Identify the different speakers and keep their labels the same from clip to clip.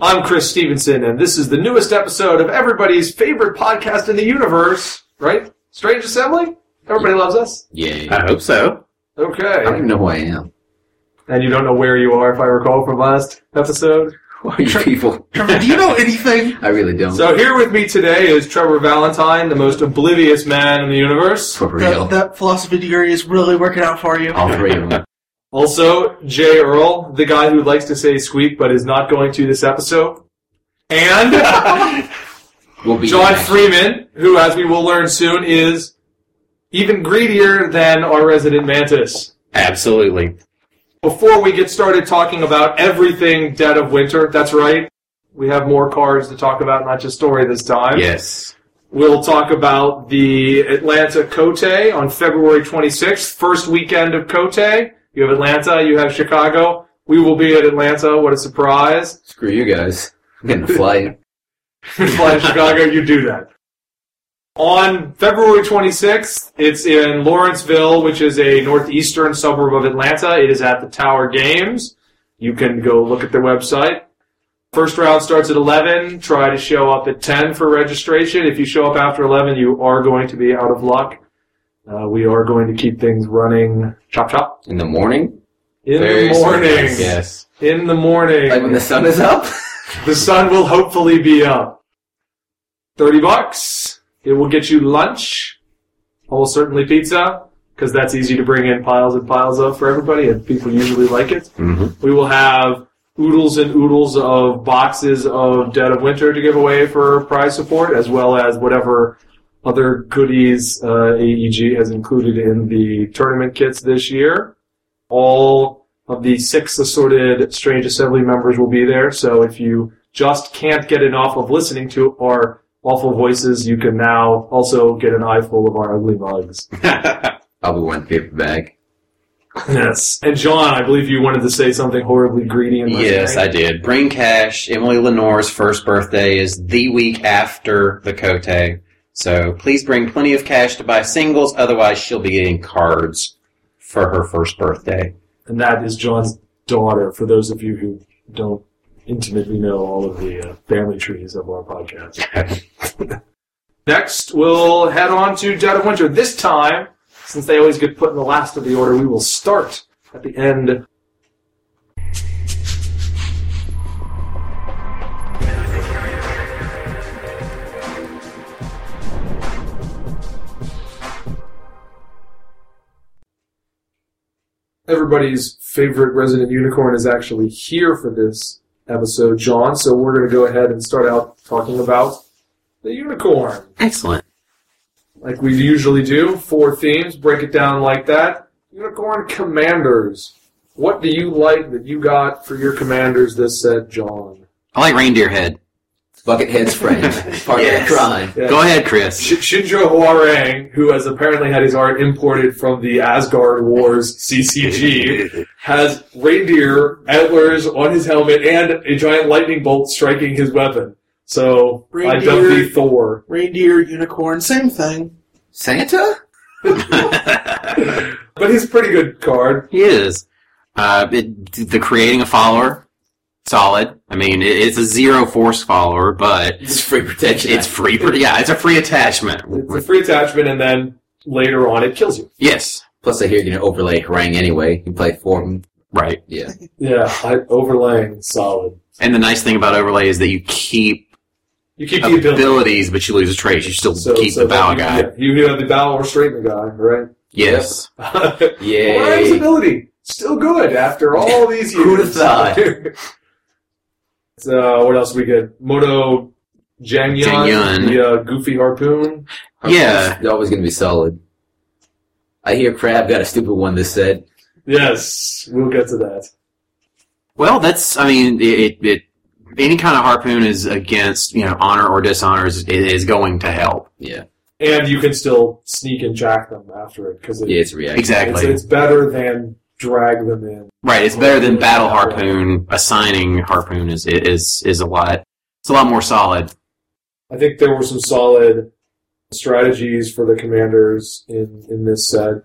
Speaker 1: I'm Chris Stevenson, and this is the newest episode of everybody's favorite podcast in the universe, right? Strange Assembly? Everybody loves us?
Speaker 2: Yeah.
Speaker 3: I hope so.
Speaker 2: I don't
Speaker 1: Okay.
Speaker 2: even know who I am.
Speaker 1: And you don't know where you are, if I recall from last episode?
Speaker 2: Who are you people?
Speaker 3: Trevor, do you know anything?
Speaker 2: I really don't.
Speaker 1: So here with me today is Trevor Valentine, the most oblivious man in the universe.
Speaker 2: For real. Oh.
Speaker 4: That, that philosophy degree is really working out for you.
Speaker 2: All three of them.
Speaker 1: Also, Jay Earl, the guy who likes to say squeak but is not going to this episode. And
Speaker 2: We'll be
Speaker 1: John
Speaker 2: back.
Speaker 1: Freeman, who, as we will learn soon, is even greedier than our resident mantis.
Speaker 3: Absolutely.
Speaker 1: Before we get started talking about everything Dead of Winter, that's right. We have more cards to talk about, not just story this time.
Speaker 3: Yes.
Speaker 1: We'll talk about the Atlanta Cote on February 26th, first weekend of Cote. You have Atlanta, you have Chicago. We will be at Atlanta. What a surprise.
Speaker 2: Screw you guys. I'm getting a flight.
Speaker 1: Fly to Chicago, you do that. On February 26th, it's in Lawrenceville, which is a northeastern suburb of Atlanta. It is at the Tower Games. You can go look at their website. First round starts at 11. Try to show up at 10 for registration. If you show up after 11, you are going to be out of luck. Uh, we are going to keep things running chop chop
Speaker 2: In the morning?
Speaker 1: in
Speaker 2: Very
Speaker 1: the morning.
Speaker 2: surprised,
Speaker 3: Yes.
Speaker 1: In the morning.
Speaker 2: Like when the sun is up?
Speaker 1: The sun will hopefully be up. 30 bucks. It will get you lunch. Almost certainly pizza, because that's easy to bring in piles and piles of for everybody, and people usually like it.
Speaker 3: Mm-hmm.
Speaker 1: We will have oodles and oodles of boxes of Dead of Winter to give away for prize support, as well as whatever other goodies uh, AEG has included in the tournament kits this year. All of the six assorted Strange Assembly members will be there, so if you just can't get enough of listening to our awful voices, you can now also get an eyeful of our ugly mugs.
Speaker 2: Probably one paper bag.
Speaker 1: yes. And John, I believe you wanted to say something horribly greedy and
Speaker 3: yes,
Speaker 1: listening.
Speaker 3: I did. Brain Cash, Emily Lenore's first birthday is the week after the Cote. So please bring plenty of cash to buy singles, otherwise she'll be getting cards for her first birthday.
Speaker 1: and that is John's daughter. For those of you who don't intimately know all of the uh, family trees of our podcast. Next, we'll head on to Dead of Winter. This time, since they always get put in the last of the order, we will start at the end. Everybody's favorite resident unicorn is actually here for this episode, John. So we're going to go ahead and start out talking about the unicorn.
Speaker 2: Excellent.
Speaker 1: like we usually do. Four themes, break it down like that. Unicorn commanders. What do you like that you got for your commanders this set, John?
Speaker 2: I like reindeer head. Buckethead's friend. Part
Speaker 3: Yes.
Speaker 2: of the crime.
Speaker 1: Yeah.
Speaker 2: Go ahead, Chris.
Speaker 1: Sh- Shinjo Huarang, who has apparently had his art imported from the Asgard Wars CCG, has reindeer antlers on his helmet and a giant lightning bolt striking his weapon. So I dubbed
Speaker 4: Reindeer.
Speaker 1: the Thor.
Speaker 4: Reindeer, unicorn, same thing.
Speaker 2: Santa?
Speaker 1: But he's a pretty good card.
Speaker 5: He is. Uh, it, the creating a follower, solid. I mean, it, it's a zero force follower, but
Speaker 2: It's free
Speaker 5: it's,
Speaker 2: protection.
Speaker 5: it's free. per- Yeah, it's a free attachment.
Speaker 1: It's a free attachment, and then later on it kills you.
Speaker 5: Yes,
Speaker 2: Plus, I hear you can overlay harangue anyway. You play four of 'em.
Speaker 5: right.
Speaker 2: Yeah.
Speaker 1: Yeah, I, overlaying solid.
Speaker 5: And the nice thing about overlay is that you keep
Speaker 1: You keep the ability.
Speaker 5: abilities, but you lose a trace. You still keep the
Speaker 1: that
Speaker 5: bow
Speaker 1: you,
Speaker 5: guy.
Speaker 1: yeah, you have the bow or straighten guy, right?
Speaker 5: Yes.
Speaker 1: Orang's
Speaker 2: Yay.
Speaker 1: ability still good after all these years.
Speaker 2: Who'd have thought?
Speaker 1: so what else we get? Moto Jangyun,
Speaker 5: Jangyun.
Speaker 1: the uh, goofy harpoon.
Speaker 5: Yeah.
Speaker 2: They're always going to be solid. I hear Crab got a stupid one that said,
Speaker 1: Yes, we'll get to that.
Speaker 5: Well, that's. I mean, it. it, it any kind of harpoon is against, you know, honor or dishonor is, is going to help.
Speaker 2: yeah,
Speaker 1: And you can still sneak and jack them after it because it,
Speaker 2: yeah, it's a reaction.
Speaker 1: it's,
Speaker 5: Exactly.
Speaker 1: it's better than drag them in.
Speaker 5: Right, it's better than battle harpoon. Assigning harpoon is is is a lot. It's a lot more solid.
Speaker 1: I think there were some solid strategies for the commanders in, in this set.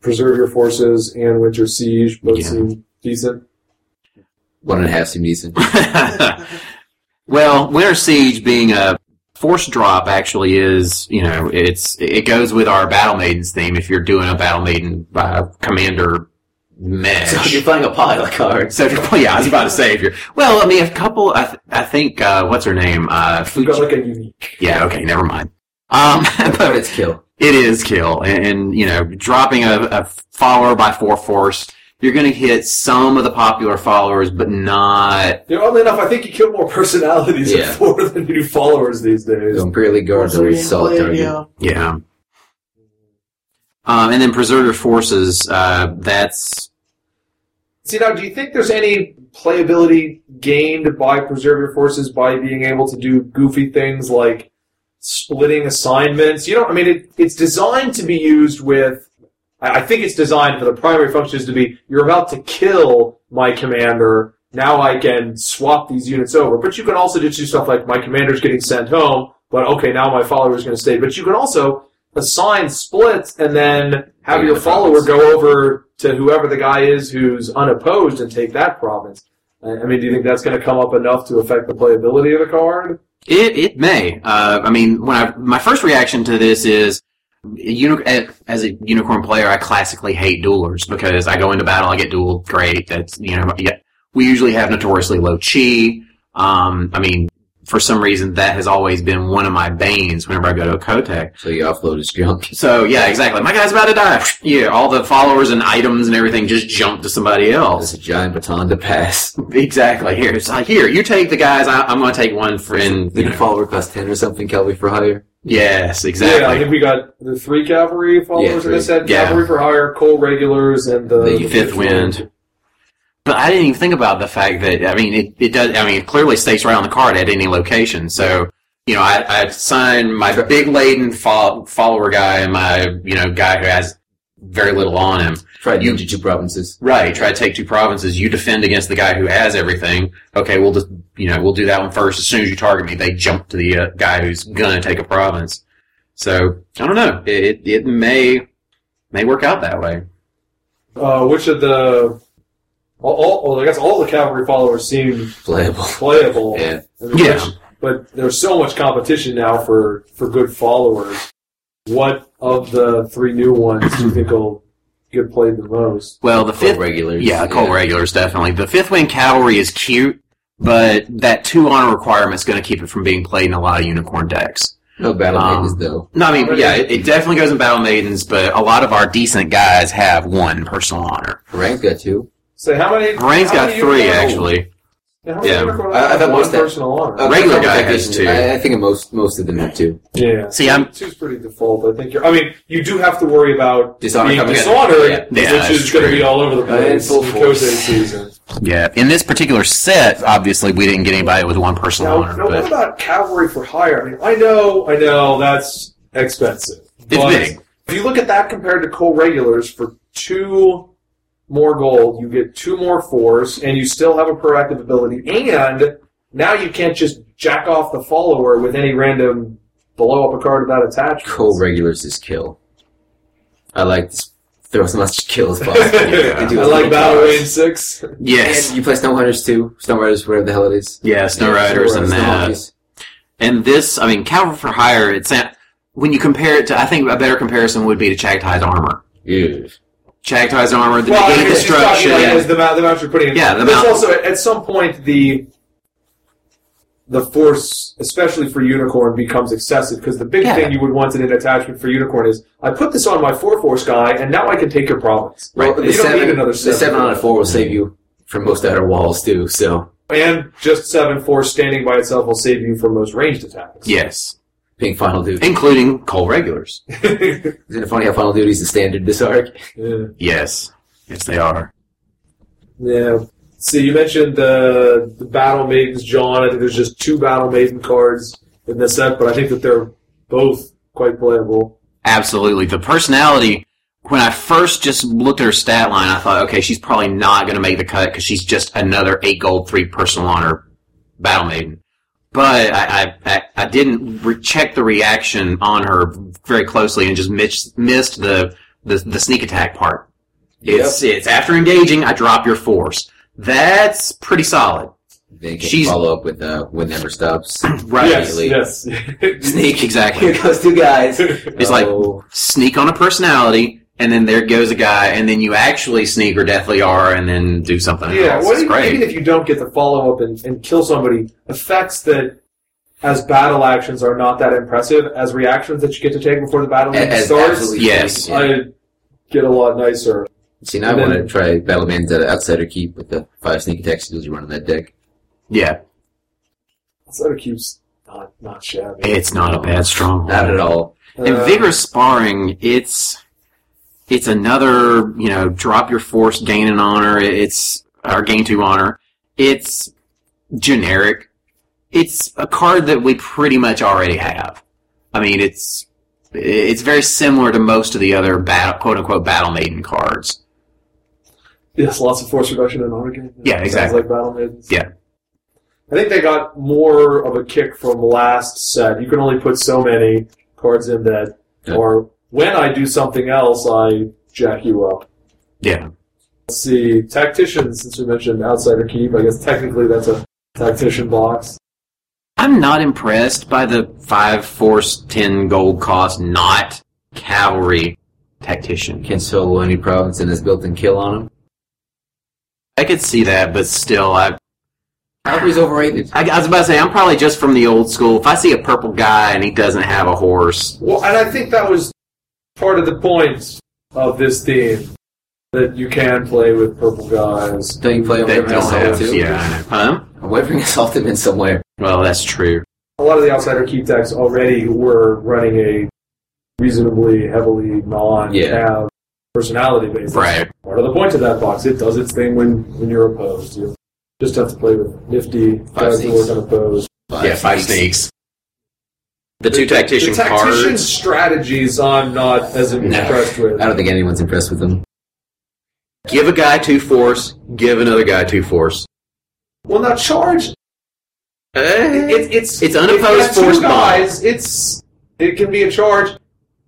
Speaker 1: Preserve your forces and Winter Siege both
Speaker 5: Yeah.
Speaker 1: seem decent.
Speaker 2: One and a half seem decent.
Speaker 5: well, Winter Siege being a force drop actually is, you know, it's it goes with our Battle Maidens theme. If you're doing a Battle Maiden uh, commander
Speaker 2: so if
Speaker 5: mesh.
Speaker 2: you're playing a pile of cards.
Speaker 5: So if you're, yeah, I was about to say if you're well, I mean a couple. I, th- I think uh, what's her name? Uh,
Speaker 1: We've got
Speaker 5: Fuji.
Speaker 1: like a unique.
Speaker 5: Yeah, okay, never mind. Um,
Speaker 2: But
Speaker 5: but
Speaker 2: it's kill.
Speaker 5: It is kill, and, and you know, dropping a, a follower by four force, you're going to hit some of the popular followers, but not.
Speaker 1: Yeah, oddly enough, I think you kill more personalities
Speaker 2: Yeah.
Speaker 1: in four than you do followers these days.
Speaker 2: So Imperial guards are
Speaker 4: Once
Speaker 2: a
Speaker 4: we
Speaker 2: solid
Speaker 4: play,
Speaker 2: target.
Speaker 4: yeah.
Speaker 5: Yeah. Um, and then preserve your forces. Uh, that's
Speaker 1: See now, do you think there's any playability gained by preserve your forces by being able to do goofy things like splitting assignments? You know, I mean, it, it's designed to be used with. I I think it's designed for the primary function is to be you're about to kill my commander. Now I can swap these units over, but you can also just do stuff like my commander's getting sent home, but okay, now my follower's going to stay. But you can also assign splits and then have
Speaker 2: Yeah,
Speaker 1: your
Speaker 2: the
Speaker 1: follower
Speaker 2: province.
Speaker 1: go over to whoever the guy is who's unopposed and take that province. I I mean, do you think that's going to come up enough to affect the playability of the card?
Speaker 5: it. It may. Uh, I mean, when I my first reaction to this is. Uni- as a unicorn player, I classically hate duelers because I go into battle, I get dueled. Great, that's you know, yeah. we usually have notoriously low chi. Um, I mean, for some reason, that has always been one of my banes whenever I go to a Kotek.
Speaker 2: So you offload his junk.
Speaker 5: So yeah, exactly. My guy's about to die. Yeah, all the followers and items and everything just jump to somebody
Speaker 2: That's
Speaker 5: else.
Speaker 2: a giant baton to pass.
Speaker 5: Exactly. Here, it's like here, you take the guys. I, I'm going to take one for and you
Speaker 2: Did a
Speaker 5: know.
Speaker 2: follower cost ten or something, Kelby for hire?
Speaker 5: yes,
Speaker 1: Yeah, I
Speaker 5: exactly.
Speaker 1: think we got the three cavalry
Speaker 2: Yeah,
Speaker 1: followers
Speaker 2: three.
Speaker 1: in this set,
Speaker 5: Yeah.
Speaker 1: cavalry for hire, coal regulars, and the,
Speaker 2: The
Speaker 5: fifth wind. But I didn't even think about the fact that I mean it, it does I mean it clearly states right on the card at any location. So you know I I sign my big laden fo- follower guy and my you know guy who has very little on him.
Speaker 2: Try
Speaker 5: You-
Speaker 2: ninja two provinces.
Speaker 5: Right. Try to take two provinces. You defend against the guy who has everything. Okay, we'll just you know we'll do that one first. As soon as you target me, they jump to the uh, guy who's gonna take a province. So I don't know. It it, it may may work out that way.
Speaker 1: Uh, which of the all, all, well, I guess all the cavalry followers seem
Speaker 2: Playable.
Speaker 1: playable.
Speaker 2: Yeah.
Speaker 1: I mean,
Speaker 5: Yeah.
Speaker 1: which- but there's so much competition now for for good followers. What of the three new ones do you think will get played the most?
Speaker 5: Well, the
Speaker 2: Cold
Speaker 5: fifth
Speaker 2: regulars.
Speaker 5: Yeah, cold regulars definitely. The fifth wing cavalry is cute, but that two honor requirement is going to keep it from being played in a lot of unicorn decks.
Speaker 2: No battle
Speaker 5: Um,
Speaker 2: maidens though.
Speaker 5: No, I mean, yeah, it, it definitely goes in battle maidens, but a lot of our decent guys have one personal honor.
Speaker 2: Rank's got two.
Speaker 1: Say how many?
Speaker 5: Rain's
Speaker 1: how
Speaker 5: got
Speaker 1: many
Speaker 5: three
Speaker 1: unicorn-
Speaker 5: actually.
Speaker 1: Yeah, how many
Speaker 5: Yeah.
Speaker 1: unicorn-
Speaker 2: I- I thought
Speaker 1: one
Speaker 2: most that-
Speaker 1: personal honor.
Speaker 5: Uh, regular guy
Speaker 2: Okay,
Speaker 5: has two.
Speaker 2: I, I think most most of them have two.
Speaker 1: yeah.
Speaker 5: See, I'm-
Speaker 1: two's pretty default. I think. You're, I mean, you do have to worry about
Speaker 2: Dishonor
Speaker 1: being
Speaker 2: coming in.
Speaker 1: dishonored,
Speaker 2: Yeah.
Speaker 5: Yeah,
Speaker 1: which
Speaker 5: that's
Speaker 1: is going to
Speaker 5: true.
Speaker 1: be all over the
Speaker 2: Uh,
Speaker 1: place
Speaker 2: full
Speaker 1: in Kosei
Speaker 2: force.
Speaker 1: season.
Speaker 5: Yeah, in this particular set, obviously we didn't get anybody with one personal
Speaker 1: Now,
Speaker 5: honor,
Speaker 1: now what
Speaker 5: but
Speaker 1: about cavalry for hire? I mean, I know, I know, that's expensive.
Speaker 5: It's
Speaker 1: But
Speaker 5: big.
Speaker 1: If you look at that compared to coal regulars, for two more gold, you get two more force, and you still have a proactive ability. And now you can't just jack off the follower with any random blow up a card without attachment.
Speaker 2: Cold regulars is kill. I like to s- throw as much kill as possible.
Speaker 5: Yeah.
Speaker 1: I like Battle Range 6.
Speaker 5: yes,
Speaker 2: And you play Snow Hunters too. Snow Riders, whatever the hell it is.
Speaker 5: yeah, snow riders and
Speaker 2: Snow
Speaker 5: that.
Speaker 2: Monkeys.
Speaker 5: And this, I mean, cavalry for hire. It's not- when you compare it to, I think a better comparison would be to Chagtai's armor.
Speaker 2: Yeah.
Speaker 5: Chagtai's armor, the
Speaker 1: Well, I
Speaker 5: negative
Speaker 1: mean, she's talking
Speaker 5: destruction.
Speaker 1: like as the amount, the amount you're putting in.
Speaker 5: Yeah, the
Speaker 1: There's
Speaker 5: amount.
Speaker 1: also at at some point the the force, especially for unicorn, becomes excessive because the big
Speaker 5: Yeah.
Speaker 1: thing you would want in an attachment for unicorn is I put this on my four force guy and now I can take your province.
Speaker 2: Well,
Speaker 1: Right,
Speaker 2: the
Speaker 1: you don't
Speaker 2: seven,
Speaker 1: need another seven.
Speaker 2: The seven on a four will save you from most outer walls too. So
Speaker 1: And just seven force standing by itself will save you from most ranged attacks.
Speaker 5: yes,
Speaker 2: being final duty.
Speaker 5: including coal regulars.
Speaker 2: Isn't it funny how final duty is the standard this arc?
Speaker 1: yeah.
Speaker 5: Yes, yes, they are.
Speaker 1: Yeah. See, you mentioned uh, the the battle maidens, John. I think there's just two battle maiden cards in this set, but I think that they're both quite playable.
Speaker 5: Absolutely, the personality. When I first just looked at her stat line, I thought, okay, she's probably not going to make the cut because she's just another eight gold, three personal honor battle maiden. But I, I, I, I didn't re- check the reaction on her very closely and just mis- missed the, the the sneak attack part. It's it's after engaging, I drop your force. That's pretty solid.
Speaker 2: They can
Speaker 5: She's-
Speaker 2: follow up with uh, "Wood Never Stops."
Speaker 5: Right.
Speaker 1: Yes,
Speaker 2: Lee.
Speaker 1: yes.
Speaker 5: Sneak,
Speaker 2: Here
Speaker 5: exactly.
Speaker 2: goes two guys.
Speaker 5: It's like-
Speaker 2: Oh,
Speaker 5: Sneak on a personality, and then there goes a guy, and then you actually sneak or deathly are, and then do something
Speaker 1: yeah,
Speaker 5: else.
Speaker 1: what
Speaker 5: It's
Speaker 1: if,
Speaker 5: great.
Speaker 1: even if you don't get the follow up and, and kill somebody, effects that as battle actions are not that impressive as reactions that you get to take before the battle
Speaker 2: a-
Speaker 1: even
Speaker 2: as
Speaker 1: starts.
Speaker 2: absolutely
Speaker 5: Yes.
Speaker 2: yeah.
Speaker 1: I get a lot nicer.
Speaker 2: See, now I
Speaker 1: And
Speaker 2: want to
Speaker 1: then-
Speaker 2: try Battleman's uh, Outsider Keep with the five sneak attacks skills you run on that deck.
Speaker 5: yeah,
Speaker 1: Instead of cubes, not not shabby.
Speaker 5: it's not a bad stronghold.
Speaker 2: Not at all.
Speaker 5: And
Speaker 1: Uh,
Speaker 5: vigorous sparring, it's it's another you know drop your force, gain an honor. It's or gain two honor. It's generic. It's a card that we pretty much already have. I mean, it's it's very similar to most of the other battle, quote unquote battle maiden cards.
Speaker 1: Yes, lots of force reduction in honor game.
Speaker 5: Yeah,
Speaker 1: Sounds
Speaker 5: exactly.
Speaker 1: like Battle Maidens.
Speaker 5: Yeah.
Speaker 1: I think they got more of a kick from last set. You can only put so many cards in that,
Speaker 2: Yeah.
Speaker 1: or when I do something else, I jack you up.
Speaker 5: Yeah,
Speaker 1: Let's see, tactician. Since we mentioned outsider keep, I guess technically that's a tactician box.
Speaker 5: I'm not impressed by the five force ten gold cost not cavalry tactician.
Speaker 2: Can solo any province and has built-in kill on him.
Speaker 5: I could see that, but still, I
Speaker 2: Cavalry's overrated.
Speaker 5: I, I was about to say, I'm probably just from the old school. If I see a purple guy and he doesn't have a horse,
Speaker 1: Well, and I think that was part of the point of this theme that you can play with purple guys.
Speaker 2: Don't you play a
Speaker 5: they
Speaker 2: Wyvern
Speaker 5: don't
Speaker 2: Assault
Speaker 5: have.
Speaker 2: too?
Speaker 5: Yeah, I know. Huh?
Speaker 2: A Wyvern Assault him in somewhere.
Speaker 5: Well, that's true.
Speaker 1: a lot of the outsider keep decks already were running a reasonably heavily non
Speaker 2: Yeah.
Speaker 1: personality basis.
Speaker 5: Right.
Speaker 1: Part of the point of that box, it does its thing when, when you're opposed. You just have to play with nifty guys who
Speaker 2: sneaks.
Speaker 1: are opposed.
Speaker 5: yeah, five snakes. The two tactician,
Speaker 1: the tactician
Speaker 5: cards.
Speaker 1: strategies, I'm not as impressed with.
Speaker 2: I don't think anyone's impressed with them.
Speaker 5: Give a guy two force. Give another guy two force.
Speaker 1: Well, now charge. It,
Speaker 5: Eh,
Speaker 1: it's
Speaker 5: It's
Speaker 1: if you
Speaker 5: unopposed
Speaker 1: have two
Speaker 5: force bomb.
Speaker 1: guys. It's it can be a charge.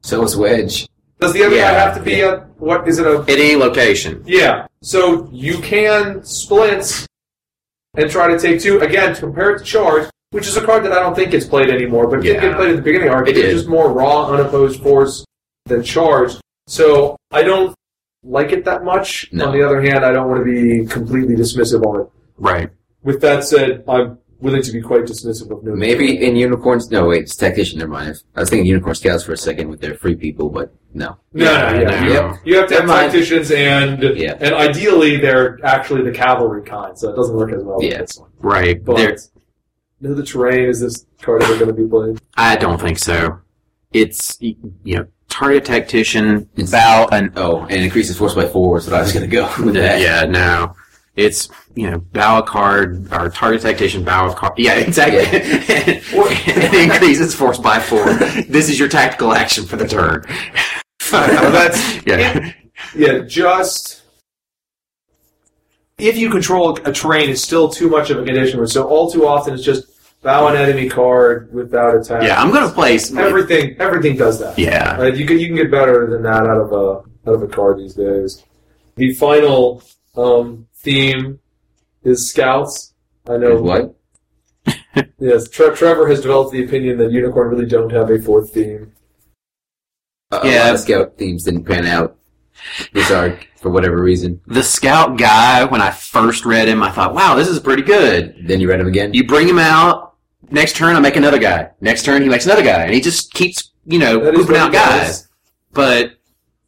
Speaker 2: So is Wedge.
Speaker 1: Does the other
Speaker 5: Yeah.
Speaker 1: guy have to be a what is it a
Speaker 5: at any location.
Speaker 1: Yeah. So you can split and try to take two. Again, compare it to charge, which is a card that I don't think gets played anymore, but did
Speaker 5: Yeah.
Speaker 1: get played at the beginning of
Speaker 5: It
Speaker 1: Arcade. It's
Speaker 5: did.
Speaker 1: just more raw, unopposed force than charge. So I don't like it that much.
Speaker 2: No.
Speaker 1: On the other hand, I don't want to be completely dismissive on it.
Speaker 5: Right.
Speaker 1: With that said, I'm willing to be quite dismissive of no.
Speaker 2: Maybe in Unicorns. No, wait, it's Tactician. Never mind. I was thinking Unicorn Scouts for a second with their free people, but no.
Speaker 1: No, no, yeah.
Speaker 5: no.
Speaker 1: You, you have to have
Speaker 2: Never mind.
Speaker 1: tacticians and
Speaker 2: Yeah.
Speaker 1: and ideally they're actually the cavalry kind, so it doesn't work as well. with
Speaker 2: Yeah.
Speaker 1: this one.
Speaker 5: Right.
Speaker 1: But
Speaker 5: There-
Speaker 1: know the terrain is this card ever going to be played?
Speaker 5: I don't think so. It's you know target tactician
Speaker 2: It's-
Speaker 5: bow an
Speaker 2: Oh, and increases force by four is what I was going to go with that.
Speaker 5: Yeah, no. It's, you know, bow a card, or target tactician, bow a card. Yeah, exactly. it increases force by four. This is your tactical action for the turn.
Speaker 1: Well, that's-
Speaker 5: Oh, yeah.
Speaker 1: Yeah, just if you control a terrain is still too much of a condition. So all too often it's just bow an enemy card without attack.
Speaker 5: Yeah, I'm going to place.
Speaker 1: everything everything does that.
Speaker 5: Yeah.
Speaker 1: Uh, you can you can get better than that out of a out of a card these days. The final um, theme is scouts. I know.
Speaker 2: With What?
Speaker 1: Yes, Tre- Trevor has developed the opinion that unicorn really don't have a fourth theme.
Speaker 2: A- A lot
Speaker 5: Yeah.
Speaker 2: of scout themes didn't pan out this arc for whatever reason.
Speaker 5: The scout guy, when I first read him, I thought, wow, this is pretty good.
Speaker 2: Then you read them again.
Speaker 5: You bring him out. Next turn, I make another guy. Next turn, he makes another guy. And he just keeps, you know,
Speaker 1: That is
Speaker 5: pooping
Speaker 1: what
Speaker 5: out
Speaker 1: he does.
Speaker 5: guys. But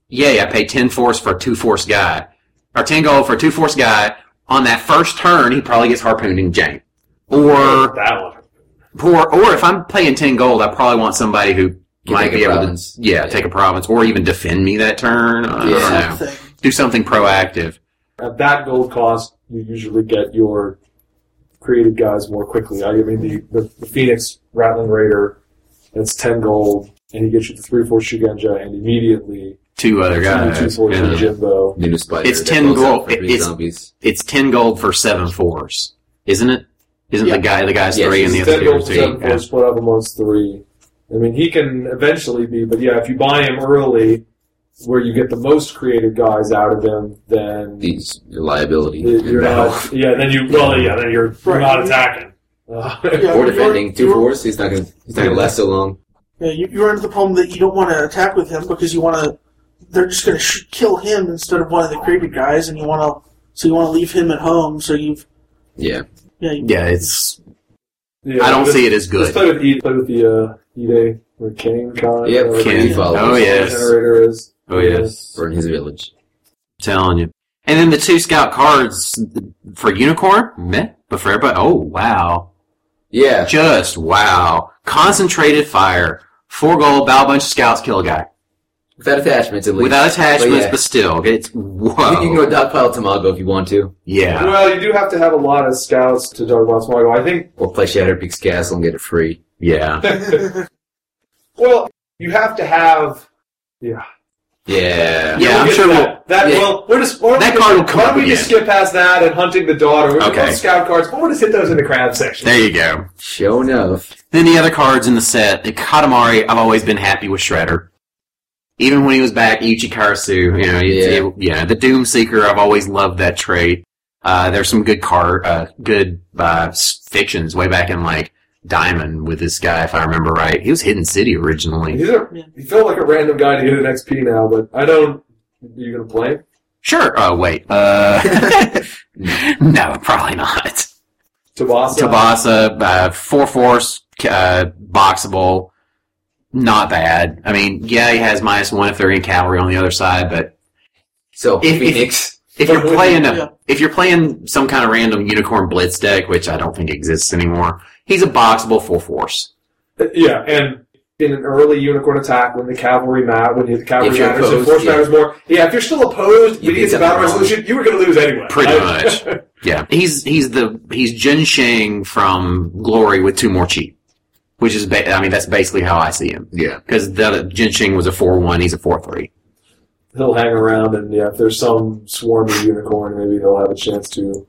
Speaker 5: yay, I paid ten force for a two force guy. Or ten gold for a two force guy. On that first turn, he probably gets harpooned and janked. Or
Speaker 1: that one.
Speaker 5: or or if I'm playing ten gold, I probably want somebody who
Speaker 2: Can
Speaker 5: might
Speaker 2: take a
Speaker 5: be able
Speaker 2: province.
Speaker 5: to yeah,
Speaker 2: Yeah.
Speaker 5: take a province or even defend me that turn. I don't
Speaker 2: Yeah.
Speaker 5: know.
Speaker 4: Something.
Speaker 5: Do something proactive.
Speaker 1: at that gold cost, you usually get your creative guys more quickly. I mean, the, the, the Phoenix Rattling Raider, that's 10 gold, and he gets you the 3 4 Shugenja, and immediately
Speaker 5: Two other
Speaker 1: two
Speaker 5: guys.
Speaker 1: 4
Speaker 5: you know.
Speaker 1: Jimbo.
Speaker 2: New spider.
Speaker 5: It's
Speaker 2: that
Speaker 5: 10
Speaker 2: blows
Speaker 5: gold.
Speaker 2: up for
Speaker 5: It-
Speaker 2: three
Speaker 5: it's-
Speaker 2: zombies.
Speaker 5: It's ten gold for seven fours, isn't it? Isn't
Speaker 4: Yeah.
Speaker 5: the guy the guy's
Speaker 2: Yeah,
Speaker 5: three and
Speaker 2: it's
Speaker 1: It's
Speaker 5: the other
Speaker 1: 10
Speaker 5: two are
Speaker 1: gold for
Speaker 5: two?
Speaker 1: 7 4
Speaker 5: Yeah.
Speaker 1: split up amongst 3. I mean, he can eventually be, but yeah, if you buy him early, where you get the most creative guys out of them, then
Speaker 2: These your liability.
Speaker 1: it-
Speaker 2: in
Speaker 1: you're
Speaker 2: battle.
Speaker 1: not. Yeah, then you. Well, yeah, then you're, you're
Speaker 4: Right.
Speaker 1: not attacking. Uh,
Speaker 4: Yeah,
Speaker 2: or
Speaker 4: you're-
Speaker 2: defending two
Speaker 4: you're-
Speaker 2: fours. He's not gonna. He's not gonna last so long.
Speaker 4: Yeah, you, you're into the problem that you don't want to attack with him because you want to. They're just going to sh- kill him instead of one of the creepy guys, and you want to. So you want to leave him at home. So you've.
Speaker 2: Yeah.
Speaker 4: Yeah, you,
Speaker 5: Yeah, it's.
Speaker 1: yeah,
Speaker 5: I don't
Speaker 1: just-
Speaker 5: see it as
Speaker 1: Just
Speaker 5: good.
Speaker 1: play with E. Play with the uh, E Day or Kane. Con,
Speaker 2: Yep,
Speaker 1: whatever
Speaker 5: Kane
Speaker 1: the E
Speaker 2: follows.
Speaker 5: Oh, yes.
Speaker 1: Generator is.
Speaker 5: Oh yes,
Speaker 2: Or in his village.
Speaker 5: telling you. And then the two scout cards for unicorn, meh. But for everybody, oh wow,
Speaker 2: Yeah.
Speaker 5: just wow. Concentrated fire, four gold, bow a bunch of scouts, kill a guy
Speaker 2: Without attachments, at least.
Speaker 5: without attachments, but,
Speaker 2: yeah.
Speaker 5: still, it's whoa.
Speaker 2: you, can- you can go dogpile Tamago if you want to,
Speaker 5: yeah,
Speaker 1: Well, you do have to have a lot of scouts to talk about Smogo. I think.
Speaker 2: or play Shatterpeak's Castle and get it free.
Speaker 5: yeah.
Speaker 1: well, you have to have.
Speaker 2: Yeah.
Speaker 5: Yeah.
Speaker 1: we'll
Speaker 5: I'm
Speaker 1: get
Speaker 5: sure
Speaker 1: to that. that
Speaker 2: yeah.
Speaker 1: well, we're just why don't
Speaker 5: That
Speaker 1: we-
Speaker 5: card will come
Speaker 1: Why
Speaker 5: up
Speaker 1: don't we just skip past that and hunting the daughter? We're
Speaker 5: Okay.
Speaker 1: scout cards, but we'll just hit those in the crab section.
Speaker 5: There you go.
Speaker 2: Show enough.
Speaker 5: Then the other cards in the set, the Katamari. I've always been happy with Shredder. Even when he was back, Ichi Karasu, you know, yeah. yeah, the Doom Seeker. I've always loved that trait. Uh, there's some good car, uh, good uh, s- fictions way back in like Diamond with this guy, if I remember right. He was Hidden City originally.
Speaker 1: He's a,
Speaker 4: Yeah.
Speaker 1: He felt like a random guy to get an XP now, but I don't. You gonna play?
Speaker 5: Sure. Oh wait. Uh, no, probably not.
Speaker 1: Tabasa.
Speaker 5: Tabasa, uh, four force, uh, boxable, not bad. I mean, yeah, he has minus one if they're in cavalry on the other side, but
Speaker 2: So
Speaker 5: If- if-
Speaker 2: Phoenix.
Speaker 5: if you're
Speaker 1: But when-
Speaker 5: playing a,
Speaker 4: yeah.
Speaker 5: if you're playing some kind of random unicorn blitz deck, which I don't think exists anymore, he's a boxable four force.
Speaker 1: Yeah, and in an early unicorn attack, when the cavalry mat, when the cavalry
Speaker 2: If you're
Speaker 1: matters, and
Speaker 2: opposed,
Speaker 1: force
Speaker 2: yeah.
Speaker 1: matters more. Yeah, if you're still opposed,
Speaker 2: You
Speaker 1: we
Speaker 2: did
Speaker 1: need a
Speaker 2: something
Speaker 1: battle
Speaker 2: wrong.
Speaker 1: resolution. You were gonna lose anyway.
Speaker 5: Pretty
Speaker 1: I-
Speaker 5: much. Yeah, he's he's the he's Jin Shang from Glory with two more chi, which is ba- I mean that's basically how I see him
Speaker 2: Yeah.
Speaker 5: because the other- Jin Shang was a four one, he's a four three.
Speaker 1: he'll hang around, and yeah, if there's some swarmy unicorn, maybe he'll have a chance to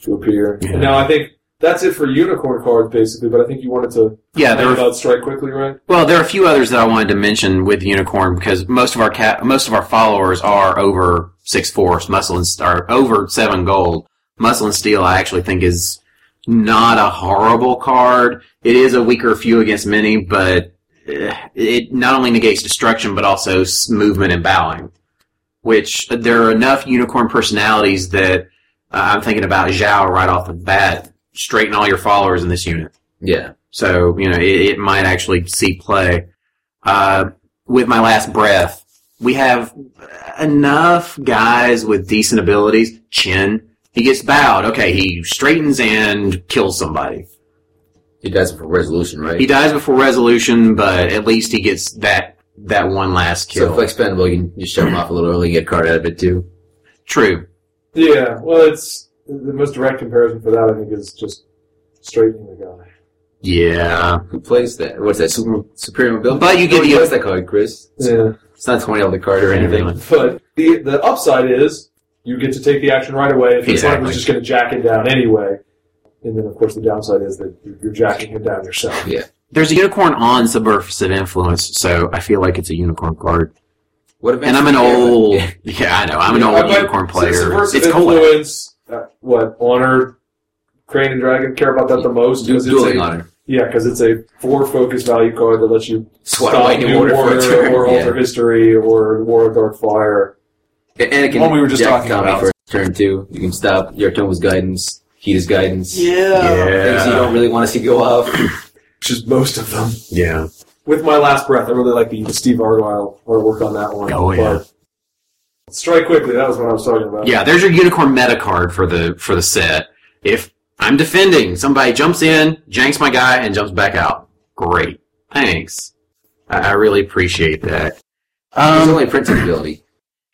Speaker 1: to appear.
Speaker 5: Yeah.
Speaker 1: Now, I think that's it for unicorn cards, basically. But I think you wanted to
Speaker 5: Yeah, there
Speaker 1: talk
Speaker 5: were
Speaker 1: about strike quickly, right?
Speaker 5: Well, there are a few others that I wanted to mention with Unicorn because most of our cat, most of our followers are over six force muscle and are over seven gold. Muscle and steel, I actually think is not a horrible card. It is a weaker few against many, but eh, it not only negates destruction but also s- movement and bowing. Which there are enough Unicorn personalities that uh, I'm thinking about Zhao right off the bat. Straighten all your followers in this unit.
Speaker 2: Yeah.
Speaker 5: So, you know, it, it might actually see play. Uh, with my last breath, we have enough guys with decent abilities. Chin, he gets bowed. Okay, he straightens and kills somebody.
Speaker 2: He does it for resolution, right?
Speaker 5: He dies before resolution, but at least he gets that that one last
Speaker 2: so
Speaker 5: kill.
Speaker 2: if expendable, you can just shove him off a little early and get a card out of it too.
Speaker 5: True.
Speaker 1: Yeah, well, it's the most direct comparison for that. I think is just straightening the guy.
Speaker 5: Yeah.
Speaker 2: Who plays that? What's that? Super, superior mobility.
Speaker 5: But you get
Speaker 2: Nobody
Speaker 5: the-
Speaker 2: plays that card, Chris.
Speaker 1: Yeah,
Speaker 2: It's not twenty dollar card or anything.
Speaker 1: but the the upside is you get to take the action right away. If exactly.
Speaker 5: Exactly.
Speaker 1: was just going to jack him down anyway, and then of course the downside is that you're- you're jacking him down yourself.
Speaker 5: There's a unicorn on subsurface of influence, so I feel like it's a unicorn card.
Speaker 2: What about?
Speaker 5: And I'm an old, yeah, I know, I'm an
Speaker 1: I
Speaker 5: old
Speaker 1: might-
Speaker 5: unicorn player.
Speaker 1: Subversive
Speaker 5: It's cool.
Speaker 1: influence. Uh, what honor? Crane and Dragon care about that the most
Speaker 2: Du-
Speaker 1: because it's
Speaker 2: dueling
Speaker 1: a,
Speaker 2: honor.
Speaker 1: yeah, because it's a four focus value card that lets you
Speaker 2: Swat
Speaker 1: stop
Speaker 2: away new order for a turn,
Speaker 1: or
Speaker 2: yeah.
Speaker 1: alter history or War of Dark Fire.
Speaker 2: And it can
Speaker 1: One we were just
Speaker 2: jack
Speaker 1: talking
Speaker 2: Tommy
Speaker 1: about.
Speaker 2: for turn two. You can stop. Your turn was guidance. Heat is guidance.
Speaker 4: yeah.
Speaker 2: Things you don't really want to see go off.
Speaker 1: which is most of them.
Speaker 5: Yeah.
Speaker 1: With my last breath, I really like the Steve Argyle artwork on that one.
Speaker 5: Oh, yeah.
Speaker 1: But strike quickly. That was what I was talking about.
Speaker 5: Yeah, there's your unicorn meta card for the for the set. If I'm defending, somebody jumps in, janks my guy, and jumps back out. Great. Thanks. I, I really appreciate that.
Speaker 2: There's
Speaker 5: Um,
Speaker 2: only printing ability.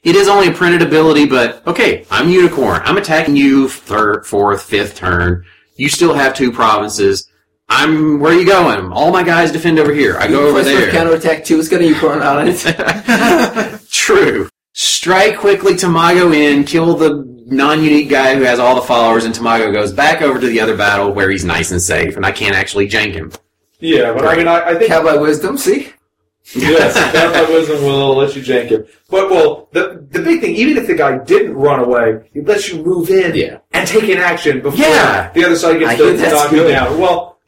Speaker 5: it is only a printed ability, but okay, I'm unicorn. I'm attacking you third, fourth, fifth turn. You still have two provinces. I'm where are you going? All my guys defend over here. I go over there.
Speaker 2: Counterattack two. It's got a unicorn on it.
Speaker 5: True. Strike quickly Tamago in, kill the non-unique guy who has all the followers, and Tamago goes back over to the other battle where he's nice and safe, and I can't actually jank him.
Speaker 1: Yeah, but I mean, I, I think
Speaker 2: Cowboy wisdom. See.
Speaker 1: yes, vampire wisdom will let you jank it. But well, the the big thing, even if the guy didn't run away, it lets you move in
Speaker 2: Yeah.
Speaker 1: and take an action before
Speaker 5: Yeah.
Speaker 1: the other side
Speaker 2: I
Speaker 1: gets
Speaker 2: hear
Speaker 1: to
Speaker 2: that's
Speaker 1: knock you
Speaker 2: good.
Speaker 1: down. Well,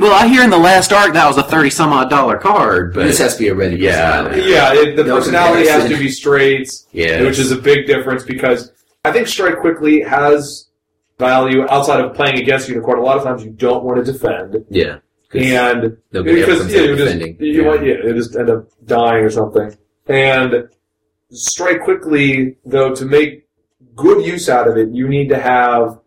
Speaker 5: Well, I hear in the last arc that was a thirty some odd dollar card, but
Speaker 2: this has to be a ready
Speaker 5: Yeah.
Speaker 2: personality.
Speaker 1: yeah, it, the
Speaker 2: That was
Speaker 1: personality has to
Speaker 2: embarrassing.
Speaker 1: be straight,
Speaker 5: yeah,
Speaker 1: which is a big difference because I think strike quickly has value outside of playing against unicorn. A lot of times you don't want to defend,
Speaker 2: Yeah. 'Cause
Speaker 1: and
Speaker 2: nobody ever
Speaker 1: because
Speaker 2: comes
Speaker 1: yeah,
Speaker 2: out
Speaker 1: you just
Speaker 2: defending.
Speaker 1: you
Speaker 2: Yeah.
Speaker 1: might yeah, you just end up dying or something. And strike quickly though to make good use out of it, you need to have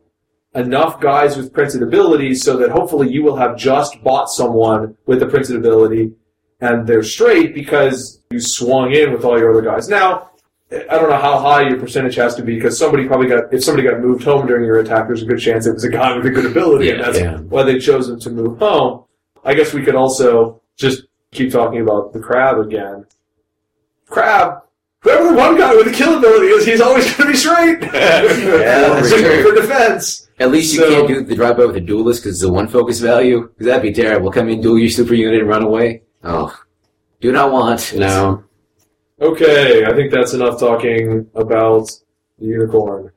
Speaker 1: enough guys with printed abilities so that hopefully you will have just bought someone with the printed ability and they're straight because you swung in with all your other guys. Now, I don't know how high your percentage has to be because somebody probably got if somebody got moved home during your attack, there's a good chance it was a guy with a good ability, and
Speaker 2: Yeah,
Speaker 1: that's
Speaker 5: yeah.
Speaker 1: why they chose him to move home. I guess we could also just keep talking about the crab again. Crab, whoever the one guy with the kill ability is, he's always going to be straight.
Speaker 2: that's
Speaker 1: Except
Speaker 2: true.
Speaker 1: for defense.
Speaker 2: At least you
Speaker 1: So-
Speaker 2: can't do the drive by with a duelist because it's a one focus value. 'Cause that'd be terrible. Come in, duel your super unit, and run away. Oh, do not want.
Speaker 5: no.
Speaker 1: Okay, I think that's enough talking about the unicorn.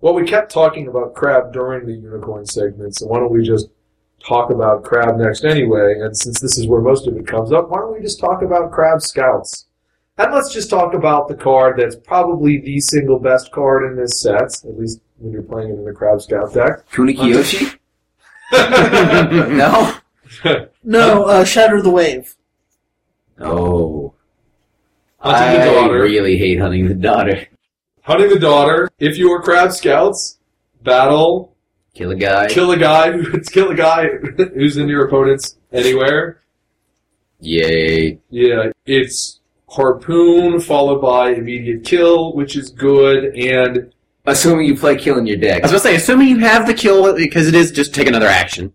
Speaker 1: Well, we kept talking about crab during the unicorn segment, so why don't we just talk about crab next anyway? And since this is where most of it comes up, why don't we just talk about crab scouts? And let's just talk about the card that's probably the single best card in this set, at least when you're playing it in the Crab Scout deck.
Speaker 2: Kunikiyoshi?
Speaker 1: I
Speaker 2: no.
Speaker 4: No, uh, Shatter the Wave.
Speaker 2: Oh,
Speaker 1: Hunting the
Speaker 2: I
Speaker 1: daughter.
Speaker 2: really hate hunting the daughter.
Speaker 1: Hunting the daughter. If you are Crab Scouts, battle,
Speaker 2: Kill a guy.
Speaker 1: kill a guy, who- kill a guy who's in your opponent's anywhere.
Speaker 2: Yay.
Speaker 1: Yeah, it's harpoon followed by immediate kill, which is good, and
Speaker 2: Assuming you play kill in your
Speaker 5: I
Speaker 2: deck.
Speaker 5: was gonna say, assuming you have the kill, because it is just take another action,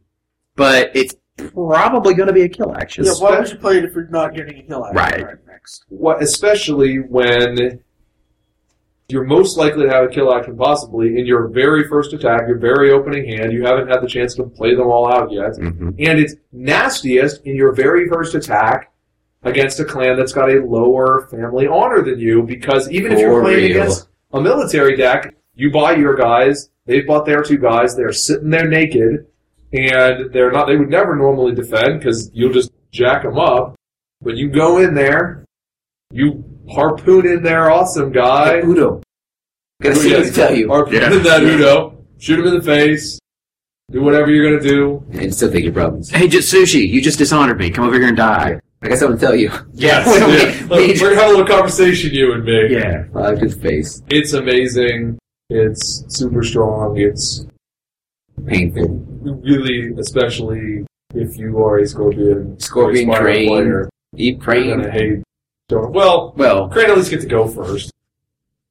Speaker 5: but it's probably gonna be a kill action.
Speaker 4: Yeah,
Speaker 1: Just
Speaker 4: why
Speaker 1: that-
Speaker 4: would you play it if you're not getting a kill out?
Speaker 5: Right.
Speaker 4: Next.
Speaker 1: what, especially when you're most likely to have a kill action possibly in your very first attack, your very opening hand. You haven't had the chance to play them all out yet.
Speaker 5: hmm
Speaker 1: And it's nastiest in your very first attack against a clan that's got a lower family honor than you because even if you're
Speaker 2: For
Speaker 1: playing
Speaker 2: real.
Speaker 1: against a military deck, you buy your guys, they've bought their two guys, they're sitting there naked, and they're not, they would never normally defend because you'll just jack them up. But you go in there, you harpoon in their awesome guy, Oh,
Speaker 2: Udo. Gotta see what to tell you.
Speaker 1: harpoon
Speaker 5: Yeah.
Speaker 1: in that Udo, shoot him in the face, do whatever you're gonna do.
Speaker 2: And still take your problems.
Speaker 5: Hey, Jitsushi, you just dishonored me. Come over here and die.
Speaker 2: I got something to tell you.
Speaker 1: Yes.
Speaker 5: Wait, wait,
Speaker 1: Look,
Speaker 5: wait.
Speaker 1: we're gonna have a little conversation, you and me.
Speaker 5: Yeah.
Speaker 2: I like his face.
Speaker 1: It's amazing. It's super strong. It's
Speaker 2: Painful.
Speaker 1: really, especially if you are a Scorpion.
Speaker 2: Scorpion
Speaker 1: Spider
Speaker 2: Crane.
Speaker 1: Player,
Speaker 2: Eat
Speaker 1: you're gonna
Speaker 2: crane.
Speaker 1: hate. Don't, well,
Speaker 5: Well,
Speaker 1: Crane at least gets to go first.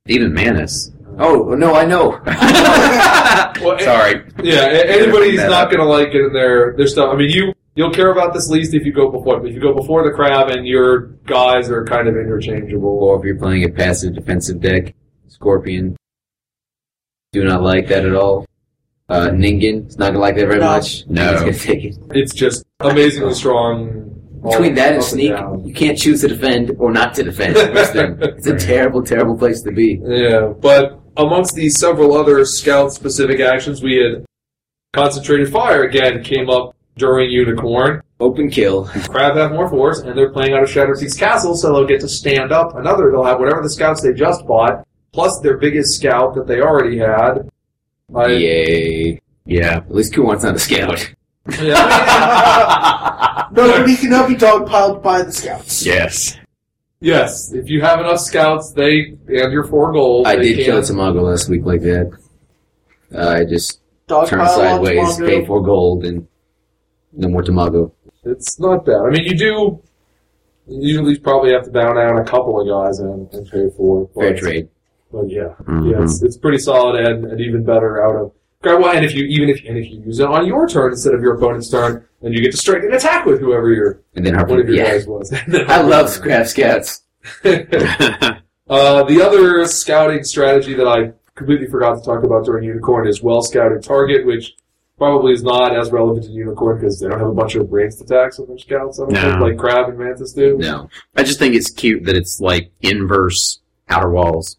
Speaker 5: even Manus.
Speaker 2: Oh, no, I know.
Speaker 1: Well, a-
Speaker 5: Sorry.
Speaker 1: yeah, a- anybody's
Speaker 5: That
Speaker 1: not
Speaker 5: up.
Speaker 1: gonna like it in their their stuff. I mean, you you'll care about this least if you go before. But if you go before the crab, and your guys are kind of interchangeable.
Speaker 2: or if you're playing a passive defensive deck, Scorpion. Do not like that at all. Uh, Ningen, it's not gonna like that very
Speaker 4: No.
Speaker 2: much.
Speaker 5: No.
Speaker 2: Ningen's gonna take it.
Speaker 1: It's just amazingly strong. all
Speaker 2: Between that and
Speaker 1: up
Speaker 2: Sneak,
Speaker 1: down.
Speaker 2: you can't choose to defend or not to defend. Which then- it's a terrible, terrible place to be.
Speaker 1: Yeah, but amongst these several other scout specific actions, we had concentrated fire again came up during Unicorn.
Speaker 2: Open kill.
Speaker 1: Crab have more force, and they're playing out of Shadow Peaks Castle, so they'll get to stand up. Another, they'll have whatever the scouts they just bought, plus their biggest scout that they already had. I-
Speaker 2: Yay.
Speaker 5: Yeah.
Speaker 2: At least Kuwan's not a scout.
Speaker 1: Yeah.
Speaker 4: No, but he cannot be dogpiled by the scouts.
Speaker 5: Yes.
Speaker 1: yes, if you have enough scouts, they and your four gold.
Speaker 2: I
Speaker 1: they
Speaker 2: did
Speaker 1: can-
Speaker 2: kill Tamago last week like that. Uh, I just
Speaker 4: Dogpiled
Speaker 2: turned sideways, paid
Speaker 4: Mongo.
Speaker 2: for gold, and no more Tamago.
Speaker 1: It's not bad. I mean, you do usually probably have to down out a couple of guys and, and pay for it,
Speaker 2: Fair
Speaker 1: but-
Speaker 2: trade.
Speaker 1: But yeah,
Speaker 5: Mhm.
Speaker 1: yeah, it's, it's pretty solid and, and even better out of grab one. And if you even if and if you use it on your turn instead of your opponent's turn, then you get to strike an attack with whoever your
Speaker 2: And then
Speaker 1: one
Speaker 2: Harper.
Speaker 1: of your
Speaker 2: Yeah.
Speaker 1: guys was.
Speaker 2: I love Scrap Scouts.
Speaker 1: uh, Uh, the other scouting strategy that I completely forgot to talk about during Unicorn is well scouted target, which probably is not as relevant in Unicorn because they don't have a bunch of ranged attacks on their scouts, I don't
Speaker 5: No.
Speaker 1: think, like Crab and Mantis do.
Speaker 2: No.
Speaker 5: I just think it's cute that it's like inverse outer walls.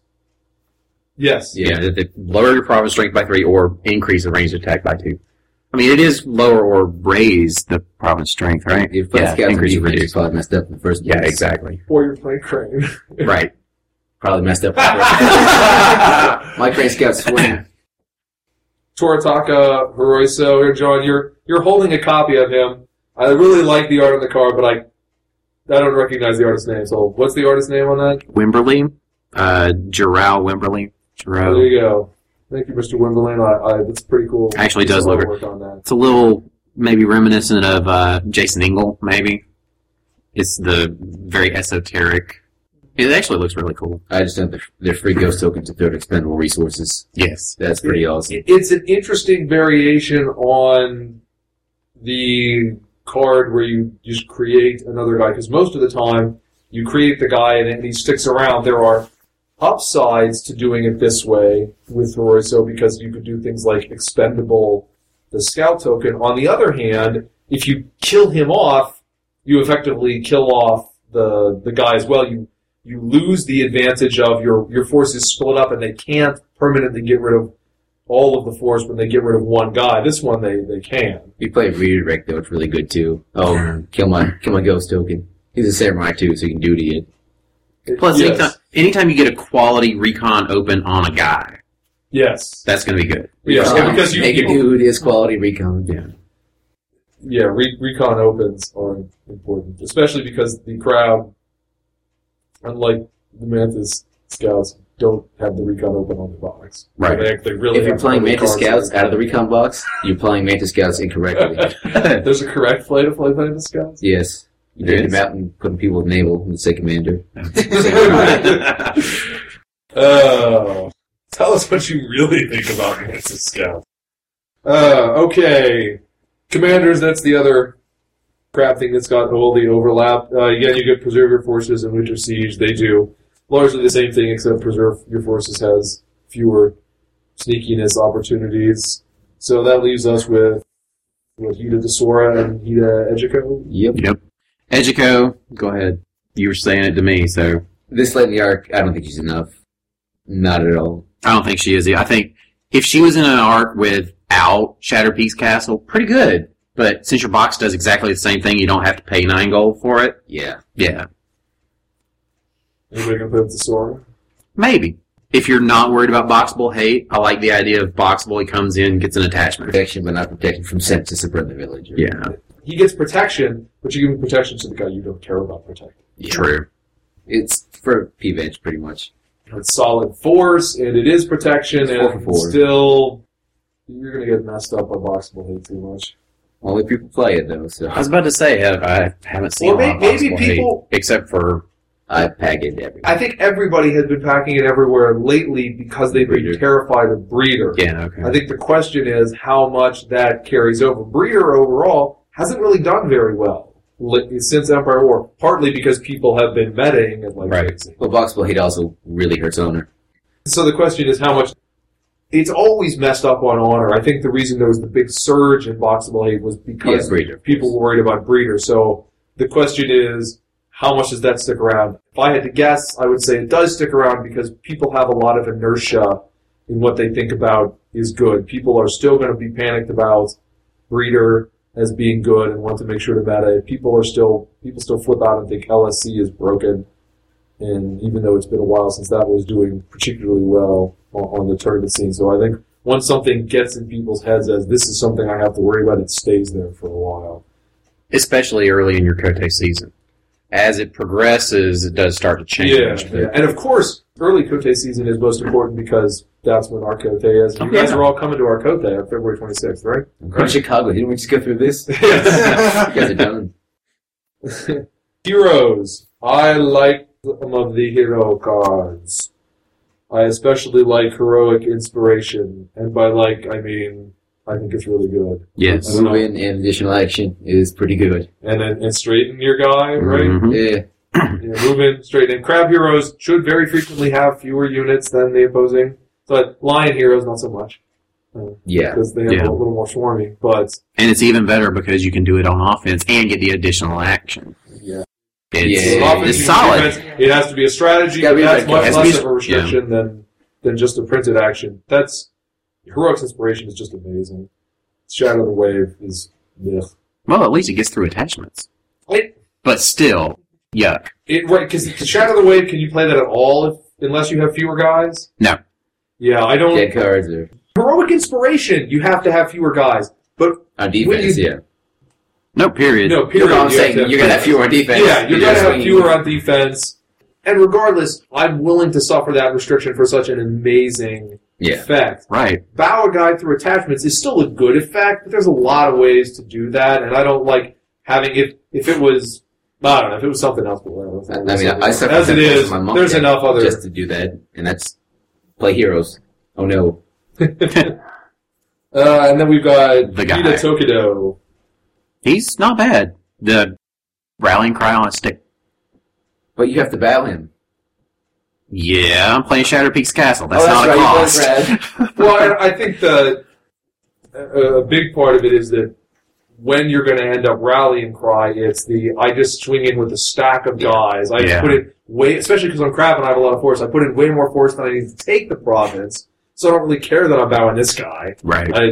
Speaker 1: Yes.
Speaker 5: Yeah, that they lower your province strength by three or increase the ranged attack by two. I mean, it is lower or raise the province strength, right?
Speaker 2: If Flight
Speaker 5: Yeah,
Speaker 2: Scouts and
Speaker 5: increase
Speaker 2: defense
Speaker 5: reduce.
Speaker 2: is probably messed up in the first
Speaker 5: Yeah,
Speaker 2: place.
Speaker 5: exactly.
Speaker 1: Or you're playing Crane.
Speaker 5: right.
Speaker 2: Probably messed up. in the first place. My Crane Scouts swing.
Speaker 1: Toritaka Hiroiso here, John. You're you're holding a copy of him. I really like the art on the card, but I I don't recognize the artist's name. So what's the artist's name on that?
Speaker 5: Wimberley, uh, Jarrow Wimberley.
Speaker 1: There
Speaker 5: Jarrow.
Speaker 1: you go. Thank you, Mr. Wimberlin. I, I that's pretty cool.
Speaker 5: Actually does look-
Speaker 1: work on that.
Speaker 5: It's a little maybe reminiscent of uh, Jason Ingle, maybe. It's the very esoteric. It actually looks really cool.
Speaker 2: I just know their, their free ghost tokens are third expendable resources.
Speaker 5: Yes.
Speaker 2: That's pretty awesome.
Speaker 1: It- It's an interesting variation on the card where you just create another guy because most of the time you create the guy and, and he sticks around. There are upsides to doing it this way with Horoiso because you could do things like expendable the scout token. On the other hand, if you kill him off, you effectively kill off the the guy as well. You you lose the advantage of your your force is split up and they can't permanently get rid of all of the force when they get rid of one guy. This one they, they can.
Speaker 2: We play Redirect though, it's really good too. Oh, kill my kill my ghost token. He's a samurai too, so you can duty it.
Speaker 5: Plus,
Speaker 1: yes.
Speaker 5: anytime, anytime you get a quality recon open on a guy,
Speaker 1: yes.
Speaker 5: that's going to be good.
Speaker 1: Yes,
Speaker 2: Recon.
Speaker 1: because you-
Speaker 2: make it do his quality recon. Yeah.
Speaker 1: Yeah, re- recon opens are important, especially because the crab, unlike the Mantis scouts, don't have the recon open on the box.
Speaker 5: Right.
Speaker 1: They, they really
Speaker 2: If you're
Speaker 1: have
Speaker 2: playing
Speaker 1: to
Speaker 2: Mantis
Speaker 1: recon
Speaker 2: Scouts out of the recon box, you're playing Mantis Scouts incorrectly.
Speaker 1: There's a correct play to play Mantis scouts?
Speaker 2: yes. You
Speaker 5: There
Speaker 2: take him
Speaker 5: is?
Speaker 2: out and put people with naval and say commander.
Speaker 1: Oh. Tell us what you really think about Mantis Scout. Uh, okay. Commanders, that's the other crap thing that's got all the overlap. Uh, again, you get Preserve Your Forces and Winter Siege. They do largely the same thing, except Preserve Your Forces has fewer sneakiness opportunities. So that leaves us with, what, Hida Desora and Hida Ejiko?
Speaker 2: Yep.
Speaker 5: Educo, go ahead. You were saying it to me, so
Speaker 2: This late in the arc, I don't think she's enough. Not at all.
Speaker 5: I don't think she is. I think if she was in an arc without Shatterpeak's Castle, pretty good. But since your box does exactly the same thing, you don't have to pay nine gold for it.
Speaker 2: Yeah.
Speaker 5: Yeah,
Speaker 1: Anybody can play with Desora?
Speaker 5: maybe. If you're not worried about Boxable hate, I like the idea of Boxable. He comes in, gets an attachment.
Speaker 2: Protection, but not protection from census of the village.
Speaker 5: Yeah,
Speaker 1: He gets protection, but you give him protection to the guy you don't care about protecting.
Speaker 5: true.
Speaker 2: It's for P-Venge, pretty much.
Speaker 1: it's solid force and it is protection
Speaker 2: It's four
Speaker 1: and
Speaker 2: for four.
Speaker 1: still you're gonna get messed up by boxable hate too much.
Speaker 2: Only people play it, though, so
Speaker 5: I was about to say I haven't
Speaker 1: Well,
Speaker 5: seen a
Speaker 1: may-
Speaker 5: lot of
Speaker 1: maybe
Speaker 5: Boxable
Speaker 1: people-
Speaker 5: hate except for
Speaker 2: I pack it every
Speaker 1: I think everybody has been packing it everywhere lately because they've
Speaker 2: Breeder.
Speaker 1: been terrified of breeder.
Speaker 5: yeah. Okay.
Speaker 1: I think the question is how much that carries over. Breeder overall hasn't really done very well li- since Empire War, partly because people have been betting and like
Speaker 5: Right.
Speaker 1: crazy.
Speaker 2: Well, Boxable Hate also really hurts honor.
Speaker 1: So the question is how much. It's always messed up on honor. I think the reason there was the big surge in boxable hate was
Speaker 2: Yeah,
Speaker 1: because
Speaker 2: breeder.
Speaker 1: people were worried about breeder. So the question is, how much does that stick around? If I had to guess, I would say it does stick around because people have a lot of inertia in what they think about is good. People are still going to be panicked about breeder as being good and want to make sure to meta. it. People are still people still flip out and think LSC is broken. And even though it's been a while since that was doing particularly well on, on the tournament scene, so I think once something gets in people's heads as this is something I have to worry about, it stays there for a while.
Speaker 5: especially early in your Kote season. As it progresses, it does start to
Speaker 1: Yeah,
Speaker 5: change.
Speaker 1: yeah. and of course, early Kote season is most important because that's when our Kote is. You
Speaker 5: Oh,
Speaker 1: guys
Speaker 5: yeah.
Speaker 1: are all coming to our Kote on February 26th, right?
Speaker 2: From Chicago, didn't we just go through this? you guys are done.
Speaker 1: Heroes. I like some of the hero cards. I especially like Heroic Inspiration, and by like, I mean, I think it's really good.
Speaker 5: Yes.
Speaker 1: I don't know.
Speaker 2: Move in and additional action is pretty good.
Speaker 1: And then and straighten your guy, right?
Speaker 5: Mhm.
Speaker 2: Yeah.
Speaker 1: you know, move in straight in. Crab heroes should very frequently have fewer units than the opposing, but lion heroes not so much
Speaker 2: Yeah.
Speaker 1: because they have
Speaker 5: Yeah.
Speaker 1: a little more swarming. But
Speaker 5: And it's even better because you can do it on offense and get the additional action.
Speaker 1: Yeah.
Speaker 5: It's,
Speaker 2: Yeah.
Speaker 1: Offense,
Speaker 5: it's
Speaker 1: you can
Speaker 5: solid.
Speaker 1: defense, It has to be a strategy.
Speaker 2: Gotta
Speaker 1: But
Speaker 2: be
Speaker 1: that's
Speaker 2: like-
Speaker 1: much
Speaker 5: has to be
Speaker 1: less
Speaker 5: s-
Speaker 1: of a restriction than than just a printed action. That's heroics inspiration is just amazing. Shadow of the Wave is ugh.
Speaker 5: Well, at least it gets through attachments.
Speaker 1: It-
Speaker 5: But still, yuck.
Speaker 1: It right because Shadow of the Wave. Can you play that at all? If, unless you have fewer guys.
Speaker 5: No.
Speaker 1: Yeah, I don't.
Speaker 2: Dead cards are
Speaker 1: Heroic inspiration. You have to have fewer guys.
Speaker 2: on defense.
Speaker 1: you-
Speaker 2: yeah.
Speaker 5: No, period.
Speaker 1: No,
Speaker 2: You're
Speaker 1: period.
Speaker 2: gonna
Speaker 1: You have
Speaker 2: say
Speaker 1: to have
Speaker 2: you're gonna have
Speaker 1: fewer.
Speaker 2: fewer on defense.
Speaker 1: Yeah, you're gonna have
Speaker 2: swinging.
Speaker 1: fewer on defense. And regardless, I'm willing to suffer that restriction for such an amazing
Speaker 2: Yeah.
Speaker 1: effect.
Speaker 5: Right.
Speaker 1: bow a guy through attachments is still a good effect, but there's a lot of ways to do that, and I don't like having if if it was I don't know if it was something else. But whatever,
Speaker 2: I, I mean, I suffer
Speaker 1: as it
Speaker 2: from
Speaker 1: is,
Speaker 2: my mom
Speaker 1: there's
Speaker 2: deck
Speaker 1: enough other.
Speaker 2: just to do that, and that's play heroes. Oh no,
Speaker 1: uh, and then we've got
Speaker 5: The guy.
Speaker 1: Rita Tokido.
Speaker 5: He's not bad. The rallying cry on a stick.
Speaker 2: but you have to battle him.
Speaker 5: Yeah, I'm playing Shadow Peaks Castle. That's,
Speaker 2: oh, that's
Speaker 5: not
Speaker 2: right,
Speaker 5: a
Speaker 2: you
Speaker 5: cost.
Speaker 2: play Brad.
Speaker 1: Well, I, I think the a, a big part of it is that when you're going to end up rallying cry, it's the I just swing in with a stack of guys. I
Speaker 5: Yeah.
Speaker 1: put in way, especially because I'm crab and I have a lot of force. I put in way more force than I need to take the province. So I don't really care that I'm bowing this guy.
Speaker 5: Right.
Speaker 1: I,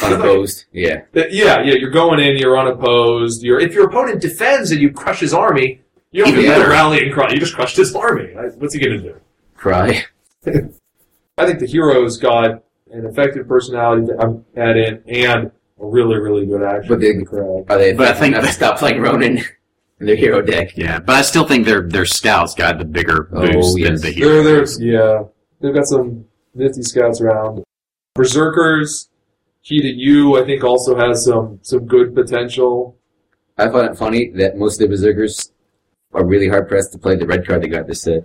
Speaker 2: Unopposed. Yeah,
Speaker 1: that- yeah, yeah, you're going in, you're unopposed. You're if your opponent defends and you crush his army, you don't
Speaker 5: Even
Speaker 1: get to
Speaker 5: better.
Speaker 1: rally and cry. You just crushed his army. I- What's he going to do?
Speaker 2: cry.
Speaker 1: I think the hero's got an effective personality to um, add in and a really, really good action.
Speaker 2: But they-
Speaker 1: crowd.
Speaker 2: Are they?
Speaker 5: But I think
Speaker 2: have to
Speaker 5: that-
Speaker 2: stop playing Ronin in their hero deck.
Speaker 5: Yeah, but I still think their their scouts got the bigger
Speaker 2: Oh,
Speaker 5: boost than
Speaker 2: yes.
Speaker 5: the
Speaker 1: They're,
Speaker 5: hero.
Speaker 1: they're, yeah, they've got some nifty scouts around. Berserkers, Key to You, I think also has some some good potential.
Speaker 2: I find it funny that most of the berserkers are really hard pressed to play the red card they got this set.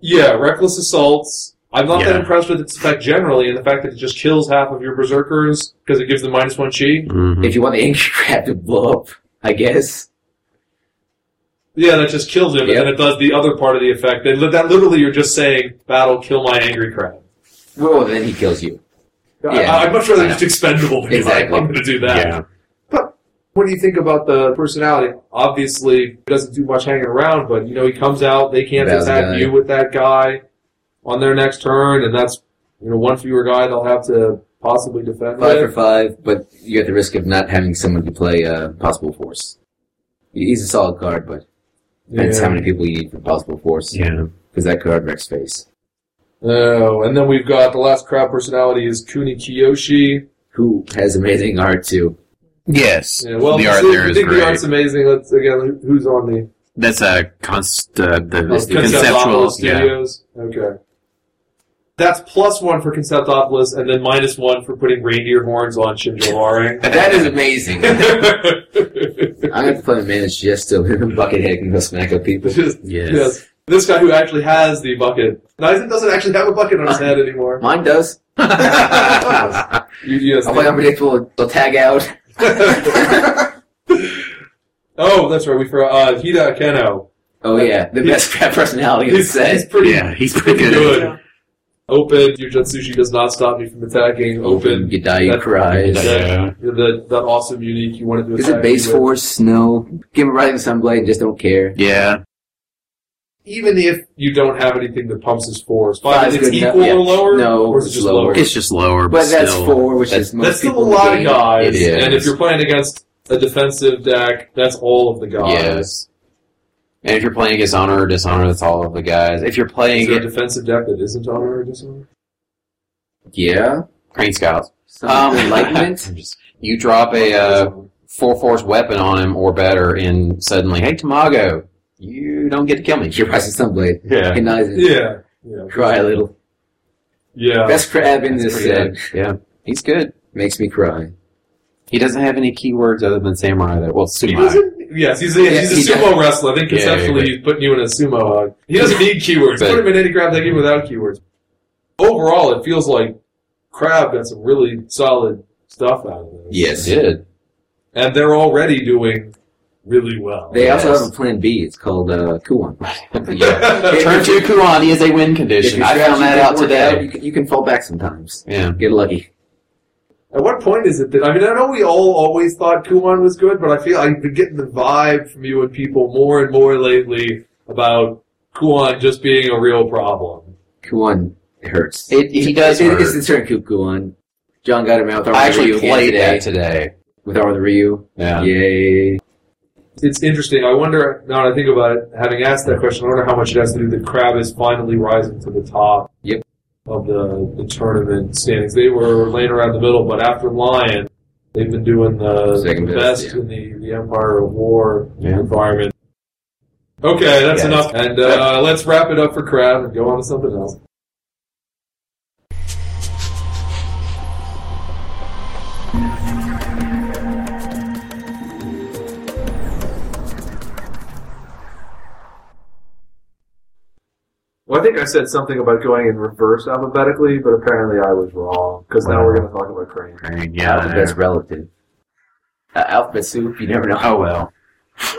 Speaker 1: Yeah, Reckless Assaults. I'm not that
Speaker 5: Yeah.
Speaker 1: impressed with its effect generally, and the fact that it just kills half of your berserkers because it gives them minus one chi.
Speaker 5: Mhm.
Speaker 2: If you want the angry crab to blow up, I guess.
Speaker 1: Yeah, that just kills him,
Speaker 2: Yep.
Speaker 1: and then it does the other part of the effect. Then that literally you're just saying, "Battle, kill my angry crab."
Speaker 2: Well, then he kills you. Yeah.
Speaker 1: I, I'd much rather
Speaker 2: I know.
Speaker 1: just expendable than
Speaker 2: Exactly.
Speaker 1: I'm going to do that.
Speaker 5: Yeah.
Speaker 1: What do you think about the personality? Obviously, he doesn't do much hanging around, but you know he comes out. They can't
Speaker 2: That
Speaker 1: attack
Speaker 2: guy.
Speaker 1: you with that guy on their next turn, and that's you know one fewer guy they'll have to possibly defend
Speaker 2: Five for
Speaker 1: with.
Speaker 2: five, but you're at the risk of not having someone to play uh, possible force. He's a solid card, but depends how
Speaker 1: Yeah.
Speaker 2: many people you need for possible force.
Speaker 5: Yeah.
Speaker 2: because that card wrecks face.
Speaker 1: Oh, and then we've got the last crowd personality is Kuni Kiyoshi.
Speaker 2: Who has amazing art too?
Speaker 5: Yes.
Speaker 1: Yeah, well,
Speaker 5: the art
Speaker 1: so
Speaker 5: there
Speaker 1: I
Speaker 5: is
Speaker 1: think
Speaker 5: great.
Speaker 1: the art's amazing. Let's again, who- who's on the
Speaker 5: That's a const, uh, the,
Speaker 1: Oh,
Speaker 5: the conceptual.
Speaker 1: Conceptopolis
Speaker 5: Yeah.
Speaker 1: Studios. Okay. That's plus one for Conceptopolis, and then minus one for putting reindeer horns on Shinjawari.
Speaker 2: That is amazing. I'm
Speaker 1: yes.
Speaker 2: gonna have to play manage just so Buckethead can go smack up people.
Speaker 5: Yes.
Speaker 1: This guy who actually has the bucket. Nysen doesn't actually have a bucket on his head anymore.
Speaker 2: Mine does. I'll
Speaker 1: You, you just-
Speaker 2: play unpredictable. They'll tag out.
Speaker 1: oh, that's right. We forgot. Uh, Hida Akeno.
Speaker 2: Oh yeah, the best crap personality in the
Speaker 1: He's, he's
Speaker 2: set.
Speaker 1: pretty
Speaker 5: Yeah, he's pretty
Speaker 1: pretty
Speaker 5: good.
Speaker 1: good. Open. Yujutsushi does not stop me from attacking. Open.
Speaker 2: You die, you
Speaker 1: That-
Speaker 2: cry.
Speaker 1: Yeah. The, the awesome unique you wanted to
Speaker 2: Is
Speaker 1: attack
Speaker 2: it base
Speaker 1: with.
Speaker 2: force? No. Give him a riding sunblade. Just don't care.
Speaker 5: Yeah.
Speaker 1: even if you don't have anything that pumps his force, five,
Speaker 2: Five's
Speaker 1: is
Speaker 2: good enough,
Speaker 1: equal
Speaker 2: yeah.
Speaker 1: or lower?
Speaker 2: No,
Speaker 1: or is it
Speaker 2: it's
Speaker 1: just
Speaker 2: lower.
Speaker 1: lower?
Speaker 5: It's just lower, but,
Speaker 2: But that's
Speaker 5: still.
Speaker 2: four, which
Speaker 3: That's-
Speaker 2: is most
Speaker 1: That's still a
Speaker 2: people in
Speaker 1: lot
Speaker 2: the
Speaker 1: of
Speaker 2: game.
Speaker 1: guys,
Speaker 2: It is.
Speaker 1: and if you're playing against a defensive deck, that's all of the guys.
Speaker 3: Yes. And if you're playing against honor or dishonor, that's all of the guys. If you're
Speaker 1: Is
Speaker 3: playing
Speaker 1: there a
Speaker 3: it,
Speaker 1: defensive deck that isn't honor or dishonor?
Speaker 2: yeah,
Speaker 3: Crane Scouts,
Speaker 2: um, enlightenment.
Speaker 3: I'm just- you drop a uh, four force weapon on him or better, and suddenly, hey Tamago, you don't get to kill me.
Speaker 2: Your rising sunblade.
Speaker 3: Yeah,
Speaker 2: Recognize it.
Speaker 1: yeah, yeah,
Speaker 2: Cry a little.
Speaker 5: Uh,
Speaker 1: yeah.
Speaker 2: Best crab in
Speaker 3: That's
Speaker 2: this
Speaker 3: pretty
Speaker 2: set.
Speaker 3: good. Yeah, he's good.
Speaker 2: Makes me cry.
Speaker 3: He doesn't have any keywords other than samurai. That well,
Speaker 1: He
Speaker 3: samurai.
Speaker 1: doesn't- Yes, he's a,
Speaker 2: Yeah,
Speaker 1: he's a
Speaker 2: he
Speaker 1: sumo wrestler. I think
Speaker 3: Yeah, yeah,
Speaker 1: conceptually
Speaker 3: yeah.
Speaker 1: he's putting you in a sumo hug. He doesn't need keywords.
Speaker 3: But-
Speaker 1: Put him in any crab deck even without keywords. Overall, it feels like crab got some really solid stuff out of this.
Speaker 2: Yes.
Speaker 3: He did.
Speaker 1: and they're already doing really well.
Speaker 2: They also
Speaker 5: Oh, Yes.
Speaker 2: have a plan B. It's called uh, Kuon.
Speaker 5: Yeah. Turn two Kuani is a win condition. I found that out today.
Speaker 2: You can, you can fall back sometimes.
Speaker 5: Yeah.
Speaker 2: Get lucky.
Speaker 1: At what point is it that I mean I know we all always thought Kuan was good, but I feel I've been getting the vibe from you and people more and more lately about Kuan just being a real problem.
Speaker 2: Kuon hurts.
Speaker 5: It, he does.
Speaker 2: It-
Speaker 5: hurt.
Speaker 2: It's the turn coup Kuon. John got him out with
Speaker 5: I
Speaker 2: Arthur Ryu
Speaker 5: actually
Speaker 2: again
Speaker 5: played
Speaker 2: today.
Speaker 5: that today.
Speaker 2: With Arthur Ryu.
Speaker 5: Yeah.
Speaker 2: Yay.
Speaker 1: It's interesting. I wonder now that I think about it, having asked that question, I wonder how much it has to do that Crab is finally rising to the top
Speaker 2: Yep.
Speaker 1: of the, the tournament standings. They were laying around the middle, but after Lion, they've been doing the,
Speaker 2: Second
Speaker 1: the
Speaker 2: best,
Speaker 1: best
Speaker 2: yeah.
Speaker 1: in the, the Empire of War
Speaker 5: Yeah.
Speaker 1: environment. Okay, that's
Speaker 5: Yes.
Speaker 1: enough. And uh, let's wrap it up for Crab and go on to something else. Well, I think I said something about going in reverse alphabetically, but apparently I was wrong because now we're going to talk about Crane.
Speaker 5: Yeah.
Speaker 2: Alphabet's relative. Uh, alphabet soup, you never know.
Speaker 5: Oh well.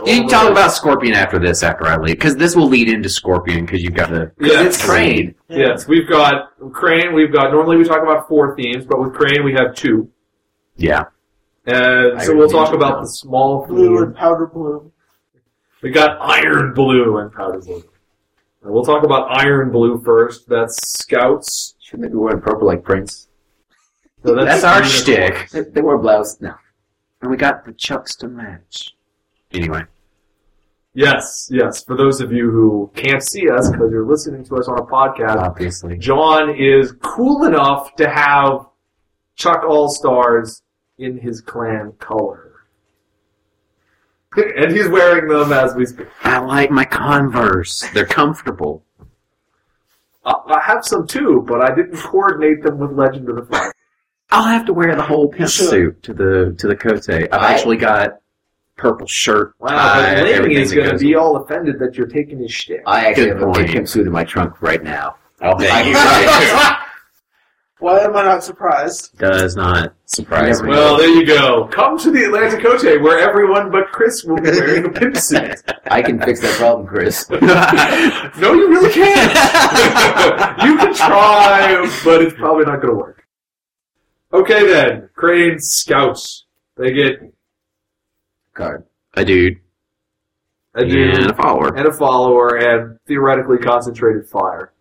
Speaker 5: You can talk about Scorpion after this, after I leave, because this will lead into Scorpion, because you've got the
Speaker 1: Yeah.
Speaker 5: it's Crane.
Speaker 1: Yes, we've got Crane. We've got normally we talk about four themes, but with Crane we have two.
Speaker 5: Yeah,
Speaker 1: And so
Speaker 2: Iron
Speaker 1: we'll talk
Speaker 2: Blue.
Speaker 1: about the small
Speaker 4: Blue
Speaker 1: theme.
Speaker 4: and powder blue.
Speaker 1: We got Iron Blue and Powder Blue. And we'll talk about Iron Blue first. That's Scouts.
Speaker 2: Should they be wearing purple like Prince?
Speaker 1: So
Speaker 5: that's, our shtick,
Speaker 2: They, they wore blouse. No.
Speaker 5: and we got the Chucks to match. Anyway,
Speaker 1: Yes, yes. For those of you who can't see us because you're listening to us on a podcast,
Speaker 5: obviously,
Speaker 1: John is cool enough to have Chuck All Stars in his clan color. and he's wearing them as we speak.
Speaker 5: I like my Converse. They're comfortable.
Speaker 1: Uh, I have some too, but I didn't coordinate them with Legend of the Fly.
Speaker 5: I'll have to wear the whole pimp
Speaker 4: Sure.
Speaker 5: suit to the to the cote. I've
Speaker 2: I-
Speaker 5: actually got purple shirt.
Speaker 1: Wow,
Speaker 5: tie,
Speaker 1: but Laney
Speaker 5: everything
Speaker 1: is
Speaker 5: that
Speaker 1: going to
Speaker 5: goes
Speaker 1: be all offended that you're taking his shtick.
Speaker 2: I actually
Speaker 5: Good
Speaker 2: have a
Speaker 5: point.
Speaker 2: pimp suit in my trunk right now.
Speaker 5: with it.
Speaker 4: Why am I not surprised?
Speaker 5: Does not surprise me.
Speaker 1: Well, there you go. Come to the Atlantic Cote, where everyone but Chris will be wearing a pimp suit.
Speaker 2: I can fix that problem, Chris.
Speaker 1: no, you really can't. you can try, but it's probably not going to work. Okay, then. Crane Scouts. They get
Speaker 2: Card.
Speaker 5: a dude
Speaker 1: a dude
Speaker 5: and a follower.
Speaker 1: and a follower and theoretically concentrated fire.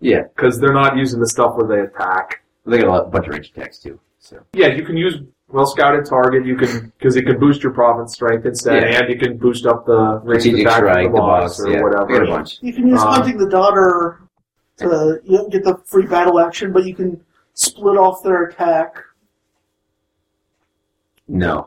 Speaker 2: Yeah.
Speaker 1: Because they're not using the stuff where they attack.
Speaker 2: They got a lot- bunch of range attacks too. So
Speaker 1: Yeah, you can use well scouted target. You can because it can boost your province strength instead,
Speaker 2: Yeah.
Speaker 1: and you can boost up the range
Speaker 2: strategic
Speaker 1: attack
Speaker 2: strike,
Speaker 1: of the boss or
Speaker 2: yeah, They got a
Speaker 1: whatever.
Speaker 2: bunch.
Speaker 4: You can use
Speaker 1: Uh,
Speaker 4: hunting the daughter to you don't get the free battle action, but you can split off their attack.
Speaker 2: No.
Speaker 5: Uh,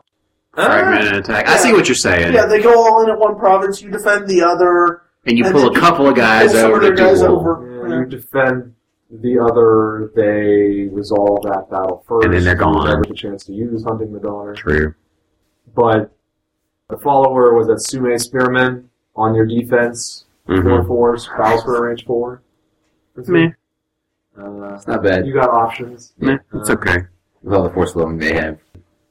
Speaker 1: Ah,
Speaker 5: Fragmented attack. I see what you're saying.
Speaker 4: Yeah, they go all in at one province. You defend the other.
Speaker 5: and you
Speaker 4: And
Speaker 5: pull
Speaker 4: then
Speaker 5: a couple of
Speaker 4: pull
Speaker 5: guys
Speaker 4: some
Speaker 5: over
Speaker 4: of
Speaker 5: to
Speaker 4: their guys
Speaker 5: duel,
Speaker 4: over.
Speaker 1: yeah, you defend the other. They resolve that battle first,
Speaker 5: And then they're gone.
Speaker 1: You Never get a chance to use hunting the daughter,
Speaker 5: True.
Speaker 1: but the follower was at Sume Spearman on your defense.
Speaker 5: Mhm.
Speaker 1: Four four spouse for a range four.
Speaker 5: Meh.
Speaker 1: Uh,
Speaker 2: It's not bad.
Speaker 1: you got options.
Speaker 5: Meh, it's okay.
Speaker 2: With all the force loading they have.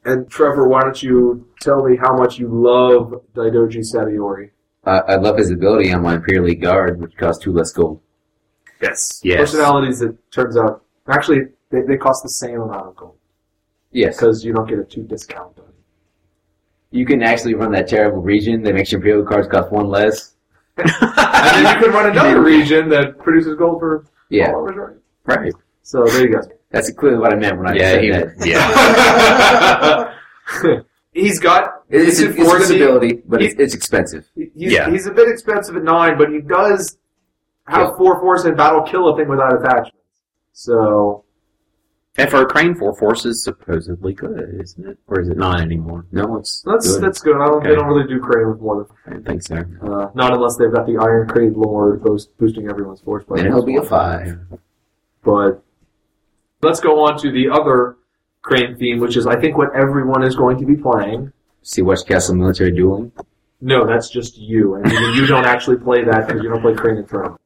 Speaker 1: And Trevor, why don't you tell me how much you love Daidoji Sadiori?
Speaker 2: Uh, I love his ability on my Imperial League Guard, which costs two less gold.
Speaker 1: Yes.
Speaker 5: Yes.
Speaker 1: Personalities, it turns out, actually, they, they cost the same amount of gold
Speaker 2: Yes.
Speaker 1: because you don't get a two discount. on it.
Speaker 2: You can actually run that terrible region that makes your Imperial cards cost one less.
Speaker 1: And then you can run another region that produces gold for
Speaker 2: Yeah.
Speaker 1: followers, right?
Speaker 2: Right.
Speaker 1: So there you go.
Speaker 2: That's clearly what I meant when I
Speaker 5: Yeah,
Speaker 2: said
Speaker 5: he,
Speaker 2: that.
Speaker 5: yeah.
Speaker 1: he's got
Speaker 2: It's,
Speaker 1: he's
Speaker 2: it's, it's a
Speaker 1: afforded-
Speaker 2: disability, but it's,
Speaker 1: He-
Speaker 2: it's expensive.
Speaker 1: He's,
Speaker 5: Yeah.
Speaker 1: he's a bit expensive at nine, but he does have
Speaker 2: Yeah.
Speaker 1: four force and battle kill a thing without attachments. So
Speaker 5: and for a crane, four force is supposedly good, isn't it? Or is it not anymore?
Speaker 2: No, it's
Speaker 1: that's
Speaker 2: good.
Speaker 1: that's good. I don't, They
Speaker 5: Okay.
Speaker 1: don't really do crane with more than
Speaker 5: I don't think so.
Speaker 1: Uh, not unless they've got the Iron Crate Lord boost, boosting everyone's force. by
Speaker 2: Then he'll be a
Speaker 1: one.
Speaker 2: five.
Speaker 1: But let's go on to the other Crane theme, which is I think what everyone is going to be playing.
Speaker 2: See, watch Castle Military Dueling.
Speaker 1: No, that's just you, and even you don't actually play that because you don't play Crane and Throne.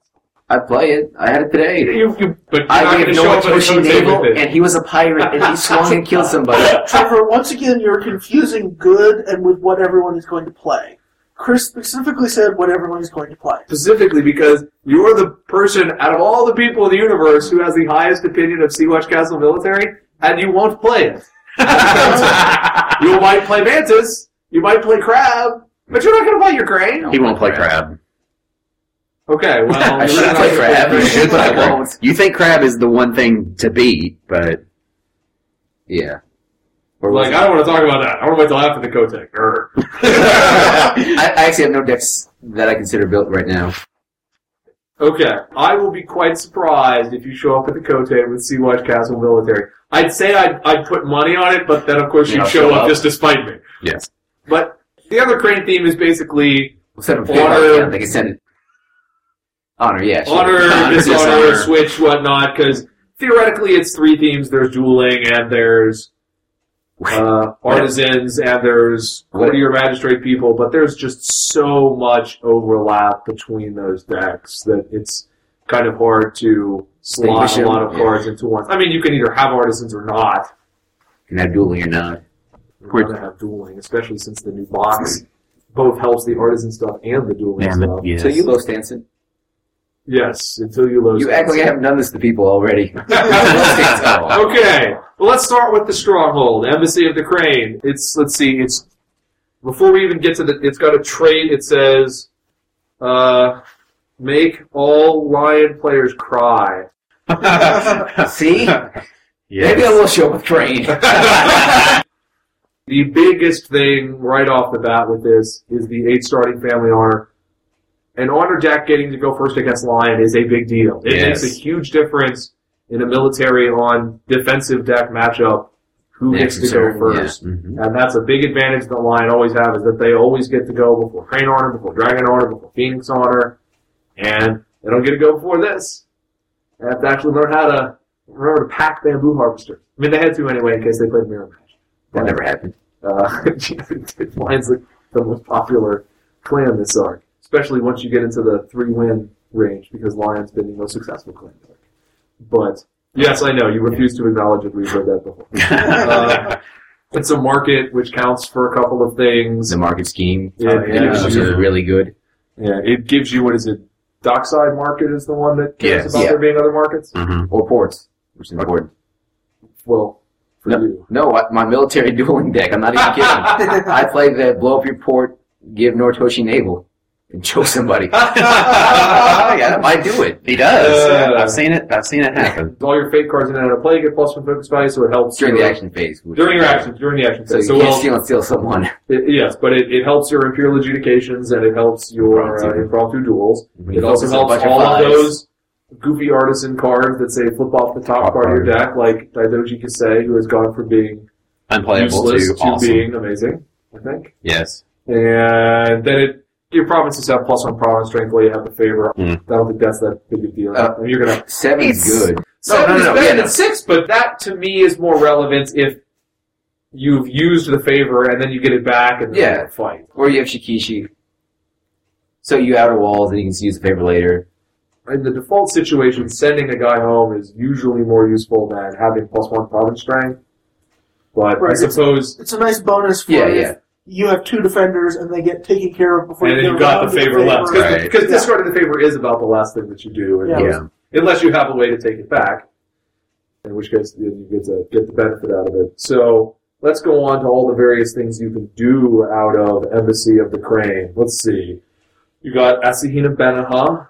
Speaker 2: I play it. I had it today.
Speaker 1: You, you, but you're not
Speaker 2: I
Speaker 1: going
Speaker 2: gave
Speaker 1: to show
Speaker 2: no
Speaker 1: up at a
Speaker 2: Toshi
Speaker 1: Toshi
Speaker 2: Naval,
Speaker 1: with it.
Speaker 2: and he was a pirate, and he swung and killed somebody.
Speaker 4: Trevor, once again, you're confusing good and with what everyone is going to play. Chris specifically said what everyone's going to play.
Speaker 1: Specifically because you're the person out of all the people in the universe who has the highest opinion of Sea Watch Castle Military, and you won't play it. you might play Mantis, you might play Crab, but you're not going to play your crane.
Speaker 5: He won't play crab.
Speaker 1: Okay, well,
Speaker 5: I
Speaker 1: you're
Speaker 5: should
Speaker 1: not
Speaker 5: Oh,
Speaker 1: gonna
Speaker 5: play crab.
Speaker 1: play
Speaker 5: You should
Speaker 1: but
Speaker 5: play
Speaker 1: I
Speaker 5: crab.
Speaker 1: won't.
Speaker 5: You think crab is the one thing to beat, but
Speaker 2: Yeah. Or
Speaker 1: Like,
Speaker 2: like,
Speaker 1: I don't want to talk about that. I want to wait till after the Kotek. Err.
Speaker 2: I, I actually have no decks that I consider built right now.
Speaker 1: Okay, I will be quite surprised if you show up at the Kote with Sea Watch Castle Military. I'd say I'd, I'd put money on it, but then of course you'd
Speaker 5: Yeah,
Speaker 1: show
Speaker 5: show
Speaker 1: up
Speaker 5: up.
Speaker 1: just to spite me.
Speaker 5: yes.
Speaker 1: But the other crane theme is basically
Speaker 2: Instead of
Speaker 1: Honor-
Speaker 2: yeah, they can send it. Honor, yeah. sure.
Speaker 1: honor,
Speaker 5: Honor,
Speaker 1: dishonor,
Speaker 5: dishonor.
Speaker 1: switch, whatnot, because theoretically it's three themes. There's dueling, and there's uh, artisans, and there's courtier magistrate people, but there's just so much overlap between those decks that it's kind of hard to slot
Speaker 2: Distinguish
Speaker 1: a
Speaker 2: them,
Speaker 1: lot of
Speaker 2: yeah.
Speaker 1: cards into one. I mean, you can either have artisans or not.
Speaker 2: Can have dueling or not.
Speaker 1: We're going to have dueling, especially since the new box both helps the artisan stuff and the dueling
Speaker 5: And
Speaker 1: stuff.
Speaker 5: the, yes.
Speaker 2: So you, Low Stanson.
Speaker 1: Yes, until you lose.
Speaker 2: You act like I haven't done this to people already.
Speaker 1: Okay, well, let's start with the stronghold, Embassy of the Crane. It's let's see, it's before we even get to the, it's got a trait. It says, uh, "Make all lion players cry."
Speaker 2: See? Maybe I
Speaker 5: yes.
Speaker 2: will show up with Crane.
Speaker 1: The biggest thing right off the bat with this is the eight starting family honor. An honor deck getting to go first against Lion is a big deal. It
Speaker 5: Yes.
Speaker 1: makes a huge difference in a military on defensive deck matchup who
Speaker 2: Yeah,
Speaker 1: gets to go
Speaker 2: considering, yeah.
Speaker 1: first.
Speaker 5: Mm-hmm.
Speaker 1: And that's a big advantage that Lion always have is that they always get to go before Crane Honor, before Dragon Honor, before Phoenix Honor, and they don't get to go before this. They have to actually learn how to remember to pack bamboo harvester. I mean, they had to anyway in case they played mirror match.
Speaker 2: That never happened.
Speaker 1: Uh, Lion's the, the most popular clan this arc, especially once you get into the three win range because Lion's been the most successful clan. this arc. But yes, I know you refuse to acknowledge it. We've read that before. Uh, it's a market which counts for a couple of things.
Speaker 2: The market scheme,
Speaker 1: Yeah,
Speaker 2: uh,
Speaker 1: yeah.
Speaker 2: which is really good.
Speaker 1: Yeah, it gives you what is it? Dockside market is the one that cares
Speaker 5: Yes.
Speaker 1: about
Speaker 2: Yeah.
Speaker 1: there being other markets.
Speaker 5: Mhm.
Speaker 2: Or ports, which is important.
Speaker 1: Well, for
Speaker 2: Yep.
Speaker 1: you,
Speaker 2: No, I, my military dueling deck. I'm not even kidding. I play the blow up your port, give Nortoshi navel, and choke somebody. Oh, yeah, that might do it
Speaker 5: He does.
Speaker 1: Uh,
Speaker 5: I've seen it. I've seen it happen.
Speaker 1: all your fate cards in and out of play get plus one focus value, so it helps
Speaker 2: during the
Speaker 1: your-
Speaker 2: action phase. which-
Speaker 1: During your action, during the action.
Speaker 2: So you
Speaker 1: phase. So,
Speaker 2: can't
Speaker 1: well,
Speaker 2: steal and steal someone.
Speaker 1: It, yes, but it, it helps your imperial adjudications and it helps your uh,
Speaker 2: Impromptu.
Speaker 1: impromptu duels.
Speaker 2: You
Speaker 1: it also
Speaker 2: focus on a
Speaker 1: helps
Speaker 2: bunch of
Speaker 1: all of
Speaker 2: fives.
Speaker 1: those goofy artisan cards that say flip off the top
Speaker 2: Top
Speaker 1: card of your deck, like Daidoji Kasei, who has gone from being
Speaker 5: Unplayable
Speaker 1: useless
Speaker 5: to awesome.
Speaker 1: being amazing, I think.
Speaker 5: Yes.
Speaker 1: And then it your provinces have plus one province strength while you have the favor. I
Speaker 5: Mm.
Speaker 1: don't think that's that big a deal.
Speaker 2: Uh,
Speaker 1: And you're gonna
Speaker 2: Seven's
Speaker 5: It's-
Speaker 2: good.
Speaker 1: no,
Speaker 2: no,
Speaker 1: no,
Speaker 2: no,
Speaker 1: better
Speaker 2: yeah,
Speaker 1: than
Speaker 2: no.
Speaker 1: six, but that to me is more relevant if you've used the favor and then you get it back and then
Speaker 2: Yeah.
Speaker 1: you fight.
Speaker 2: Or you have Shikishi. So you outer walls, and you can use the favor later.
Speaker 1: in the default situation, sending a guy home is usually more useful than having plus one province strength. But I
Speaker 4: Right.
Speaker 1: suppose,
Speaker 4: It's a nice bonus for
Speaker 2: Yeah,
Speaker 4: if
Speaker 2: yeah.
Speaker 4: you have two defenders and they get taken care of before
Speaker 1: and then
Speaker 4: you
Speaker 1: you
Speaker 4: get
Speaker 1: got
Speaker 4: around
Speaker 1: the
Speaker 4: to
Speaker 1: favor left because
Speaker 5: Right.
Speaker 1: because discarding the favor is about the last thing that you do, and
Speaker 4: Yeah.
Speaker 1: unless- unless you have a way to take it back, in which case you you get to get the benefit out of it. So let's go on to all the various things you can do out of Embassy of the Crane. Let's see. You got Asahina Benaha,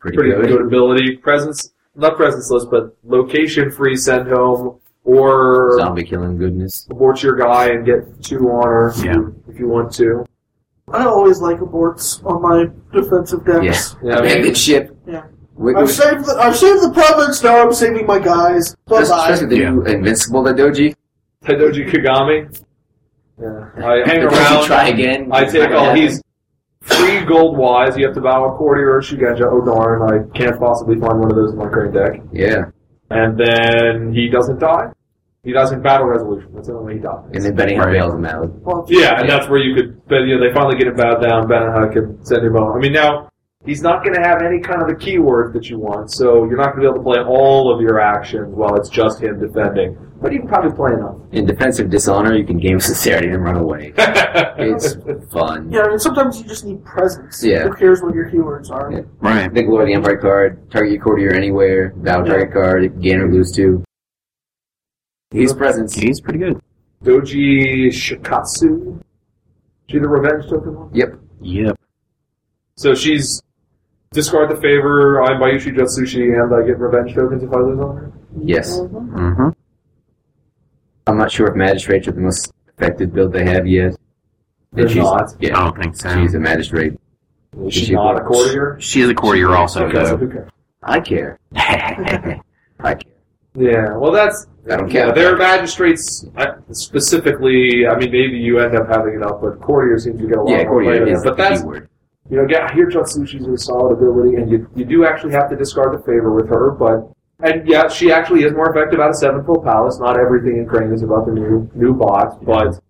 Speaker 2: Pretty,
Speaker 1: pretty
Speaker 2: good.
Speaker 1: good. ability. Presence, not presence list, but location free send home or
Speaker 2: Zombie killing goodness.
Speaker 1: abort your guy and get two honor
Speaker 5: Yeah.
Speaker 1: if you want to.
Speaker 4: I always like aborts on my defensive decks.
Speaker 1: Yeah, I mean,
Speaker 2: Abandoned ship.
Speaker 4: Yeah.
Speaker 2: Wig-
Speaker 4: I've saved the I've saved the province. Now I'm saving my guys. Bye bye.
Speaker 2: Especially the new Invincible that Doji.
Speaker 1: Taidoji Kagami. Yeah. I hang
Speaker 2: Doji
Speaker 1: around.
Speaker 2: Try again.
Speaker 1: I take all. He's free gold wise. You have to bow a courtier or Shugenja. Oh darn! I can't possibly find one of those in my current deck.
Speaker 2: Yeah.
Speaker 1: And then he doesn't die. He dies in battle resolution. That's the only way he dies.
Speaker 2: And then Benny
Speaker 5: Right.
Speaker 2: bails him out.
Speaker 1: Yeah, and that's where you could. But you know, they finally get him bowed down. Benaha can send him home. I mean, now He's not going to have any kind of a keyword that you want, so you're not going to be able to play all of your actions while it's just him defending. But you can probably play enough.
Speaker 2: In defensive dishonor, you can game sincerity and run away. It's fun.
Speaker 4: Yeah, I mean, sometimes you just need presence.
Speaker 2: Yeah.
Speaker 4: Who cares what your keywords are?
Speaker 2: Yeah.
Speaker 5: Right.
Speaker 2: Big Lord of the Empire card, target your courtier anywhere, battle target card, gain or lose two. He's presence.
Speaker 5: He's pretty good.
Speaker 1: Doji Shikatsu. She the revenge token one?
Speaker 5: Yep.
Speaker 1: So she's discard the favor, I buy Yushi Jutsushi, and I get revenge tokens if I lose on her.
Speaker 2: Yes.
Speaker 4: Mhm.
Speaker 5: Mm-hmm.
Speaker 2: I'm not sure if magistrates are the most effective build they have yet.
Speaker 1: They're
Speaker 2: And she's,
Speaker 1: not.
Speaker 5: I
Speaker 2: Yeah,
Speaker 5: don't think so.
Speaker 2: she's a magistrate.
Speaker 1: Is
Speaker 2: Is
Speaker 1: she
Speaker 2: she
Speaker 1: not a
Speaker 2: a-
Speaker 1: courtier?
Speaker 5: She is a courtier also,
Speaker 1: Okay, so
Speaker 5: though.
Speaker 1: who cares?
Speaker 2: I care. I care.
Speaker 1: Yeah, well, that's.
Speaker 2: I don't care.
Speaker 1: Yeah, their magistrates I- specifically. I mean, maybe you end up having enough, but courtier seems to get a lot
Speaker 2: Yeah,
Speaker 1: more play
Speaker 2: courtier
Speaker 1: there.
Speaker 2: is
Speaker 1: But
Speaker 2: the
Speaker 1: that's
Speaker 2: keyword.
Speaker 1: you know, yeah, here Jutsushi's a solid ability, and you you do actually have to discard the favor with her, but. And yeah, she actually is more effective out of Sevenfold Palace. Not everything in Crane is about the new new box, but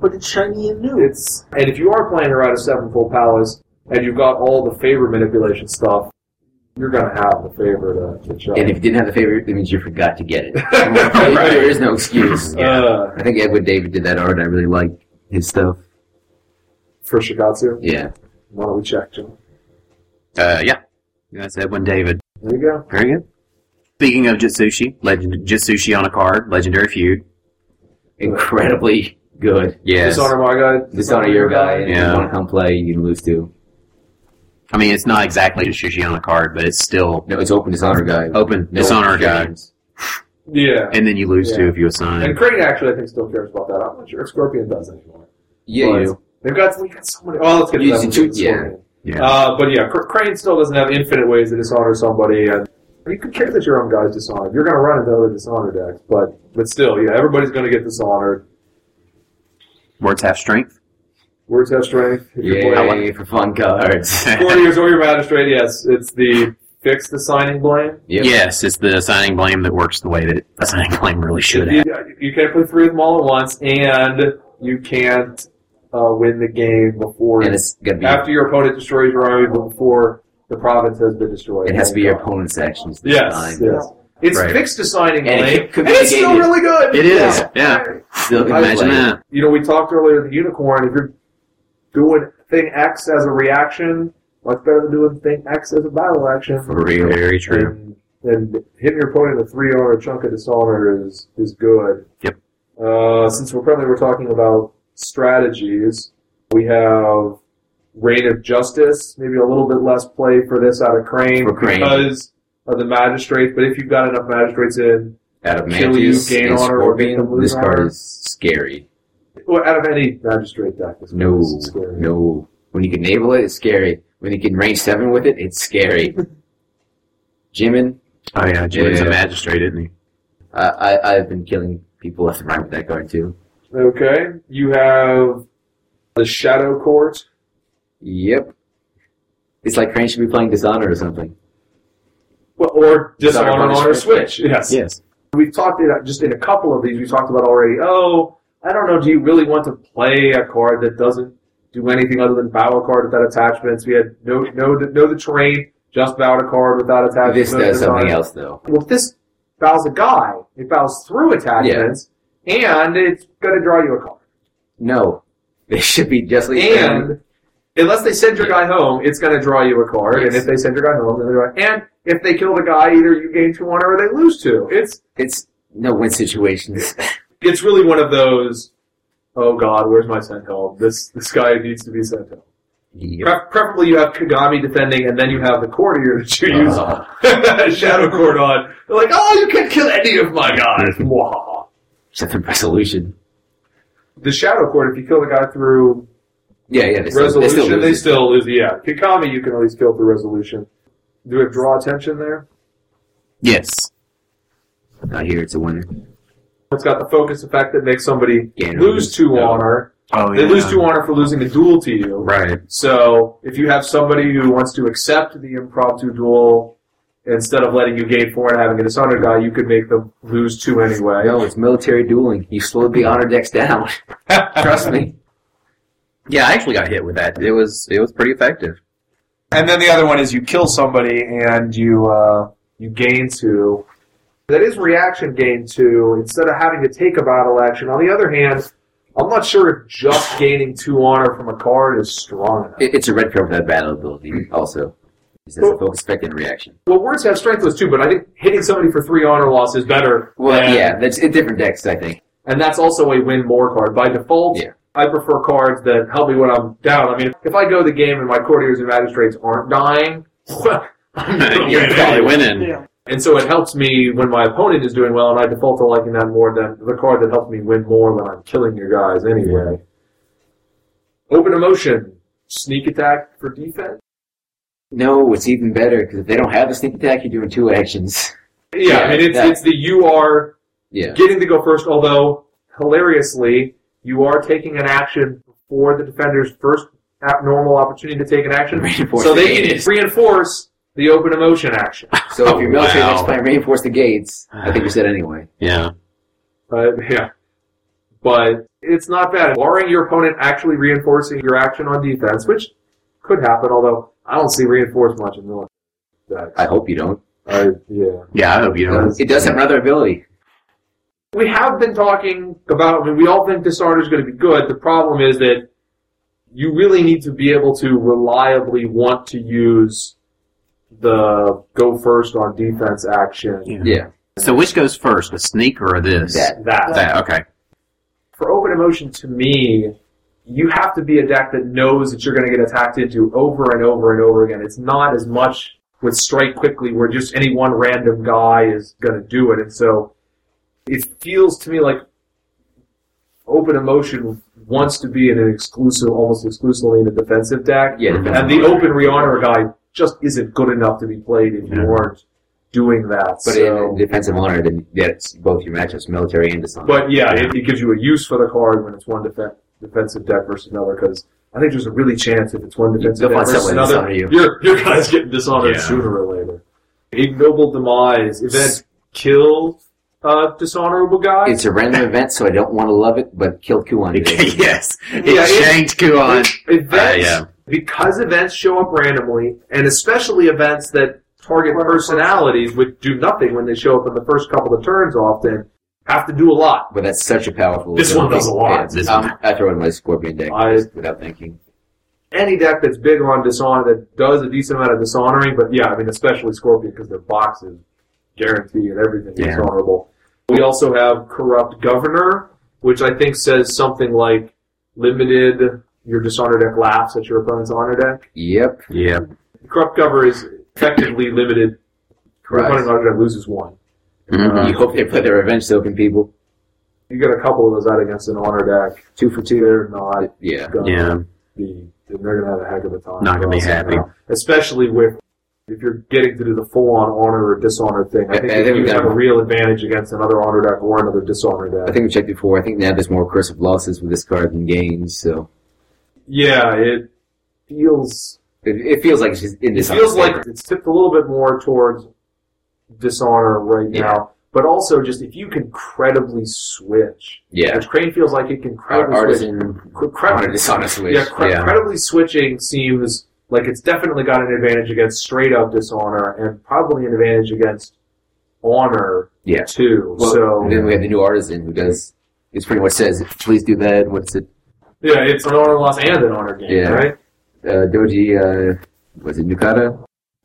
Speaker 4: But it's shiny and new.
Speaker 1: It's and if you are playing her out of Sevenfold Palace and you've got all the favor manipulation stuff, you're gonna have the favor to, to shove.
Speaker 2: And if you didn't have the favorite, that means you forgot to get it.
Speaker 1: Right.
Speaker 2: There is no excuse.
Speaker 1: Uh,
Speaker 2: I think Edward David did that art. I really liked his stuff.
Speaker 1: for Shikatsu,
Speaker 2: Yeah.
Speaker 1: why don't we check, Jim?
Speaker 5: Uh, yeah. That's Edwin David.
Speaker 1: There you go.
Speaker 5: Very good. Speaking of Jitsushi, legend Jitsushi on a card, legendary feud.
Speaker 2: Incredibly good.
Speaker 5: Yes.
Speaker 1: Dishonor my guy.
Speaker 2: Dishonor your guy, and if
Speaker 5: Yeah.
Speaker 2: you want to come play, you can lose two.
Speaker 5: I mean, it's not exactly Jitsushi on a card, but it's still
Speaker 2: No, it's open dishonor guy.
Speaker 5: open.
Speaker 2: No
Speaker 5: Dishonor guy.
Speaker 2: restrictions.
Speaker 1: Yeah.
Speaker 5: And then you lose
Speaker 1: Yeah.
Speaker 5: two if you
Speaker 1: And
Speaker 5: assign.
Speaker 1: Crane actually, I think, still cares about that. I'm not sure if Scorpion does anymore.
Speaker 2: Yeah,
Speaker 1: But
Speaker 2: you. do.
Speaker 1: They've got, we got somebody. Oh, let's get to
Speaker 2: You
Speaker 1: that.
Speaker 2: see
Speaker 1: We'll get
Speaker 2: two-
Speaker 1: to
Speaker 2: yeah.
Speaker 1: Scorpion.
Speaker 5: Yeah.
Speaker 1: Uh, but yeah, Cr- Crane still doesn't have infinite ways to dishonor somebody, and you could care that your own guy's dishonored. You're going to run into other dishonor decks, but but still, yeah, everybody's going to get dishonored.
Speaker 5: Words have strength.
Speaker 1: Words have strength. If you're playing
Speaker 2: Yay for fun cards.
Speaker 1: courtiers or your magistrate, yes, it's the fix the signing blame.
Speaker 2: Yep.
Speaker 5: Yes, it's the assigning blame that works the way that assigning blame really should
Speaker 1: You,
Speaker 5: have.
Speaker 1: you can't play three of them all at once, and you can't uh, win the game before
Speaker 2: And it's gonna be.
Speaker 1: after your opponent destroys your army, but before the province has been destroyed.
Speaker 2: It has to be your opponent's actions. this
Speaker 1: Yes,
Speaker 2: time.
Speaker 1: yes. It's
Speaker 5: Right.
Speaker 1: fixed assigning
Speaker 2: And it
Speaker 1: blame,
Speaker 2: could
Speaker 1: and
Speaker 2: be
Speaker 1: it's still
Speaker 2: negated.
Speaker 1: really good.
Speaker 5: It is. Yeah.
Speaker 2: Still can
Speaker 5: Imagine
Speaker 2: play.
Speaker 5: that.
Speaker 1: you know, we talked earlier the unicorn. If you're doing thing X as a reaction, much better than doing thing X as a battle action.
Speaker 2: For real.
Speaker 5: Very true.
Speaker 1: And, and hitting your opponent in a three or a chunk of dishonor is is good.
Speaker 5: Yep.
Speaker 1: Uh, since we're currently we're talking about strategies, we have reign of justice. Maybe a little bit less play for this out of Crane,
Speaker 2: For Crane.
Speaker 1: because of the magistrates. But if you've got enough magistrates in,
Speaker 2: Out of
Speaker 1: Kill you,
Speaker 2: Mantis
Speaker 1: gain
Speaker 2: and
Speaker 1: honor, or make them
Speaker 2: Scorpion,
Speaker 1: lose
Speaker 2: this card
Speaker 1: honor.
Speaker 2: is scary.
Speaker 1: or out of any magistrate deck, it's
Speaker 2: No,
Speaker 1: it's scary.
Speaker 2: no. When you can navel it, it's scary. When you can range seven with it, it's scary. Jimin,
Speaker 5: Oh yeah, Jimmy's a
Speaker 2: Yeah.
Speaker 5: magistrate, isn't he?
Speaker 2: I, I I've been killing people left and right with that card too.
Speaker 1: Okay, you have the Shadow Court.
Speaker 2: Yep. It's like Crane should be playing Dishonor or something.
Speaker 1: Well, or
Speaker 2: Dishonor
Speaker 1: Dishonor Honor
Speaker 2: Punishment.
Speaker 1: Switch. Yes.
Speaker 5: Yes.
Speaker 1: We've talked it just in a couple of these. We talked about already. Oh, I don't know. Do you really want to play a card that doesn't do anything other than battle a card without attachments? We had no no no the terrain, just bow a card without attachments.
Speaker 2: This
Speaker 1: no
Speaker 2: does
Speaker 1: Dishonor.
Speaker 2: something else though.
Speaker 1: Well, if this bows a guy, it bows through attachments, and it's going to draw you a card.
Speaker 2: No, they should be just like
Speaker 1: And unless they send your guy home, it's going to draw you a card. And
Speaker 2: Yes.
Speaker 1: if they send your guy home, then they draw. And if they kill the guy, either you gain two honor or they lose two. It's
Speaker 2: It's no win situations.
Speaker 1: it's really one of those. Oh God, where's my sent home? This this guy needs to be sent home.
Speaker 2: yep.
Speaker 1: Pre- preferably, you have Kagami defending, and then you have the courtier that you
Speaker 2: Uh,
Speaker 1: use shadow court on. They're like, oh, you can't kill any of my guys.
Speaker 2: Mm-hmm.
Speaker 1: Mwah.
Speaker 2: something resolution.
Speaker 1: the shadow court, if you kill the guy through
Speaker 2: Yeah, yeah. They still, they
Speaker 1: resolution,
Speaker 2: still lose
Speaker 1: they
Speaker 2: it.
Speaker 1: still lose. Yeah, Kikami, you can at least kill through resolution. Do we have draw attention there?
Speaker 5: Yes.
Speaker 2: Not here. It's a winner.
Speaker 1: It's got the focus effect that makes somebody
Speaker 2: Gain or
Speaker 1: lose two
Speaker 2: no.
Speaker 1: honor.
Speaker 5: Oh
Speaker 1: They lose two honor for losing a duel to you.
Speaker 5: Right.
Speaker 1: So if you have somebody who wants to accept the impromptu duel instead of letting you gain four and having a dishonored guy, you could make them lose two anyway.
Speaker 2: No, it's military dueling. You slowed the honor decks down. Trust me.
Speaker 5: Yeah, I actually got hit with that. It was it was pretty effective.
Speaker 1: And then the other one is you kill somebody and you uh, you gain two. That is reaction gain two instead of having to take a battle action. On the other hand, I'm not sure if just gaining two honor from a card is strong enough.
Speaker 2: It, it's a red card for that battle ability also. It says a focus spec and reaction.
Speaker 1: Well, words have strengthless too, but I think hitting somebody for three honor loss is better.
Speaker 2: Well,
Speaker 1: than-
Speaker 2: yeah, that's in different decks, I think.
Speaker 1: and that's also a win more card by default.
Speaker 2: Yeah.
Speaker 1: I prefer cards that help me when I'm down. I mean, if I go the game and my courtiers and magistrates aren't dying,
Speaker 3: You're probably winning.
Speaker 4: Yeah.
Speaker 1: And so it helps me when my opponent is doing well, and I default to liking that more than the card that helps me win more when I'm killing your guys anyway. Open emotion, sneak attack for defense.
Speaker 2: No, it's even better because if they don't have a sneak attack, you're doing two actions.
Speaker 1: Yeah, I mean it's
Speaker 2: that-
Speaker 1: it's the you are
Speaker 2: Yeah.
Speaker 1: getting to go first. Although hilariously, you are taking an action before the defender's first abnormal opportunity to take an action,
Speaker 2: Reinforce
Speaker 1: so
Speaker 2: the
Speaker 1: they
Speaker 2: gates.
Speaker 1: can reinforce the open emotion action.
Speaker 2: So if your military
Speaker 5: Wow.
Speaker 2: next plan reinforce the gates, I think you said anyway.
Speaker 5: Yeah.
Speaker 1: But yeah. But it's not bad. Barring your opponent actually reinforcing your action on defense, which could happen, although I don't see reinforce much in the
Speaker 2: I hope you don't.
Speaker 1: I, yeah.
Speaker 5: Yeah, I hope you don't.
Speaker 2: It does have another ability.
Speaker 1: We have been talking about, I mean, we all think Disarder is going to be good. The problem is that you really need to be able to reliably want to use the go first on defense action.
Speaker 5: Yeah.
Speaker 2: Yeah.
Speaker 5: So which goes first, the sneak or this?
Speaker 2: That.
Speaker 1: That.
Speaker 5: That, okay.
Speaker 1: for open emotion to me, you have to be a deck that knows that you're going to get attacked into over and over and over again. It's not as much with strike quickly where just any one random guy is going to do it. And so it feels to me like open emotion wants to be in an exclusive, almost exclusively in a defensive deck.
Speaker 2: Yeah. defense
Speaker 1: And the open re-honor guy just isn't good enough to be played if you
Speaker 5: Yeah.
Speaker 1: aren't doing that.
Speaker 2: But
Speaker 1: so.
Speaker 2: in defensive honor, then that's both your matchups, military and dishonor.
Speaker 1: But yeah, it, it gives you a use for the card when it's one defen defensive deck versus another. Because I think there's a really chance if it's one defensive
Speaker 2: They'll
Speaker 1: deck
Speaker 2: find
Speaker 1: versus
Speaker 2: some way to
Speaker 1: another,
Speaker 2: dishonor you.
Speaker 1: your your guys getting dishonored
Speaker 5: Yeah.
Speaker 1: sooner or later. Ignoble demise event kill uh, dishonorable guy.
Speaker 2: It's a random event, so I don't want to love it, but kill Kuan today.
Speaker 5: yes.
Speaker 1: Yeah, it-
Speaker 5: It shanked Kuan.
Speaker 1: events
Speaker 5: Uh, yeah.
Speaker 1: because events show up randomly, and especially events that target personalities, which do nothing when they show up in the first couple of turns, often have to do a lot.
Speaker 2: But that's such a powerful.
Speaker 1: This one does a lot.
Speaker 2: Yeah,
Speaker 5: This
Speaker 2: um,
Speaker 5: one.
Speaker 2: I throw in my scorpion deck
Speaker 1: I-
Speaker 2: just without thinking.
Speaker 1: any deck that's big on dishonor that does a decent amount of dishonoring, but yeah, I mean especially Scorpion because their box is guaranteed and everything is
Speaker 5: Yeah.
Speaker 1: dishonorable. We also have Corrupt Governor, which I think says something like limited your dishonor deck laughs at your opponent's honor deck.
Speaker 2: Yep.
Speaker 5: Yeah.
Speaker 1: Corrupt Governor is effectively limited. Your
Speaker 2: Right.
Speaker 1: opponent's honor deck loses one.
Speaker 5: Mhm.
Speaker 1: Uh-huh.
Speaker 2: you hope they play their revenge token, people.
Speaker 1: You get a couple of those out against an honor deck.
Speaker 2: Two for two.
Speaker 1: They're not
Speaker 2: Yeah.
Speaker 1: gonna
Speaker 5: Yeah.
Speaker 1: be they're gonna have a heck of a time.
Speaker 5: Not gonna be happy.
Speaker 1: Especially with if you're getting to do the full on honor or dishonor thing. I
Speaker 2: I-
Speaker 1: think
Speaker 2: I
Speaker 1: if
Speaker 2: think
Speaker 1: you
Speaker 2: we
Speaker 1: have a
Speaker 2: gotta-
Speaker 1: real advantage against another honor deck or another dishonor
Speaker 2: I
Speaker 1: deck.
Speaker 2: think we checked before. I think now there's more curse of losses with this card than gains, so
Speaker 1: Yeah, it feels
Speaker 2: it, it feels like she's in
Speaker 1: it
Speaker 2: this.
Speaker 1: feels like it's tipped a little bit more towards dishonor right
Speaker 2: Yeah.
Speaker 1: now. But also just if you can credibly switch.
Speaker 2: yeah,
Speaker 1: Which Crane feels like it can
Speaker 2: Ar-
Speaker 1: credibly switch.
Speaker 2: artisan
Speaker 1: Cre- cre-
Speaker 2: honor dishonor switch.
Speaker 1: Yeah, cre-
Speaker 5: yeah.
Speaker 1: credibly switching seems like it's definitely got an advantage against straight up dishonor and probably an advantage against honor
Speaker 2: Yeah.
Speaker 1: too.
Speaker 2: Well,
Speaker 1: so
Speaker 2: then we have the new artisan who does. It pretty much says, please do that. What's it?
Speaker 1: yeah, it's an honor loss and an honor gain,
Speaker 2: Yeah.
Speaker 1: right?
Speaker 2: Uh, Doji, uh, was it Nukata?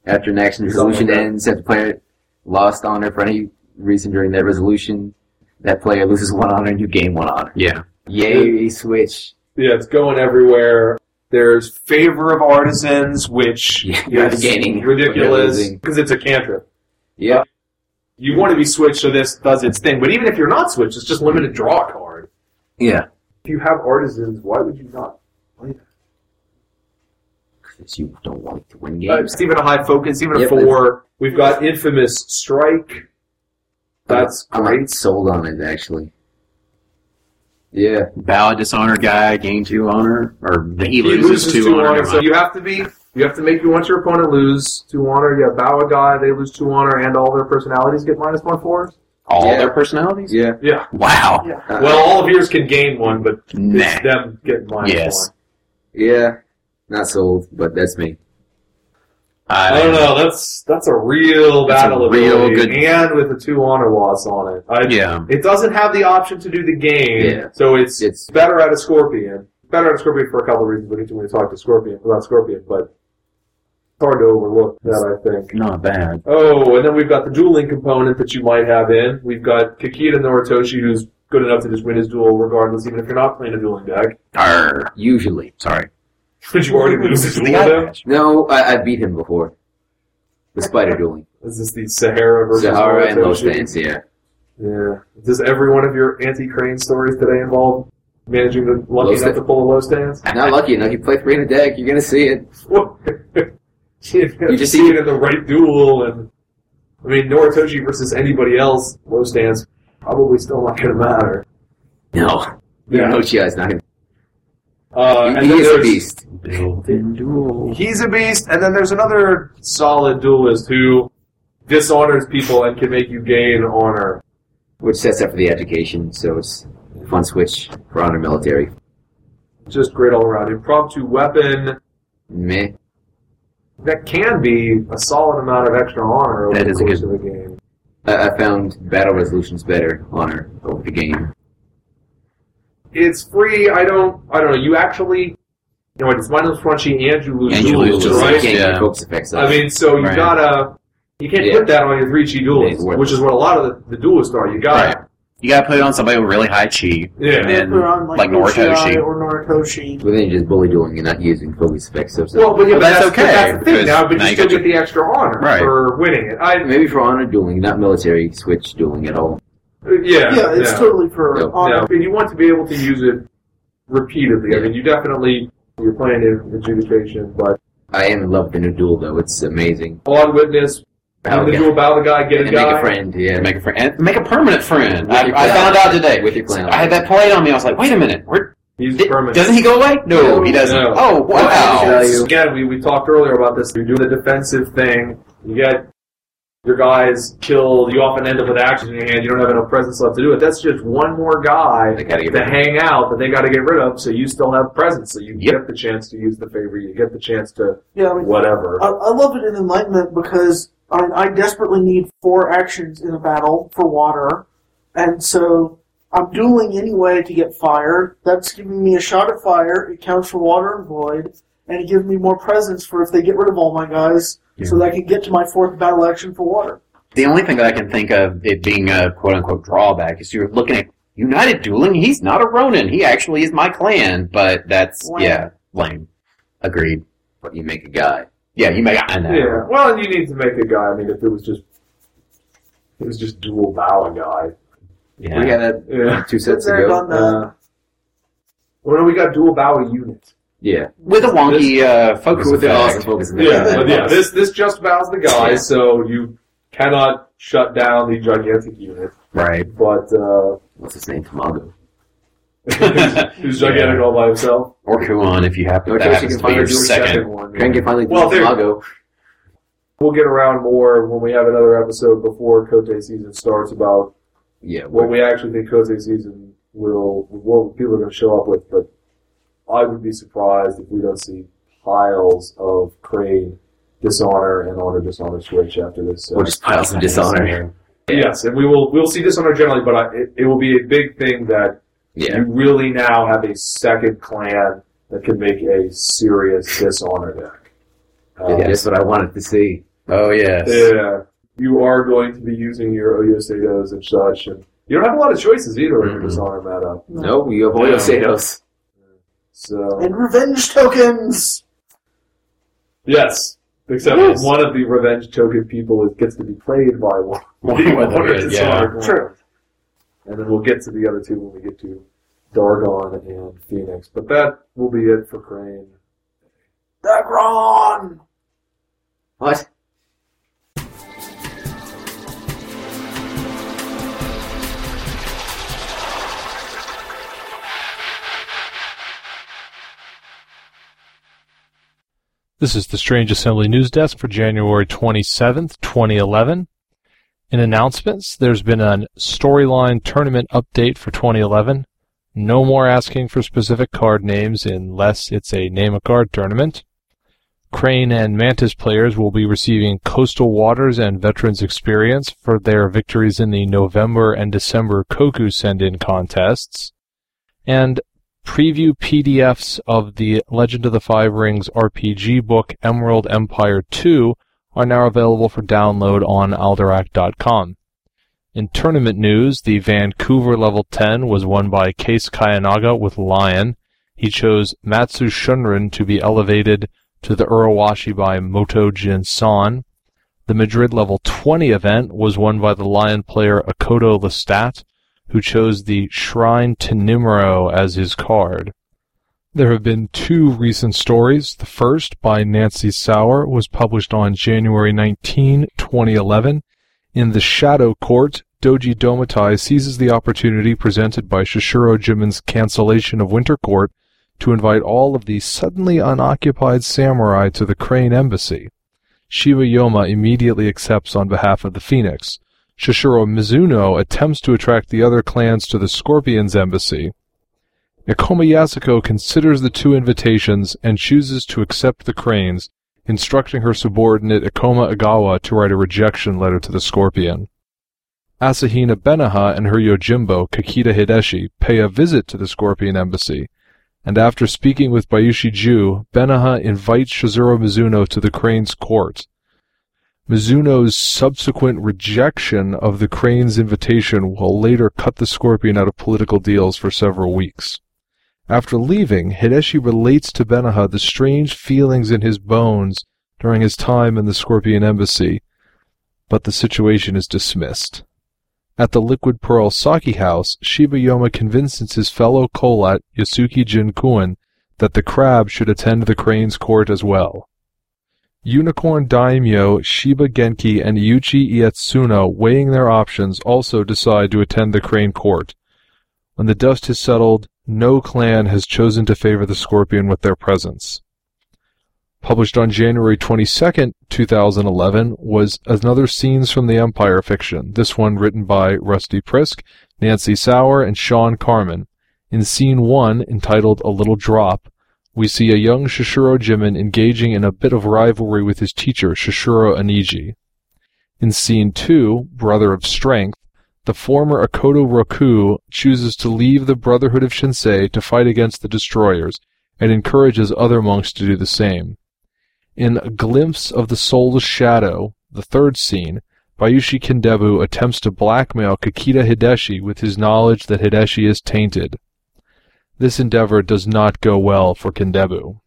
Speaker 2: After an action
Speaker 1: Something
Speaker 2: resolution
Speaker 1: like that.
Speaker 2: ends, if the player lost honor for any reason during that resolution, that player loses one honor and you gain one honor.
Speaker 5: Yeah.
Speaker 2: Yay, switch.
Speaker 1: Yeah, it's going everywhere. There's favor of artisans, which
Speaker 2: Yeah, you're
Speaker 1: is
Speaker 2: gaining, but you're
Speaker 1: ridiculous
Speaker 2: losing.
Speaker 1: because it's a cantrip.
Speaker 2: Yeah.
Speaker 1: You want to be switched, so this does its thing. But even if you're not switched, it's just limited draw card.
Speaker 2: Yeah.
Speaker 1: If you have artisans, why would you not
Speaker 2: Because you don't want to win
Speaker 1: Uh,
Speaker 2: games.
Speaker 1: Stephen a high focus, even a
Speaker 2: Yep,
Speaker 1: four. We've got infamous strike. That's
Speaker 2: I'm
Speaker 1: great.
Speaker 2: not sold on it, actually. Yeah.
Speaker 5: Ballad Dishonor guy gain two honor, or he,
Speaker 1: He
Speaker 5: loses, two, honor. never
Speaker 1: so
Speaker 5: mind.
Speaker 1: you have to be. You have to make you want your opponent lose two honor. You have bow a guy, they lose two honor, and all their personalities get minus one fours.
Speaker 5: All
Speaker 2: Yeah.
Speaker 5: their personalities?
Speaker 2: Yeah.
Speaker 1: Yeah.
Speaker 5: Wow.
Speaker 2: Uh,
Speaker 1: Well, all of yours can gain one, but
Speaker 5: Nah.
Speaker 1: it's them getting minus
Speaker 5: Yes.
Speaker 1: one.
Speaker 2: Yeah. Not sold, but that's me.
Speaker 1: I don't know. That's that's a real
Speaker 5: That's a
Speaker 1: battle
Speaker 5: real
Speaker 1: ability,
Speaker 5: good-
Speaker 1: and with a two honor loss on it. I,
Speaker 5: Yeah.
Speaker 1: It doesn't have the option to do the game,
Speaker 2: Yeah.
Speaker 1: so it's
Speaker 2: It's
Speaker 1: better at a scorpion. Better at a scorpion for a couple of reasons. We need to when we talk to scorpion about scorpion, but it's hard to overlook that. I think.
Speaker 5: Not bad.
Speaker 1: Oh, and then we've got the dueling component that you might have in. We've got Kikita Noritoshi, who's good enough to just win his duel regardless, even if you're not playing a dueling deck.
Speaker 5: Arr.
Speaker 2: usually.
Speaker 5: Sorry.
Speaker 1: Did you already lose his duel deck?
Speaker 2: No, I, I beat him before. The spider dueling.
Speaker 1: Is this the Sahara versus
Speaker 2: Sahara and Los
Speaker 1: Noritoshi?
Speaker 2: Fans, yeah.
Speaker 1: Yeah. Does every one of your anti crane stories today involve managing the
Speaker 2: Low
Speaker 1: lucky enough
Speaker 2: stand.
Speaker 1: to pull a low stance?
Speaker 2: Not lucky enough. You play three in a deck, you're gonna see it.
Speaker 1: you
Speaker 2: just
Speaker 1: see it in the right duel, and I mean Noritoshi versus anybody else, low stance probably still not going to matter.
Speaker 2: No. Yeah. No, Chia's not gonna
Speaker 1: Uh, and
Speaker 2: he
Speaker 1: then
Speaker 2: is a
Speaker 1: there's-
Speaker 2: beast.
Speaker 1: He's a beast, and then there's another solid duelist who dishonors people and can make you gain honor.
Speaker 2: Which sets up for the education, so it's a fun switch for honor military.
Speaker 1: Just great all around. Impromptu weapon
Speaker 2: Meh.
Speaker 1: that can be a solid amount of extra honor over
Speaker 5: That
Speaker 1: the
Speaker 5: is a
Speaker 1: course of the game.
Speaker 2: I, I found battle resolutions better honor over the game.
Speaker 1: It's free. I don't. I don't know. You actually. No, wait, it's minus crunchy and you lose
Speaker 5: And you
Speaker 1: duels,
Speaker 5: lose duels,
Speaker 1: right?
Speaker 5: yeah.
Speaker 2: Can't get focus effects
Speaker 1: I mean, so you
Speaker 5: Right.
Speaker 1: gotta. You can't
Speaker 2: Yeah.
Speaker 1: put that on your three G duelist,
Speaker 2: It's worth
Speaker 1: which is what a lot of the, the duelists are. You got.
Speaker 5: You gotta put it on somebody with really high chi.
Speaker 1: Yeah.
Speaker 5: And
Speaker 4: They're on,
Speaker 5: like Noritoshi.
Speaker 4: Uchiha or Noritoshi.
Speaker 2: but then you're just bully dueling and not using focus effects. So it's
Speaker 1: Well, but yeah,
Speaker 5: But
Speaker 1: but
Speaker 5: that's
Speaker 1: that's,
Speaker 5: okay,
Speaker 1: But that's the thing
Speaker 5: because
Speaker 1: now. But
Speaker 5: now
Speaker 1: you
Speaker 5: you
Speaker 1: still
Speaker 5: got
Speaker 1: get the extra honor
Speaker 5: Right.
Speaker 1: for winning it. I
Speaker 2: maybe for honor dueling, not military switch dueling at all.
Speaker 1: yeah,
Speaker 4: Yeah, it's
Speaker 1: no,
Speaker 4: totally for
Speaker 2: No,
Speaker 1: no.
Speaker 4: honor.
Speaker 1: And you want to be able to use it repeatedly. I
Speaker 2: Yeah.
Speaker 1: mean, you definitely you're playing in adjudication, but
Speaker 2: I am in love with the new duel though. It's amazing.
Speaker 1: on witness,
Speaker 2: Battle
Speaker 1: individual battle the guy, get
Speaker 2: and
Speaker 1: a
Speaker 2: make
Speaker 1: guy.
Speaker 2: a friend. Yeah.
Speaker 5: Make a friend. And make a permanent friend.
Speaker 2: With
Speaker 5: I,
Speaker 2: your
Speaker 5: I
Speaker 2: clan.
Speaker 5: found out today.
Speaker 2: With your clan.
Speaker 5: I had that played on me. I was like, wait a minute. Where,
Speaker 1: He's
Speaker 5: di-
Speaker 1: permanent.
Speaker 5: doesn't he go away? No,
Speaker 2: No.
Speaker 5: he doesn't.
Speaker 1: No.
Speaker 5: Oh,
Speaker 2: Wow.
Speaker 5: wow.
Speaker 2: value.
Speaker 1: Again, we, we talked earlier about this. You're doing the defensive thing. You get your guys killed. You often end up with action in your hand. You don't have enough presence left to do it. That's just one more guy
Speaker 2: I gotta get
Speaker 1: to
Speaker 2: rid of
Speaker 1: hang out that they got to get rid of. So you still have presence. So you
Speaker 5: Yep.
Speaker 1: get the chance to use the favor. You get the chance to
Speaker 4: Yeah, I mean,
Speaker 1: whatever.
Speaker 4: I, I love it in Enlightenment because I, I desperately need four actions in a battle for water, and so I'm dueling anyway to get fire. That's giving me a shot at fire. It counts for water and void, and it gives me more presence for if they get rid of all my guys, so that I can get to my fourth battle action for water.
Speaker 5: The only thing that I can think of it being a quote unquote drawback is you're looking at United Dueling. He's not a Ronin. He actually is my clan, but that's,
Speaker 4: Lame.
Speaker 5: yeah, lame. Agreed.
Speaker 2: But you make a guy.
Speaker 5: Yeah, you may. I know.
Speaker 1: yeah. Well, and you need to make a guy. I mean, if it was just it was just dual bow a guy.
Speaker 5: Yeah.
Speaker 2: We had that
Speaker 1: Yeah.
Speaker 2: two sets
Speaker 4: Been there,
Speaker 2: ago.
Speaker 4: done that.
Speaker 1: Uh, well, no, we got dual bow a unit.
Speaker 2: Yeah.
Speaker 5: With a wonky uh, focus
Speaker 2: With the awesome
Speaker 5: effect.
Speaker 2: focus effect.
Speaker 1: Yeah,
Speaker 4: Yeah,
Speaker 1: but yeah, this this just bows the guy,
Speaker 2: Yeah.
Speaker 1: so you cannot shut down the gigantic unit.
Speaker 5: Right.
Speaker 1: But uh,
Speaker 2: What's his name? Tamago.
Speaker 1: who's gigantic all by himself?
Speaker 5: Or Kuan if you have to.
Speaker 2: Or
Speaker 5: That
Speaker 2: Toshi can
Speaker 5: happens to be
Speaker 2: find
Speaker 5: your
Speaker 2: a dual
Speaker 5: second.
Speaker 1: one.
Speaker 2: Crank can finally
Speaker 1: Well,
Speaker 2: beat
Speaker 1: there-
Speaker 2: Tamago.
Speaker 1: We'll get around more when we have another episode before Kote season starts about
Speaker 2: Yeah.
Speaker 1: what
Speaker 2: Well,
Speaker 1: we actually think Kote season will, what people are going to show up with. But I would be surprised if we don't see piles of Crane dishonor and honor dishonor switch after this. So.
Speaker 2: we'll just pile some dishonor.
Speaker 1: Yes, and we will we'll see dishonor generally, but I, it, it will be a big thing that
Speaker 2: Yeah.
Speaker 1: you really now have a second clan that can make a serious dishonor deck. Uh,
Speaker 2: Yeah, That's what I wanted to see.
Speaker 5: Oh, yes.
Speaker 1: Yeah, you are going to be using your Oyosedos and such, and you don't have a lot of choices either in your
Speaker 2: Mhm.
Speaker 1: dishonor meta.
Speaker 2: No, you have all
Speaker 5: Yeah.
Speaker 2: your Sados.
Speaker 1: So
Speaker 4: And revenge tokens.
Speaker 1: yes, except
Speaker 5: Yes.
Speaker 1: one of the revenge token people is, gets to be played by one.
Speaker 5: One
Speaker 1: the
Speaker 5: with
Speaker 1: honor
Speaker 5: it, yeah.
Speaker 1: dishonor clans.
Speaker 4: True.
Speaker 1: And then we'll get to the other two when we get to Dargon and Phoenix. But that will be it for Crane.
Speaker 4: Dagron.
Speaker 2: What?
Speaker 6: This is the Strange Assembly News Desk for January 27th, 2011. In announcements, there's been an storyline tournament update for 2011. No more asking for specific card names unless it's a name a card tournament.
Speaker 7: Crane and Mantis players will be receiving Coastal Waters and Veterans Experience for their victories in the November and December Koku send in contests. And preview PDFs of the Legend of the Five Rings RPG book Emerald Empire 2 are now available for download on alderac.com. In tournament news, the Vancouver level 10 was won by Case Kayanaga with Lion. He chose Matsu Shunrin to be elevated to the Urawashi by Moto Jinsan. The Madrid level 20 event was won by the Lion player Akoto Lestat, who chose the Shrine to Nimro as his card. There have been two recent stories. The first, by Nancy Sauer, was published on January 19, 2011. In The Shadow Court, Doji Domatai seizes the opportunity presented by Shishiro Jimin's cancellation of Winter Court to invite all of the suddenly unoccupied samurai to the Crane Embassy. Shiba Yoma immediately accepts on behalf of the Phoenix. Shishiro Mizuno attempts to attract the other clans to the Scorpion's embassy. Ikoma Yasuko considers the two invitations and chooses to accept the cranes, instructing her subordinate Ikoma Agawa to write a rejection letter to the Scorpion. Asahina Benaha and her yojimbo, Kakita Hideshi, pay a visit to the Scorpion embassy, and after speaking with Bayushi Ju, Benaha invites Shizuru Mizuno to the crane's court. Mizuno's subsequent rejection of the Crane's invitation will later cut the Scorpion out of political deals for several weeks. After leaving, Hideshi relates to Benaha the strange feelings in his bones during his time in the Scorpion embassy, but the situation is dismissed. At the Liquid Pearl Saki House, Shiba Yoma convinces his fellow Kolat, Yasuki Jinkuen, that the crab should attend the Crane's court as well. Unicorn Daimyo, Shiba Genki, and Yuichi Ietsuno, weighing their options, also decide to attend the Crane Court. When the dust has settled, no clan has chosen to favor the Scorpion with their presence. Published on January 22, 2011, was another Scenes from the Empire fiction, this one written by Rusty Prisk, Nancy Sauer, and Sean Carmen. In Scene 1, entitled A Little Drop, we see a young Shishiro Jimin engaging in a bit of rivalry with his teacher, Shishiro Aniji. In scene two, Brother of Strength, the former Akoto Roku chooses to leave the Brotherhood of Shinsei to fight against the destroyers and encourages other monks to do the same. In A Glimpse of the Soulless Shadow, the third scene, Bayushi Kindebu attempts to blackmail Kikita Hideshi with his knowledge that Hideshi is tainted this endeavor does not go well for Kendebu.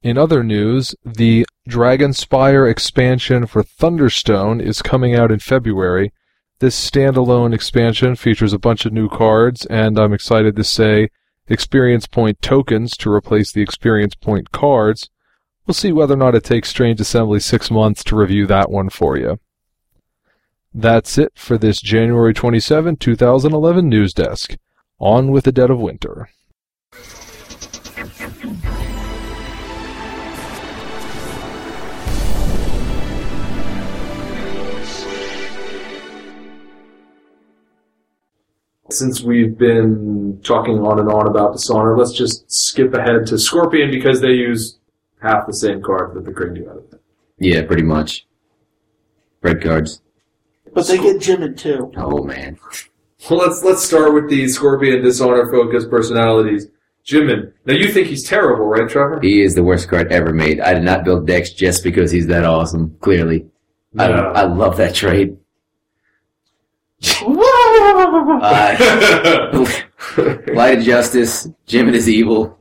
Speaker 7: In other news, the Dragonspire expansion for Thunderstone is coming out in February. This standalone expansion features a bunch of new cards, and I'm excited to say experience point tokens to replace the experience point cards. We'll see whether or not it takes Strange Assembly six months to review that one for you. That's it for this January 27, 2011 news desk. On with the Dead of Winter.
Speaker 1: Since we've been talking on and on about Dishonor, let's just skip ahead to Scorpion because they use half the same card that the Green do out of it.
Speaker 2: Yeah, pretty much. Red cards.
Speaker 4: But they get Jimin too.
Speaker 2: Oh man.
Speaker 1: Well, let's let's start with the Scorpion Dishonor focused personalities. Jimin. Now you think he's terrible, right, Trevor?
Speaker 2: He is the worst card ever made. I did not build decks just because he's that awesome, clearly. I,
Speaker 1: No.
Speaker 2: I love that trade. Uh,
Speaker 1: I
Speaker 2: Light of Justice, Jimin is evil.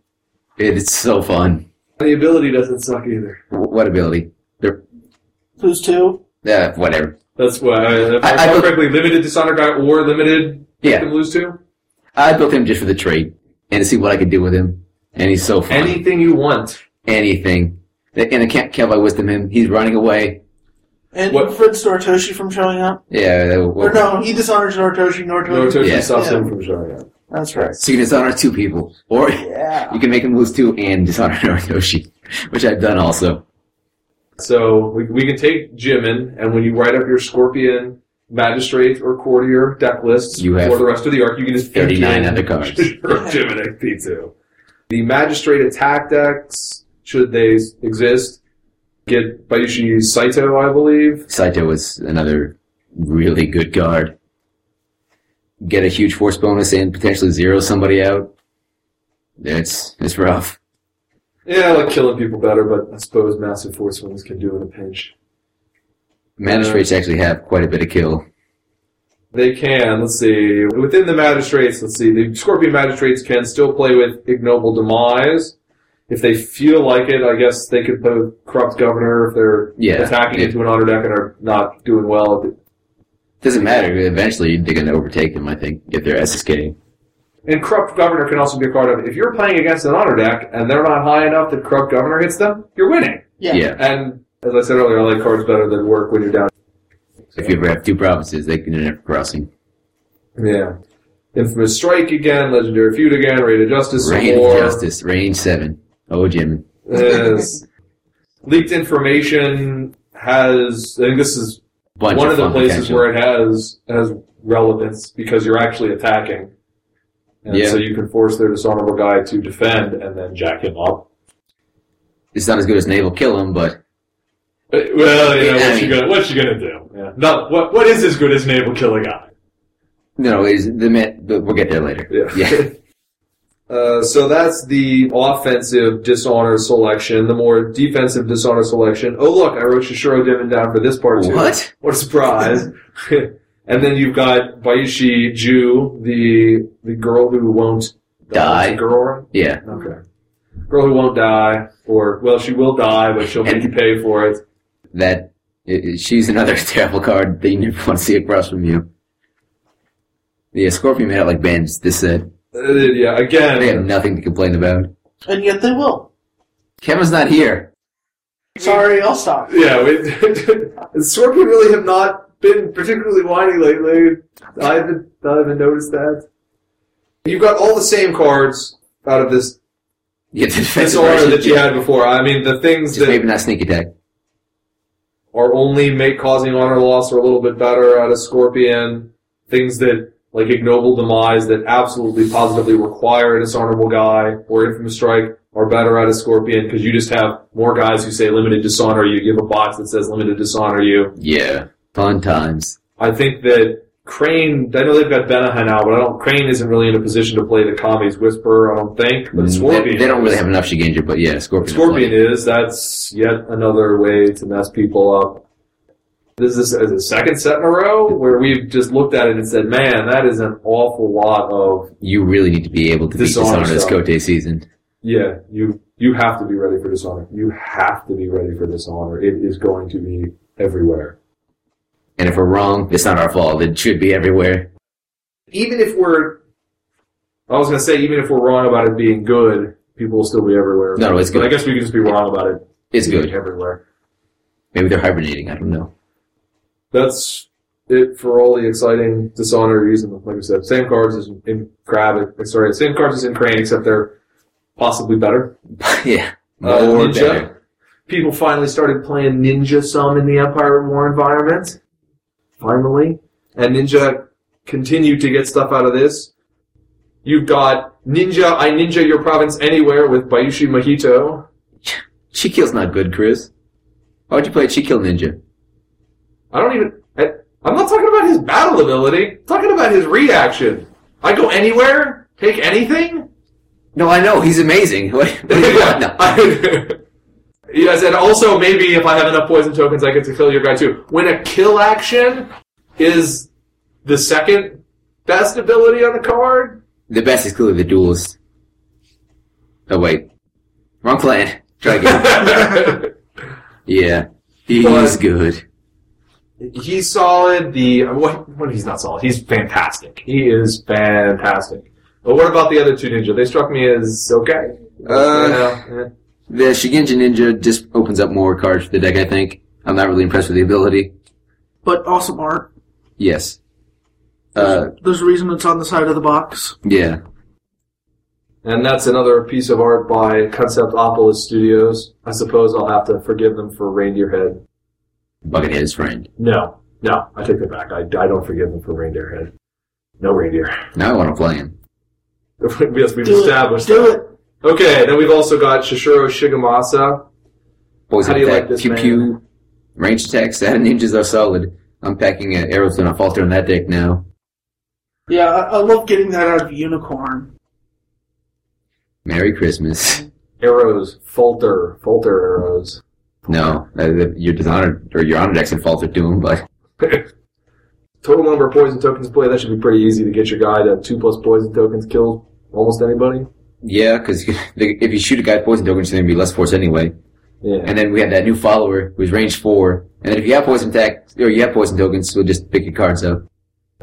Speaker 2: It is so fun.
Speaker 1: the ability doesn't suck either.
Speaker 2: W- What ability?
Speaker 4: Who's two?
Speaker 2: Uh, whatever.
Speaker 1: That's why I, if I,
Speaker 2: I- I
Speaker 1: recall
Speaker 2: look-
Speaker 1: correctly limited Dishonor guy or limited
Speaker 2: Yeah.
Speaker 1: can lose to
Speaker 2: I built him just for the trade and to see what I could do with him. And he's so fun.
Speaker 1: anything you want.
Speaker 2: Anything. And I can't kill my wisdom him. He's running away.
Speaker 4: And
Speaker 1: What-
Speaker 4: Fritz Noritoshi from showing up?
Speaker 2: Yeah. uh, that would-
Speaker 4: Or no, he dishonors Noritoshi. Noritoshi.
Speaker 1: Naruto
Speaker 2: Yeah.
Speaker 1: stops
Speaker 4: Yeah.
Speaker 1: him from showing up.
Speaker 4: That's right.
Speaker 2: So you can dishonor two people. Or
Speaker 4: Yeah.
Speaker 2: you can make him lose two and dishonor Noritoshi, which I've done also.
Speaker 1: So we, we can take Jimin, and when you write up your Scorpion Magistrate or Courtier deck lists
Speaker 2: You have
Speaker 1: for the rest of the arc, you can just
Speaker 2: 39
Speaker 1: pick in
Speaker 2: other cards.
Speaker 1: Jimin XP2. The Magistrate attack decks should they exist. Get Baishi Saito, I believe.
Speaker 2: Saito was another really good guard. Get a huge force bonus and potentially zero somebody out. It's it's rough.
Speaker 1: Yeah, I like killing people better, but I suppose massive force ones can do in a pinch. Uh,
Speaker 2: Magistrates actually have quite a bit of kill.
Speaker 1: They can. Let's see. Within the magistrates, let's see. The scorpion magistrates can still play with ignoble demise. If they feel like it, I guess they could put a corrupt governor if they're
Speaker 2: Yeah,
Speaker 1: attacking
Speaker 2: it
Speaker 1: into an honor deck and are not doing well.
Speaker 2: doesn't matter. Eventually, they're going to overtake them. I think if they're SSK.
Speaker 1: And corrupt governor can also be a card of if you're playing against an honor deck and they're not high enough that corrupt governor hits them, you're winning.
Speaker 2: Yeah.
Speaker 4: Yeah.
Speaker 1: And as I said earlier, I like cards better than work when you're down.
Speaker 2: If you ever have two provinces, they can end up crossing.
Speaker 1: Yeah. Infamous Strike again, Legendary Feud again, Raid of Justice, some
Speaker 2: Reign of
Speaker 1: more.
Speaker 2: Justice, range seven. Oh, Jim.
Speaker 1: Yes. Leaked information has, I think this is
Speaker 2: Bunch
Speaker 1: one of the
Speaker 2: fun
Speaker 1: places
Speaker 2: potential.
Speaker 1: where it has has relevance because you're actually attacking. And
Speaker 2: Yeah.
Speaker 1: so you can force their dishonorable guy to defend and then jack him up.
Speaker 2: it's not as good as naval kill him, but
Speaker 1: Uh, Well, you know,
Speaker 2: Yeah, I
Speaker 1: what you
Speaker 2: mean-
Speaker 1: gonna what you gonna do? Yeah. No, what what is as good as naval killing guy?
Speaker 2: no, is the met. But we'll get there later. Yeah.
Speaker 1: Uh, so that's the offensive dishonor selection. The more defensive dishonor selection. Oh look, I wrote Shishiro Demon down for this part too.
Speaker 2: What?
Speaker 1: What a surprise! and then you've got Baishi Ju, the the girl who won't
Speaker 2: Die.
Speaker 1: Girl,
Speaker 2: Yeah.
Speaker 1: okay. Girl who won't die, or well, she will die, but she'll make you pay for it.
Speaker 2: that i- i- she's another terrible card that you never want to see across from you. Yeah, Scorpion made out like bands this set.
Speaker 1: Uh, yeah, again,
Speaker 2: They have nothing to complain about.
Speaker 4: And yet they will.
Speaker 2: Kevin's not here.
Speaker 4: Sorry, I'll stop.
Speaker 1: Yeah, we, Scorpion really have not been particularly whiny lately. I haven't, I haven't noticed that. You've got all the same cards out of this
Speaker 2: Yeah, the defensive
Speaker 1: disorder
Speaker 2: version.
Speaker 1: that you had before. I mean, the things
Speaker 2: Just
Speaker 1: that
Speaker 2: maybe not sneak attack.
Speaker 1: are only make causing honor loss are a little bit better out of Scorpion. Things that like ignoble demise that absolutely positively require a dishonorable guy or infamous strike are better out of Scorpion because you just have more guys who say limited dishonor you. You have a box that says limited dishonor you.
Speaker 2: Yeah. Fun times.
Speaker 1: I think that Crane. I know they've got Benahan out, but I don't. Crane isn't really in a position to play the Kami's Whisperer. I don't think. But
Speaker 2: Mm,
Speaker 1: Scorpion.
Speaker 2: They, they don't really have enough Shigenja, but yeah, Scorpion.
Speaker 1: Scorpion is. That's yet another way to mess people up. This is is the second set in a row where we've just looked at it and said, "Man, that is an awful lot of
Speaker 2: You really need to be able to beat
Speaker 1: Dishonor
Speaker 2: Dishonor this
Speaker 1: stuff.
Speaker 2: Kote season.
Speaker 1: yeah." You you have to be ready for dishonor. You have to be ready for dishonor. It is going to be everywhere.
Speaker 2: And if we're wrong, it's not our fault. It should be everywhere.
Speaker 1: even if we're, I was gonna say, even if we're wrong about it being good, people will still be everywhere.
Speaker 2: No, no, it's
Speaker 1: But
Speaker 2: good.
Speaker 1: I guess we can just be wrong about it.
Speaker 2: It's
Speaker 1: being
Speaker 2: good.
Speaker 1: everywhere.
Speaker 2: Maybe they're hibernating. I don't know.
Speaker 1: That's it for all the exciting dishonor reason. Like I said, same cards as in Crab. Sorry, same cards as in Crane, except they're possibly better.
Speaker 2: yeah.
Speaker 1: Uh,
Speaker 2: More
Speaker 1: ninja.
Speaker 2: better.
Speaker 1: People finally started playing Ninja some in the Empire of War environment. Finally. And Ninja continued to get stuff out of this. You've got Ninja, I Ninja Your Province Anywhere with Bayushi Mahito.
Speaker 2: She kill's not good, Chris. Why would you play She Kill Ninja?
Speaker 1: I don't even. I, I'm not talking about his battle ability. I'm talking about his reaction. I go anywhere, take anything.
Speaker 2: No, I know he's amazing. What, what do you want? No.
Speaker 1: I- yes, and also maybe if I have enough poison tokens, I get to kill your guy too. When a kill action is the second best ability on the card,
Speaker 2: The best is clearly the duelist. Oh wait, wrong plan. Try again. yeah, he's
Speaker 1: But-
Speaker 2: good.
Speaker 1: he's solid. The what? What? He's not solid. He's fantastic. He is fantastic. But what about the other two ninja? They struck me as okay.
Speaker 2: Uh,
Speaker 1: You know, eh.
Speaker 2: The Shigenja Ninja just opens up more cards for the deck. I think I'm not really impressed with the ability.
Speaker 4: But awesome art.
Speaker 2: Yes. Uh,
Speaker 4: There's a reason it's on the side of the box.
Speaker 2: yeah.
Speaker 1: And that's another piece of art by Conceptopolis Studios. I suppose I'll have to forgive them for Reindeer Head.
Speaker 2: Buckethead's friend.
Speaker 1: No, no, I take that back. I, I don't forgive them for Reindeer Head. No reindeer.
Speaker 2: Now I want to play him.
Speaker 1: yes, we've
Speaker 4: Do it.
Speaker 1: established
Speaker 4: Do
Speaker 1: that.
Speaker 4: it.
Speaker 1: Okay, then we've also got Shishiro Shigemasa.
Speaker 2: Boys
Speaker 1: How do you
Speaker 2: attack,
Speaker 1: like this
Speaker 2: pew
Speaker 1: man?
Speaker 2: pew. Range attacks, seven ninjas are solid. I'm packing an arrows and I falter on that deck now.
Speaker 4: Yeah, I, I love getting that out of Unicorn.
Speaker 2: Merry Christmas.
Speaker 1: Arrows, falter, falter arrows.
Speaker 2: No, uh, the- your dishonored or your honor decks and falter to them, but
Speaker 1: Total number of poison tokens played. That should be pretty easy to get your guy to two plus poison tokens kill almost anybody.
Speaker 2: yeah, because if you shoot a guy with poison tokens, there's gonna be less force anyway.
Speaker 1: Yeah.
Speaker 2: And then we had that new follower who's range four. And then if you have poison attack or you have poison tokens, we'll just pick your cards up.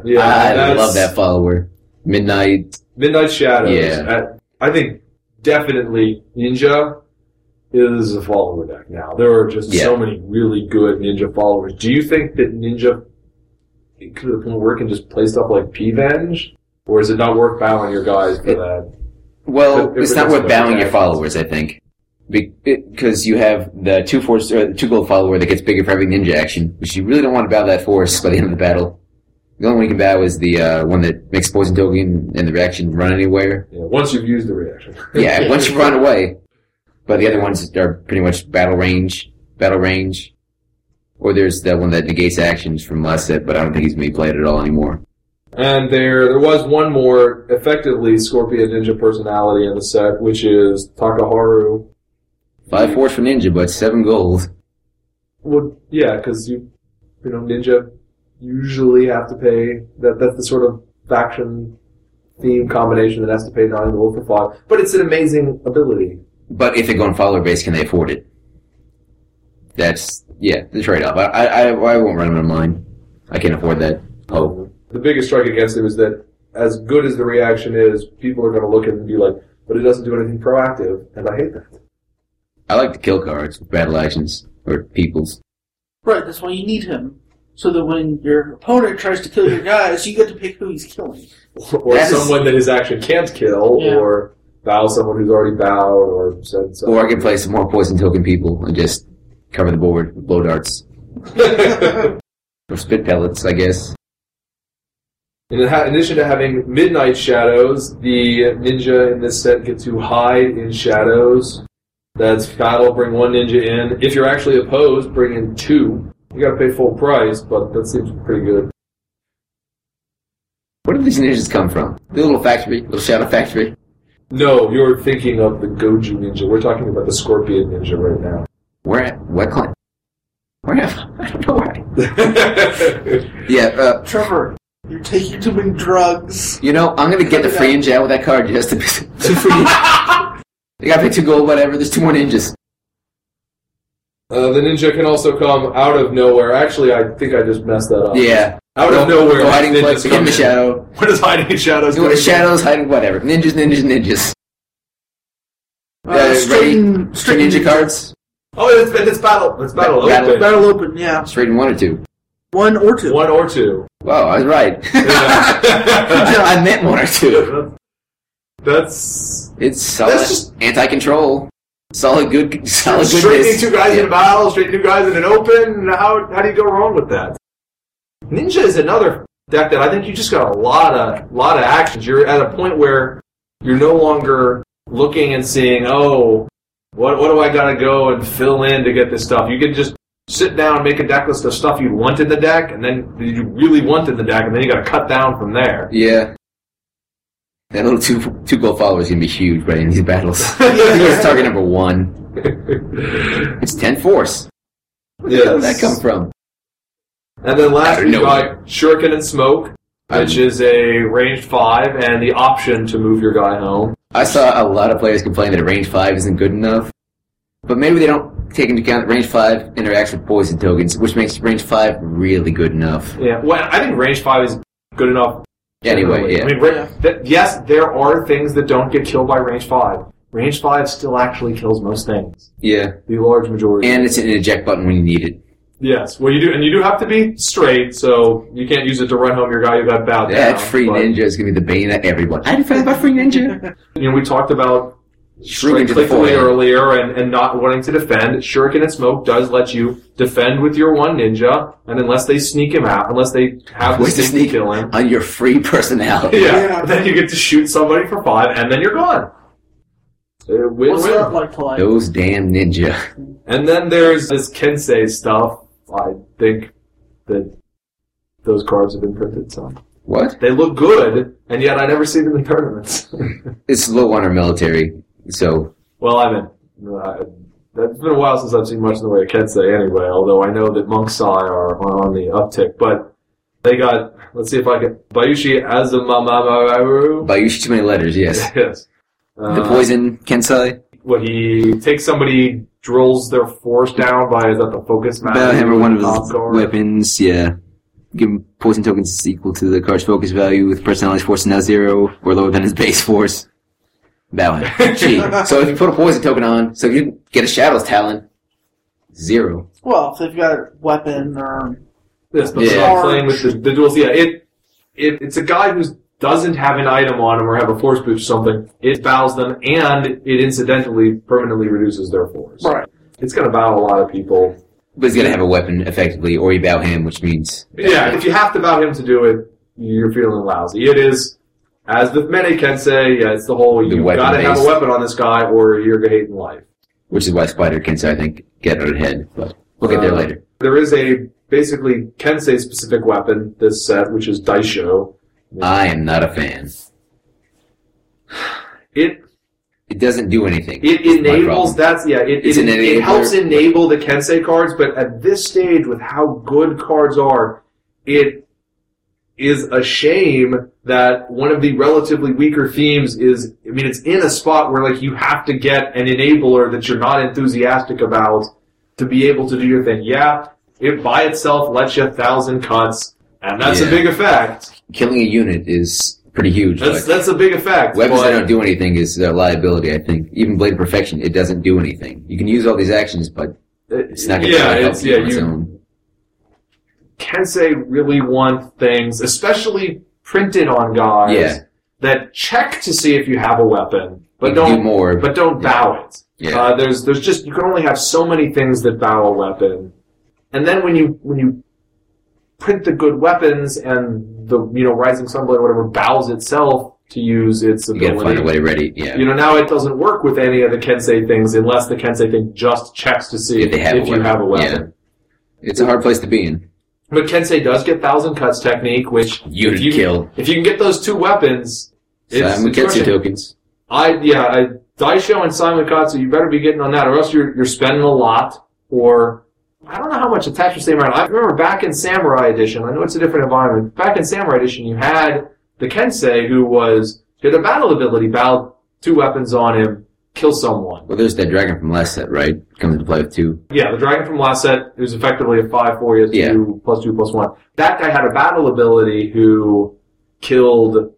Speaker 1: yeah
Speaker 2: I
Speaker 1: that's-
Speaker 2: love that follower. Midnight.
Speaker 1: Midnight Shadows.
Speaker 2: Yeah.
Speaker 1: I, I think definitely Ninja is a follower deck now. There are just so many really good Ninja followers. Do you think that Ninja it could have been working just play stuff like Pvenge? Or is it not worth bowing your guys for
Speaker 2: It-
Speaker 1: that?
Speaker 2: Well,
Speaker 1: But it
Speaker 2: it's not
Speaker 1: was
Speaker 2: worth
Speaker 1: like
Speaker 2: bowing your
Speaker 1: that.
Speaker 2: followers, I think, because you have the two force or the two gold follower that gets bigger for every ninja action, which you really don't want to bow that force by the end of the battle. The only one you can bow is the uh, one that makes poison token and the reaction run anywhere.
Speaker 1: You know, once you've used the reaction.
Speaker 2: Yeah, once you run away. But the other ones are pretty much battle range, battle range, or there's that one that negates actions from last set, but I don't think he's gonna be played at all anymore.
Speaker 1: And there, there was one more effectively Scorpion Ninja personality in the set, which is Takaharu.
Speaker 2: Five force for ninja, but seven gold.
Speaker 1: Well, yeah, because you, you know, ninja usually have to pay. That that's the sort of faction theme combination that has to pay nine gold for five. But it's an amazing ability.
Speaker 2: But if they go on follower base, can they afford it? That's yeah, the trade off. I, I I I won't run him on mine. I can't afford that. Oh,
Speaker 1: The biggest strike against him is that as good as the reaction is, people are going to look at it and be like, "But it doesn't do anything proactive," and I hate that.
Speaker 2: I like to kill cards, with battle actions or peoples.
Speaker 4: Right, that's why you need him. So that when your opponent tries to kill your guys, you get to pick who he's killing.
Speaker 1: or
Speaker 2: That is-
Speaker 1: someone that his action can't kill,
Speaker 4: Yeah.
Speaker 1: or bow someone who's already bowed, or said something.
Speaker 2: Or I can play some more poison token people and just cover the board with blow darts or spit pellets, I guess.
Speaker 1: In ha- in addition to having midnight shadows, the ninja in this set get to hide in shadows. That's battle, bring one ninja in. If you're actually opposed, bring in two. You gotta pay full price, but that seems pretty good.
Speaker 2: Where did these ninjas come from? The little factory, little shadow factory.
Speaker 1: No, you're thinking of the Goju ninja. We're talking about the Scorpion ninja right now.
Speaker 2: Where at? What client? Where am I? I don't know where. I- Yeah, uh,
Speaker 4: Trevor, you're taking too many drugs.
Speaker 2: you know, I'm gonna get the free ninja out with that card just to be to free. They gotta pay two gold, whatever. There's two more ninjas.
Speaker 1: uh, the ninja can also come out of nowhere. Actually, I think I just messed that up.
Speaker 2: Yeah.
Speaker 1: Out of
Speaker 2: Go-
Speaker 1: nowhere.
Speaker 2: Go hiding
Speaker 1: ninjas
Speaker 2: place.
Speaker 1: come
Speaker 2: Get in the
Speaker 1: in.
Speaker 2: shadow.
Speaker 1: What is hiding in shadows?
Speaker 2: Go to
Speaker 1: doing?
Speaker 2: shadows, hiding whatever. Ninjas, ninjas, ninjas.
Speaker 4: Uh,
Speaker 2: Uh, ready?
Speaker 4: straighten-
Speaker 2: Straight
Speaker 4: straighten-
Speaker 2: ninja cards.
Speaker 1: Oh, it's, it's battle. It's battle.
Speaker 2: Battle.
Speaker 1: open.
Speaker 4: Battle open, yeah.
Speaker 2: Straight in one or two.
Speaker 4: One or two.
Speaker 1: One or two.
Speaker 2: Wow, I was right. I meant one or two.
Speaker 1: That's
Speaker 2: It's solid.
Speaker 1: That's just-
Speaker 2: anti-control. Solid good. Solid
Speaker 1: straightening
Speaker 2: goodness.
Speaker 1: two guys
Speaker 2: Yeah.
Speaker 1: in a battle, straightening two guys in an open. How how do you go wrong with that? Ninja is another deck that I think you just got a lot of lot of actions. You're at a point where you're no longer looking and seeing, oh, what what do I gotta go and fill in to get this stuff? You can just sit down and make a deck list of stuff you want in the deck, and then that you really want in the deck, and then you gotta cut down from there.
Speaker 2: Yeah. That little two two gold follower is gonna be huge right in these battles. I think it's target number one. It's ten force. Where did that come from?
Speaker 1: And then
Speaker 2: Out
Speaker 1: last
Speaker 2: of
Speaker 1: we got
Speaker 2: nowhere.
Speaker 1: Shuriken and Smoke, which is a ranged five, and the option to move your guy home.
Speaker 2: I saw a lot of players complain that range five isn't good enough, but maybe they don't take into account that range five interacts with poison tokens, which makes range five really good enough.
Speaker 1: Yeah, well, I think range five is good enough.
Speaker 2: Anyway,
Speaker 1: I
Speaker 2: yeah,
Speaker 1: mean, ra- that, yes, there are things that don't get killed by range five. Range five still actually kills most things,
Speaker 2: yeah,
Speaker 1: the large majority.
Speaker 2: and it's an eject button when you need it.
Speaker 1: yes, well, you do, and you do have to be straight, so you can't use it to run home your guy who got bowed down.
Speaker 2: That free
Speaker 1: but,
Speaker 2: ninja is gonna be the bane of everyone. I defended my free ninja.
Speaker 1: You know, we talked about
Speaker 2: Shriek to the
Speaker 1: clicked away
Speaker 2: forehead.
Speaker 1: earlier and, and not wanting to defend, Shuriken and Smoke does let you defend with your one ninja, and unless they sneak him out, unless they have the
Speaker 2: Where's the
Speaker 1: sneak,
Speaker 2: sneak
Speaker 1: kill him,
Speaker 2: on your Uh, free personality.
Speaker 1: yeah,
Speaker 4: Yeah.
Speaker 1: then you get to shoot somebody for five, and then you're gone. Uh, win-win.
Speaker 4: What's that like to like?
Speaker 2: Those damn ninja.
Speaker 1: And then there's this Kensei stuff. I think that those cards have been printed some.
Speaker 2: What?
Speaker 1: They look good, and yet I never see them in tournaments.
Speaker 2: It's low honor military, so
Speaker 1: well, I mean, uh, that's been a while since I've seen much in the way of Kensei anyway, although I know that Monksai are are on the uptick, but they got, let's see if I can, Bayushi Azumamamaru.
Speaker 2: by usually too many letters. Yes.
Speaker 1: Yes.
Speaker 2: the
Speaker 1: Uh,
Speaker 2: poison Kensai,
Speaker 1: What he takes somebody, drills their force down by is that the focus map?
Speaker 2: battle hammer, one of
Speaker 1: Top
Speaker 2: his
Speaker 1: guard.
Speaker 2: weapons. Yeah. Give him poison tokens is equal to the card's focus value with personalized force now zero or lower than his base force. Battle hammer. Gee. So if you put a poison token on, so if you get a shadow's talent, zero.
Speaker 4: Well, if they've got a weapon or
Speaker 1: Yes, but
Speaker 2: Yeah.
Speaker 1: yeah. playing with the, the duels. Yeah, it, it it's a guy who doesn't have an item on him or have a force boost or something. It bows them, and it incidentally permanently reduces their force.
Speaker 4: right,
Speaker 1: It's going to bow a lot of people.
Speaker 2: But he's gonna have a weapon effectively, or you bow him, which means
Speaker 1: Yeah, if you have to bow him to do it, you're feeling lousy. It is, as with many can say, yeah, it's the whole
Speaker 2: The
Speaker 1: you've got to have a
Speaker 2: weapon-based.
Speaker 1: weapon on this guy or you're hating life.
Speaker 2: which is why Spider Kensai I think get out ahead. But we'll get there
Speaker 1: Uh,
Speaker 2: later.
Speaker 1: There is a basically Kensei specific weapon this set, which is Daisho.
Speaker 2: I am not a fan.
Speaker 1: It
Speaker 2: It doesn't do anything.
Speaker 1: It
Speaker 2: It's my
Speaker 1: enables
Speaker 2: problem.
Speaker 1: that's yeah. It,
Speaker 2: It's
Speaker 1: it,
Speaker 2: an
Speaker 1: it
Speaker 2: enabler.
Speaker 1: helps enable the Kensei cards, but at this stage, with how good cards are, it is a shame that one of the relatively weaker themes is. I mean, it's in a spot where like you have to get an enabler that you're not enthusiastic about to be able to do your thing. Yeah, it by itself lets you a thousand cuts, and that's a
Speaker 2: Yeah.
Speaker 1: big effect.
Speaker 2: Killing a unit is pretty huge.
Speaker 1: That's
Speaker 2: like,
Speaker 1: that's a big effect.
Speaker 2: weapons
Speaker 1: but-
Speaker 2: that don't do anything is their liability. I think even Blade of Perfection, it doesn't do anything. You can use all these actions, but it's not going to
Speaker 1: yeah,
Speaker 2: help
Speaker 1: it's,
Speaker 2: you
Speaker 1: yeah,
Speaker 2: on its
Speaker 1: you,
Speaker 2: own.
Speaker 1: Kensei really want things, especially printed on guys,
Speaker 2: Yeah.
Speaker 1: that check to see if you have a weapon, but
Speaker 2: You can do
Speaker 1: don't
Speaker 2: more.
Speaker 1: but don't bow it.
Speaker 2: yeah,
Speaker 1: Uh, there's there's just you can only have so many things that bow a weapon, and then when you when you print the good weapons and the you know Rising Sunblade or whatever bows itself to use its
Speaker 2: you got
Speaker 1: ability.
Speaker 2: to find a way ready. Yeah,
Speaker 1: You know, now it doesn't work with any of the Kensei things unless the Kensei thing just checks to see
Speaker 2: If they have a
Speaker 1: you
Speaker 2: weapon.
Speaker 1: have a weapon.
Speaker 2: Yeah. it's a hard place to be in.
Speaker 1: But Kensei does get thousand cuts technique, which
Speaker 2: Unit
Speaker 1: if you
Speaker 2: kill.
Speaker 1: if you can get those two weapons, it's,
Speaker 2: Simon
Speaker 1: it's
Speaker 2: gets your
Speaker 1: crushing.
Speaker 2: tokens.
Speaker 1: I yeah, I Daisho and Simon Katsu, you better be getting on that, or else you're you're spending a lot. Or I don't know how much attachment Samurai. I remember back in Samurai Edition. I know it's a different environment. Back in Samurai Edition, you had the Kensei who was did a battle ability, bowed two weapons on him, kill someone.
Speaker 2: Well, there's that dragon from last set, right? Comes into play with two.
Speaker 1: Yeah, the dragon from last set who's effectively a five four. He has
Speaker 2: Yeah.
Speaker 1: two plus two plus one. That guy had a battle ability who killed,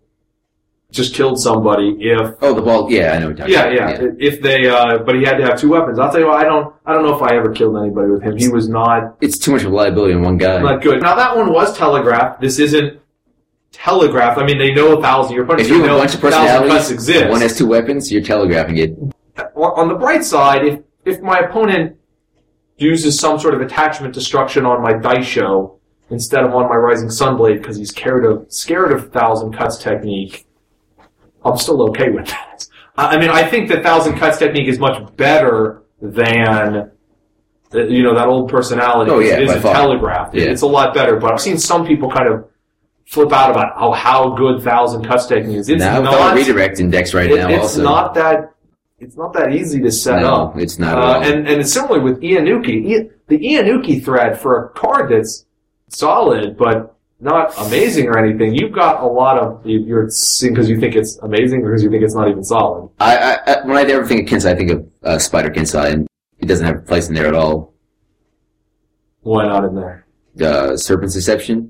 Speaker 1: just killed somebody if.
Speaker 2: Oh, the ball. Yeah, I know. What you're talking
Speaker 1: Yeah,
Speaker 2: about.
Speaker 1: yeah. If they, uh, but he had to have two weapons. I'll tell you what. I don't. I don't know if I ever killed anybody with him. He was not
Speaker 2: It's too much of a liability on one guy.
Speaker 1: not good. Now that one was telegraphed. This isn't telegraphed. I mean, they know a thousand. Your punch.
Speaker 2: if you have
Speaker 1: know
Speaker 2: a bunch of
Speaker 1: a thousand cuts
Speaker 2: personalities,
Speaker 1: exist.
Speaker 2: one has two weapons, you're telegraphing it.
Speaker 1: on on the bright side, if if my opponent uses some sort of attachment destruction on my dice show instead of on my rising sunblade because he's scared of scared of thousand cuts technique, I'm still okay with that. I I mean, I think the thousand cuts technique is much better than. uh, You know that old personality.
Speaker 2: Oh, yeah,
Speaker 1: it
Speaker 2: by
Speaker 1: isn't
Speaker 2: far.
Speaker 1: telegraphed. It-
Speaker 2: Yeah.
Speaker 1: It's a lot better. But I've seen some people kind of flip out about oh how good thousand cuts technique is. It's
Speaker 2: now, with all
Speaker 1: not
Speaker 2: the redirect index right
Speaker 1: it-
Speaker 2: now,
Speaker 1: it's
Speaker 2: also.
Speaker 1: not that it's not that easy to set
Speaker 2: no,
Speaker 1: up.
Speaker 2: it's not
Speaker 1: Uh,
Speaker 2: at all.
Speaker 1: and and similarly with Ianuki, I, the Ianuki thread for a card that's solid but not amazing or anything. You've got a lot of you, you're seeing because you think it's amazing or because you think it's not even solid.
Speaker 2: I, I, I, when I ever think of Kensai, I think of uh, Spider Kensai, and it doesn't have a place in there at all.
Speaker 1: Why not in there?
Speaker 2: Uh, Serpent's Deception.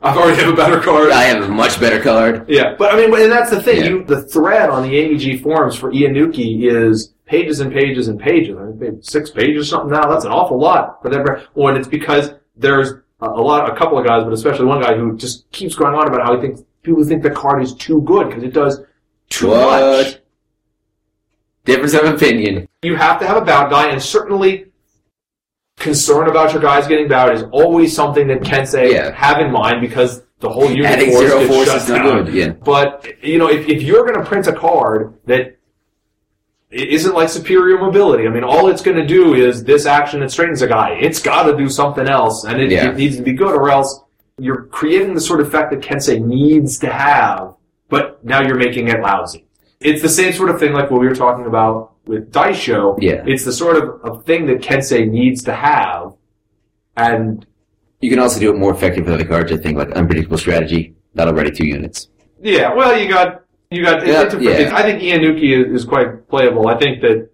Speaker 1: I've already have a better card.
Speaker 2: I have a much better card.
Speaker 1: Yeah, but I mean, and that's the thing.
Speaker 2: Yeah.
Speaker 1: You the thread on the AEG forums for Ianuki is pages and pages and pages. I mean, maybe six pages or something. Now that's an awful lot for that. brand. Well, and it's because there's a a lot, a couple of guys, but especially one guy who just keeps going on about how he thinks people think the card is too good because it does too
Speaker 2: What?
Speaker 1: much.
Speaker 2: Difference of opinion.
Speaker 1: You have to have a bow guy, and certainly concern about your guys getting bowed is always something that Kensei
Speaker 2: Yeah.
Speaker 1: have in mind because the whole unit
Speaker 2: Adding
Speaker 1: force
Speaker 2: zero
Speaker 1: gets
Speaker 2: force
Speaker 1: shut
Speaker 2: is not
Speaker 1: down.
Speaker 2: good. Yeah.
Speaker 1: But you know, if, if you're going to print a card that it isn't like superior mobility. I mean, all it's going to do is this action. It straightens a guy. It's got to do something else, and it,
Speaker 2: Yeah.
Speaker 1: it needs to be good, or else you're creating the sort of effect that Kensei needs to have. But now you're making it lousy. It's the same sort of thing like what we were talking about with Dice Show.
Speaker 2: Yeah.
Speaker 1: It's the sort of, of thing that Kensei needs to have, and
Speaker 2: You can also do it more effective with other cards. I think like unpredictable strategy. That'll write two units.
Speaker 1: Yeah, well, you got you got. it-
Speaker 2: Yeah,
Speaker 1: it's a-
Speaker 2: yeah.
Speaker 1: it's- I think Ianuki is, is quite playable. I think that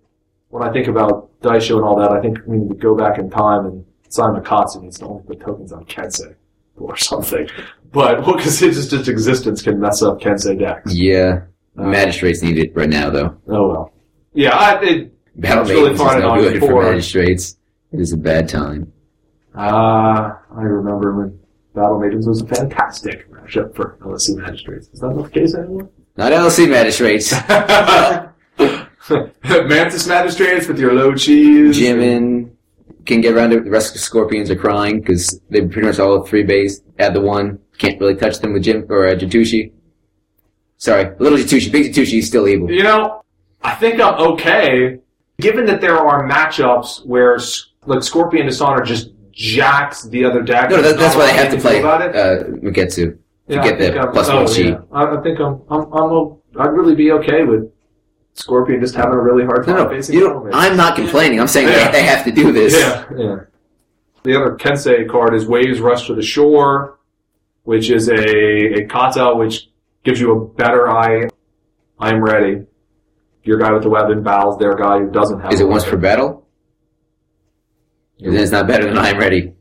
Speaker 1: when I think about Daisho and all that, I think we need to go back in time and Simon Katsu needs to only put tokens on Kensei or something. But well, because his just existence can mess up Kensei decks.
Speaker 2: Yeah,
Speaker 1: Uh,
Speaker 2: magistrates need it right now though.
Speaker 1: oh well. Yeah, I, it,
Speaker 2: Battle
Speaker 1: It's really
Speaker 2: Maidens is
Speaker 1: fine
Speaker 2: no
Speaker 1: on
Speaker 2: good for
Speaker 1: four.
Speaker 2: magistrates. It is a bad time.
Speaker 1: uh, I remember when Battle Maidens was a fantastic matchup for LSC Magistrates. Is that not the case anymore?
Speaker 2: Not LC magistrates.
Speaker 1: Mantis Magistrates with your low cheese.
Speaker 2: Jimin can get around it. The rest of the Scorpions are crying because they pretty much all have three bays at the one. Can't really touch them with Jim or uh, Jatushi. Sorry, little Jatushi, big Jatushi is still evil.
Speaker 1: You know, I think I'm okay, given that there are matchups where s- like Scorpion Dishonor just jacks the other deck.
Speaker 2: No, that,
Speaker 1: There's
Speaker 2: that's
Speaker 1: not
Speaker 2: why
Speaker 1: a
Speaker 2: they
Speaker 1: lot
Speaker 2: have to
Speaker 1: you
Speaker 2: play
Speaker 1: can do About it.
Speaker 2: uh, Mugetsu.
Speaker 1: Yeah,
Speaker 2: get
Speaker 1: I think
Speaker 2: the
Speaker 1: I'm-
Speaker 2: plus
Speaker 1: oh,
Speaker 2: one sheet.
Speaker 1: yeah. I, I think I'm, I'm, I'm a, I'd really be okay with Scorpion just having a really hard time
Speaker 2: No, no,
Speaker 1: facing
Speaker 2: you
Speaker 1: Battle
Speaker 2: know,
Speaker 1: Mage.
Speaker 2: I'm not complaining. I'm saying
Speaker 1: Yeah.
Speaker 2: they, they have to do this.
Speaker 1: Yeah, yeah. The other Kensei card is Waves Rush to the Shore, which is a, a kata which gives you a better eye. I'm ready. Your guy with the weapon bows their guy who doesn't have
Speaker 2: Is
Speaker 1: a
Speaker 2: it once
Speaker 1: weapon.
Speaker 2: per battle? And then it's not better than I'm ready.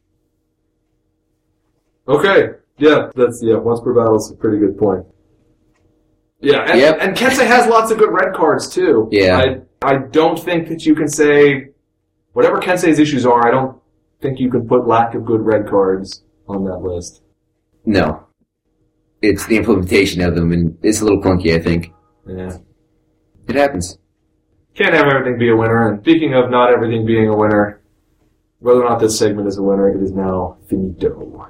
Speaker 1: Okay. Yeah, that's yeah. Once per battle is a pretty good point. Yeah, and,
Speaker 2: Yep.
Speaker 1: and Kensei has lots of good red cards too.
Speaker 2: Yeah.
Speaker 1: I I don't think that you can say whatever Kensei's issues are. I don't think you can put lack of good red cards on that list.
Speaker 2: No. It's the implementation of them, and it's a little clunky, I think.
Speaker 1: Yeah,
Speaker 2: It happens.
Speaker 1: can't have everything be a winner. And speaking of not everything being a winner, whether or not this segment is a winner, it is now finito.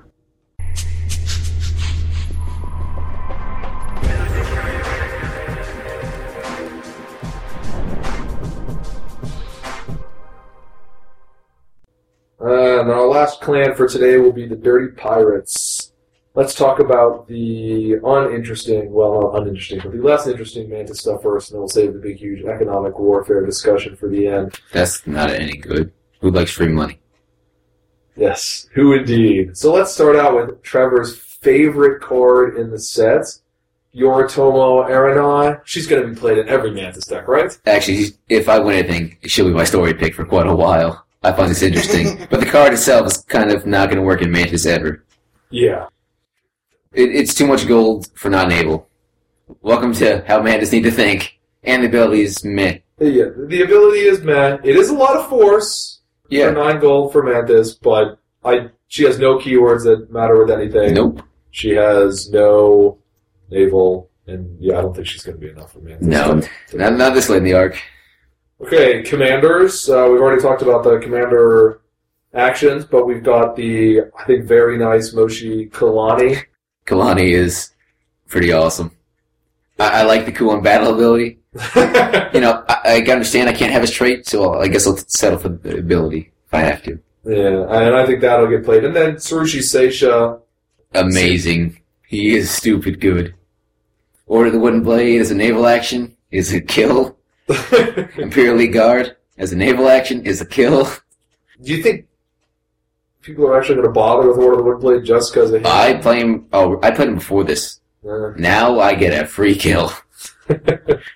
Speaker 1: Uh, and our last clan for today will be the Dirty Pirates. Let's talk about the uninteresting, well, not uninteresting, but the less interesting Mantis stuff first, and then we'll save the big, huge economic warfare discussion for the end.
Speaker 2: That's not any good. Who likes free money?
Speaker 1: Yes, who indeed. So let's start out with Trevor's favorite card in the set, Yoritomo Aranai. She's going to be played in every Mantis deck, right?
Speaker 2: Actually, if I win anything, she'll be my story pick for quite a while. I find this interesting. but the card itself is kind of not going to work in Mantis ever.
Speaker 1: Yeah.
Speaker 2: It, it's too much gold for not an able. Welcome to How Mantis Need to Think. And the ability is meh.
Speaker 1: Yeah, the ability is meh. It is a lot of force. for
Speaker 2: Yeah.
Speaker 1: nine gold for Mantis, but I she has no keywords that matter with anything.
Speaker 2: Nope.
Speaker 1: She has no naval, and yeah, I don't think she's going to be enough for Mantis.
Speaker 2: No. Not, not this late in the arc.
Speaker 1: Okay, commanders. Uh, we've already talked about the commander actions, but we've got the I think very nice Moshi Kalani.
Speaker 2: Kalani is pretty awesome. I, I like the cool and battle ability. You know, I, I can understand I can't have his trait, so I'll, I guess I'll settle for the ability if I have to.
Speaker 1: yeah, and I think that'll get played. And then Tsurushi Seisha.
Speaker 2: Amazing. He is stupid good. Order of the Wooden Blade is a naval action, is a kill. Imperial League Guard as a naval action is a kill.
Speaker 1: Do you think people are actually going to bother with Order of the Woodblade just because of him?
Speaker 2: I play him. Oh, I played him before this.
Speaker 1: Uh,
Speaker 2: Now I get a free kill.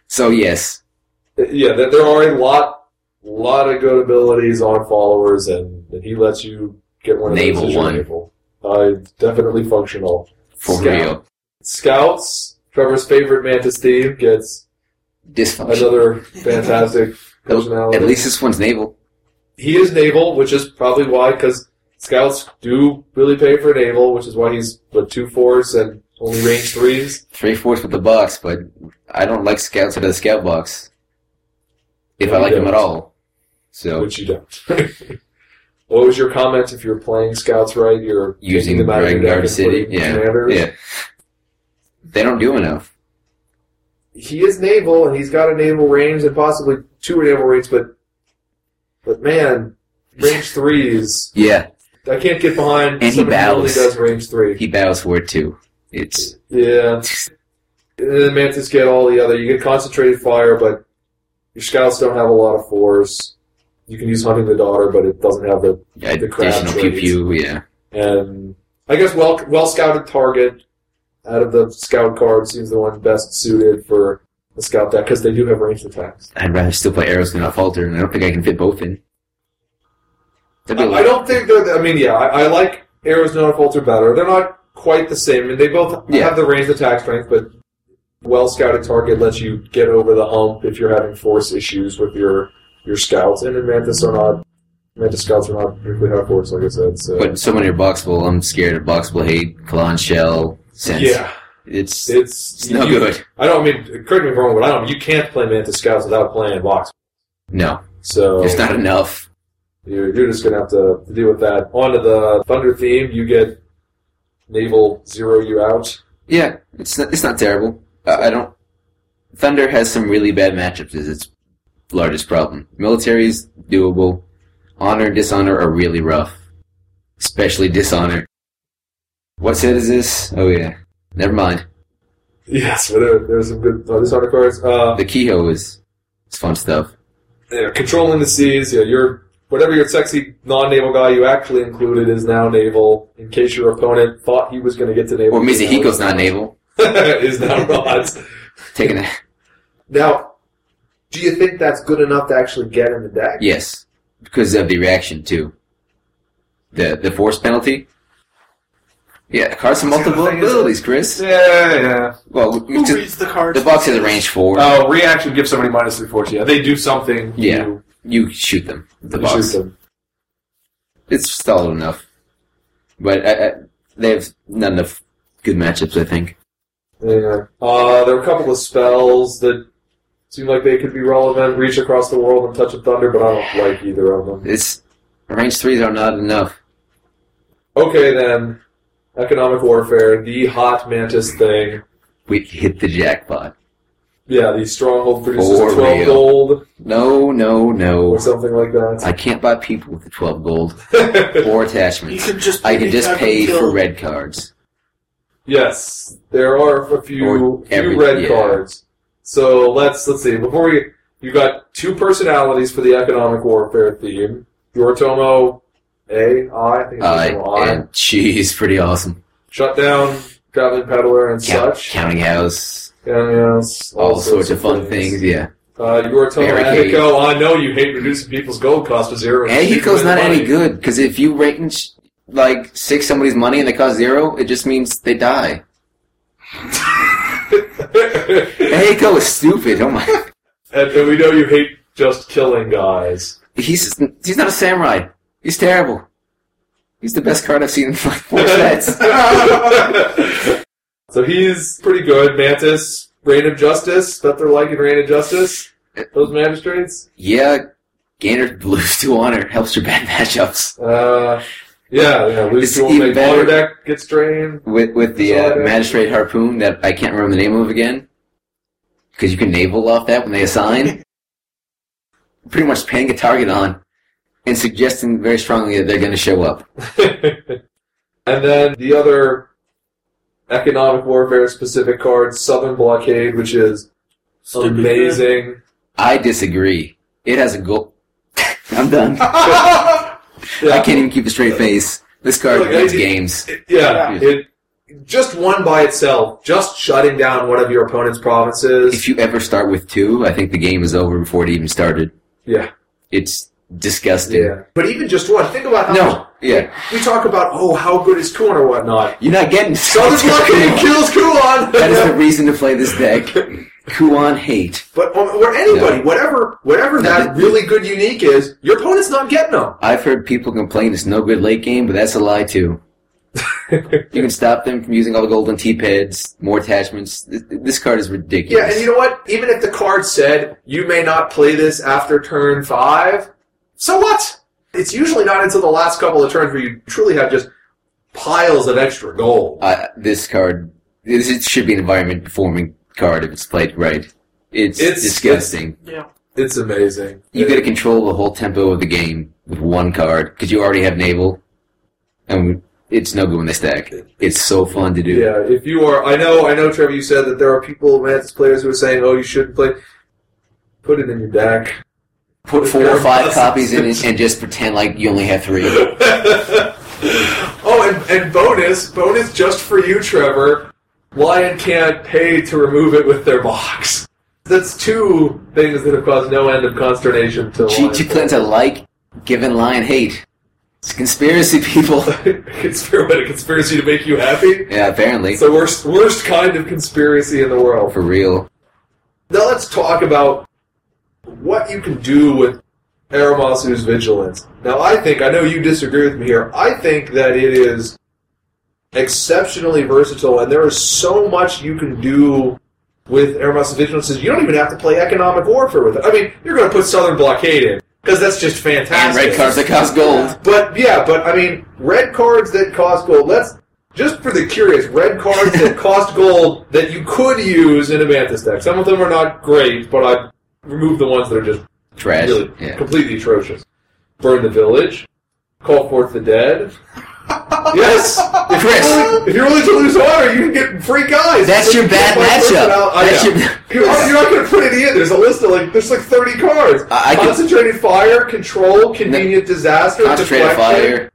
Speaker 2: so yes,
Speaker 1: yeah, there, there are a lot, lot of good abilities on followers, and, and he lets you get one of
Speaker 2: Naval
Speaker 1: those. as your
Speaker 2: one.
Speaker 1: Naval. Uh, definitely functional.
Speaker 2: for
Speaker 1: Scout.
Speaker 2: real.
Speaker 1: Scouts, Trevor's favorite Mantis theme, gets
Speaker 2: Dysfunction.
Speaker 1: another fantastic personality.
Speaker 2: At least this one's naval.
Speaker 1: he is naval, which is probably why, because Scouts do really pay for naval, which is why he's what two fours and only range threes.
Speaker 2: Three fourths with the box, but I don't like scouts out of the scout box. If
Speaker 1: No,
Speaker 2: I
Speaker 1: you
Speaker 2: like them
Speaker 1: don't.
Speaker 2: at all. So
Speaker 1: Which you don't. what was your comment if you're playing Scouts right? You're
Speaker 2: Using
Speaker 1: taking them out of your
Speaker 2: Dragon Guard
Speaker 1: deck and
Speaker 2: City,
Speaker 1: putting
Speaker 2: yeah,
Speaker 1: commanders?
Speaker 2: yeah, they don't do enough.
Speaker 7: he is naval and he's got a naval range and possibly two naval ranges, but but man, range threes.
Speaker 2: Yeah,
Speaker 7: I can't get behind
Speaker 2: And he
Speaker 7: somebody who only
Speaker 2: bows.
Speaker 7: does range three.
Speaker 2: he bows for it too. It's
Speaker 7: Yeah. And then Mantis get all the other. You get concentrated fire, but your scouts don't have a lot of force. You can use hunting the daughter, but it doesn't have the crab
Speaker 2: additional pew
Speaker 7: traits.
Speaker 2: pew. Yeah,
Speaker 7: and I guess well well scouted target out of the scout card seems the one best suited for the scout deck because they do have ranged attacks.
Speaker 2: I'd rather still play arrows than not falter, and I don't think I can fit both in. That'd
Speaker 7: I,
Speaker 2: be a
Speaker 7: I
Speaker 2: lot.
Speaker 7: don't think they're. The, I mean, yeah, I, I like arrows not falter better. They're not quite the same, and they both
Speaker 2: Yeah.
Speaker 7: have the ranged attack strength, but well scouted target lets you get over the hump if you're having force issues with your your scouts. And in Mantis are not. Mantis scouts are not particularly high force, like I said. So
Speaker 2: But someone near Boxable, I'm scared of Boxable hate, Kalan Shell, Sense.
Speaker 7: yeah,
Speaker 2: It's, it's,
Speaker 7: it's,
Speaker 2: no
Speaker 7: you-
Speaker 2: good.
Speaker 7: I don't I mean correct me if I'm wrong, but I don't you can't play Mantis Scouts without playing box.
Speaker 2: No,
Speaker 7: So
Speaker 2: it's not enough.
Speaker 7: you're, you're just gonna have to, to deal with that. Onto the Thunder theme, you get Naval zero you out.
Speaker 2: Yeah, it's not, it's not terrible. I, I don't. Thunder has some really bad matchups. Is its largest problem. Military is doable. Honor and dishonor are really rough, especially dishonor. What set is this? Oh yeah, never mind.
Speaker 7: Yes, but there, there's some good oh, this Thunder cards. Uh,
Speaker 2: The Kehoe is it's fun stuff.
Speaker 7: yeah, controlling the seas. Yeah, your whatever your sexy non-naval guy you actually included is now naval. In case your opponent thought he was gonna get to naval,
Speaker 2: Or Mizuhiko's not naval.
Speaker 7: is now not.
Speaker 2: Taking a
Speaker 7: Now, do you think that's good enough to actually get in the deck?
Speaker 2: yes, because of the reaction too. The the force penalty. Yeah, cards with
Speaker 1: See, the
Speaker 2: multiple
Speaker 1: thing is-
Speaker 2: abilities, Chris.
Speaker 1: Yeah, yeah.
Speaker 2: Well, we- we
Speaker 4: Who
Speaker 2: just-
Speaker 4: reads the cards?
Speaker 2: the box has a range four.
Speaker 1: Oh, reaction gives somebody minus three force. Yeah, they do something.
Speaker 2: Yeah.
Speaker 1: you-
Speaker 2: You shoot them. The
Speaker 7: Mm-hmm. You
Speaker 2: box.
Speaker 7: shoot them.
Speaker 2: It's solid enough, but I, I, they have not enough good matchups. I think.
Speaker 7: Yeah. Uh, there were a couple of spells that seem like they could be relevant. Reach across the world and touch of thunder, but I don't like either of them.
Speaker 2: It's range threes are not enough.
Speaker 7: Okay then, economic warfare, the hot mantis thing.
Speaker 2: We hit the jackpot.
Speaker 7: Yeah, the stronghold produces
Speaker 2: For
Speaker 7: twelve
Speaker 2: real.
Speaker 7: gold
Speaker 2: No, no,
Speaker 7: or
Speaker 2: no.
Speaker 7: something like that.
Speaker 2: I can't buy people with the twelve gold or
Speaker 4: You
Speaker 2: attachments.
Speaker 4: can just
Speaker 2: I can just
Speaker 4: have them
Speaker 2: pay for
Speaker 4: killed.
Speaker 2: red cards.
Speaker 7: yes, there are a few
Speaker 2: Or
Speaker 7: few
Speaker 2: every-
Speaker 7: red
Speaker 2: yeah.
Speaker 7: cards. So let's let's see. Before we you got two personalities for the economic warfare theme. Yoritomo A I I think it's
Speaker 2: Uh,
Speaker 7: Yoritomo I.
Speaker 2: and she's pretty awesome.
Speaker 7: shut down traveling peddler and
Speaker 2: Count,
Speaker 7: such.
Speaker 2: counting house,
Speaker 7: And, uh, yes,
Speaker 2: all, sorts of fun things. Yeah,
Speaker 7: Uh, you were telling
Speaker 2: Barricades.
Speaker 7: Hiko, I know you hate reducing people's gold cost to zero.
Speaker 2: and
Speaker 7: You
Speaker 2: Hiko's
Speaker 7: win
Speaker 2: not any
Speaker 7: money.
Speaker 2: good because if you range like six somebody's money and they cost zero, it just means they die. Hey, Hiko is stupid. Oh my.
Speaker 7: and, and we know you hate just killing guys.
Speaker 2: He's he's not a samurai. He's terrible. He's the best card I've seen in like four sets.
Speaker 7: so he's pretty good. Mantis, Reign of Justice, that they're liking Reign of Justice. Those magistrates.
Speaker 2: Yeah, Gainer lose to honor helps your bad matchups
Speaker 7: Uh, yeah, yeah.
Speaker 2: It's
Speaker 7: Lose to a
Speaker 2: even
Speaker 7: big water
Speaker 2: better.
Speaker 7: deck gets drained.
Speaker 2: with with the uh,
Speaker 7: Sorry.
Speaker 2: magistrate harpoon that I can't remember the name of again because you can navel off that when they assign. Pretty much pinning a target on and suggesting very strongly that they're going to show up.
Speaker 7: and then the other economic warfare specific card, Southern Blockade, which is
Speaker 4: Stupid
Speaker 7: amazing.
Speaker 2: I disagree. It has a goal. I'm done. I
Speaker 7: Yeah,
Speaker 2: can't even keep a straight face. This card
Speaker 7: Look, I
Speaker 2: wins
Speaker 7: did-
Speaker 2: games.
Speaker 7: it- yeah, it just one by itself, just shutting down one of your opponent's provinces.
Speaker 2: if you ever start with two, I think the game is over before it even started.
Speaker 7: Yeah.
Speaker 2: It's disgusting.
Speaker 7: Yeah, but even just one. Think about how
Speaker 2: No, yeah.
Speaker 7: we talk about. Oh, how good is Kuon or whatnot.
Speaker 2: You're not getting
Speaker 7: Southern Blockade
Speaker 2: That
Speaker 7: kills Kuon.
Speaker 2: is the reason to play this deck. Kuan hate.
Speaker 7: But um, or anybody,
Speaker 2: No.
Speaker 7: whatever, whatever that really good unique is, your opponent's not getting them.
Speaker 2: I've heard people complain it's no good late game, but that's a lie too. You can stop them from using all the golden T-pads, more attachments. Th- This card is
Speaker 7: yeah,
Speaker 2: ridiculous.
Speaker 7: and you know what? Even if the card said you may not play this after turn five, so what? It's usually not until the last couple of turns where you truly have just piles of extra gold.
Speaker 2: I, this card, this, it should be an environment performing card if it's played right. It's,
Speaker 7: It's-
Speaker 2: disgusting.
Speaker 4: Yeah.
Speaker 7: It's amazing.
Speaker 2: you get to control the whole tempo of the game with one card because you already have naval, and it's no good when they stack. It's so fun to do.
Speaker 7: Yeah, if you are, I know, I know, Trevor. You said that there are people, Mantis players, who are saying, "Oh, you shouldn't play." Put it in your deck.
Speaker 2: Put four or five copies in it and just pretend like you only have three.
Speaker 7: oh, and, and bonus, bonus just for you, Trevor. Lion can't pay to remove it with their box. That's two things that have caused no end of consternation to
Speaker 2: Cheat
Speaker 7: Lion.
Speaker 2: to Clinton like, giving lion hate. It's conspiracy, people.
Speaker 7: Conspir- what, a conspiracy to make you happy.
Speaker 2: yeah, apparently.
Speaker 7: It's the worst, worst kind of conspiracy in the world.
Speaker 2: For real.
Speaker 7: Now let's talk about what you can do with Aramasu's vigilance. Now I think I know you disagree with me here. I think that it is exceptionally versatile, and there is so much you can do with Aramasu's vigilance. is You don't even have to play economic warfare with it. I mean, you're going to put Southern Blockade in because that's just
Speaker 2: And
Speaker 7: fantastic.
Speaker 2: red cards that cost gold.
Speaker 7: But yeah, but I mean, red cards that cost gold. Let's just for the curious, red cards that cost gold that you could use in a Mantis deck. Some of them are not great, but I removed the ones that are just
Speaker 2: Trash.
Speaker 7: really
Speaker 2: Yeah.
Speaker 7: completely atrocious. Burn the village. Call forth the dead. yes, if you're,
Speaker 2: Chris.
Speaker 7: willing, if you're willing to lose honor, you can get free guys.
Speaker 2: That's your
Speaker 7: You
Speaker 2: bad
Speaker 7: get my oh, person
Speaker 2: matchup.
Speaker 7: out- I
Speaker 2: That's
Speaker 7: know.
Speaker 2: your-
Speaker 7: You're, you're not going to put it in. There's a list of like there's like 30 cards.
Speaker 2: I, I could
Speaker 7: Concentrated fire, control, convenient disaster,
Speaker 2: concentrate on
Speaker 7: deflection.
Speaker 2: fire.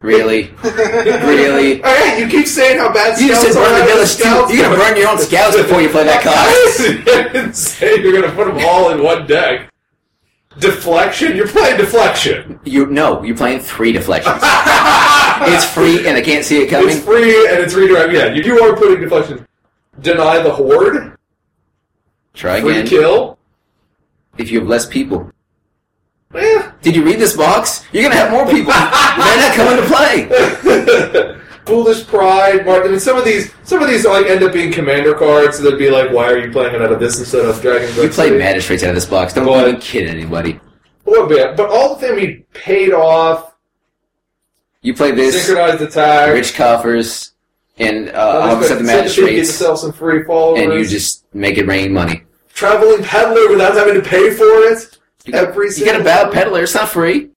Speaker 2: Really? really?
Speaker 7: All right, you keep saying how bad
Speaker 2: You
Speaker 7: scouts
Speaker 2: just said
Speaker 7: are.
Speaker 2: burn the
Speaker 7: how
Speaker 2: village
Speaker 7: scouts
Speaker 2: too. You're gonna
Speaker 7: are.
Speaker 2: burn your own scouts before you play that card.
Speaker 7: I didn't say you're gonna put them all in one deck. Deflection? You're playing deflection.
Speaker 2: You no, you're playing three deflections. it's free and they can't see it
Speaker 7: It's
Speaker 2: coming.
Speaker 7: free and it's redirect. Yeah, you, you are putting deflection. Deny the horde.
Speaker 2: Try
Speaker 7: Free
Speaker 2: again.
Speaker 7: kill.
Speaker 2: If you have less people.
Speaker 7: Eh.
Speaker 2: Did you read this box? You're gonna have more people. They're not coming to play.
Speaker 7: Foolish Pride, Martin. I mean, some of these, some of these like end up being commander cards. So they'd be like, "Why are you playing it out of this instead of Dragon?"
Speaker 2: You play magistrates out of this box. Don't
Speaker 7: But-
Speaker 2: even kid anybody.
Speaker 7: a little bit, but all the thing we paid off,
Speaker 2: You play this,
Speaker 7: synchronized attack.
Speaker 2: rich coffers, and uh,
Speaker 7: Now,
Speaker 2: opposite the
Speaker 7: this guy- Send kid, Get
Speaker 2: magistrates,
Speaker 7: yourself some free followers.
Speaker 2: and you just make it rain money.
Speaker 7: traveling peddler without having to pay for it.
Speaker 2: You got,
Speaker 7: Every
Speaker 2: you got a
Speaker 7: single
Speaker 2: bad peddler. It's not free.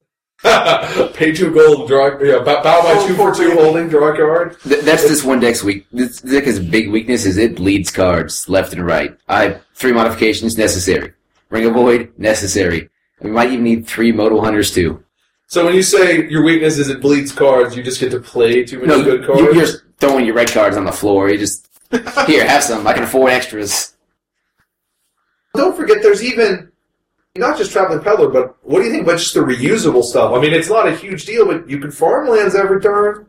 Speaker 7: pay two gold, draw. Yeah, bow, bow by
Speaker 4: Oh,
Speaker 7: two for
Speaker 4: poor
Speaker 7: two,
Speaker 4: baby.
Speaker 7: holding draw card.
Speaker 2: Th- that's this one deck's weak. This deck's big weakness is it bleeds cards left and right. I have three modifications necessary. Ring of Void necessary. We might even need three modal hunters too.
Speaker 7: So when you say your weakness is it bleeds cards, you just get to play too many
Speaker 2: No,
Speaker 7: good
Speaker 2: you,
Speaker 7: cards.
Speaker 2: you- you're throwing your red cards on the floor. You just here, have some. I can afford extras.
Speaker 7: Don't forget, there's even not just traveling peddler, but what do you think about just the reusable stuff? I mean, it's not a huge deal, but you can farm lands every turn.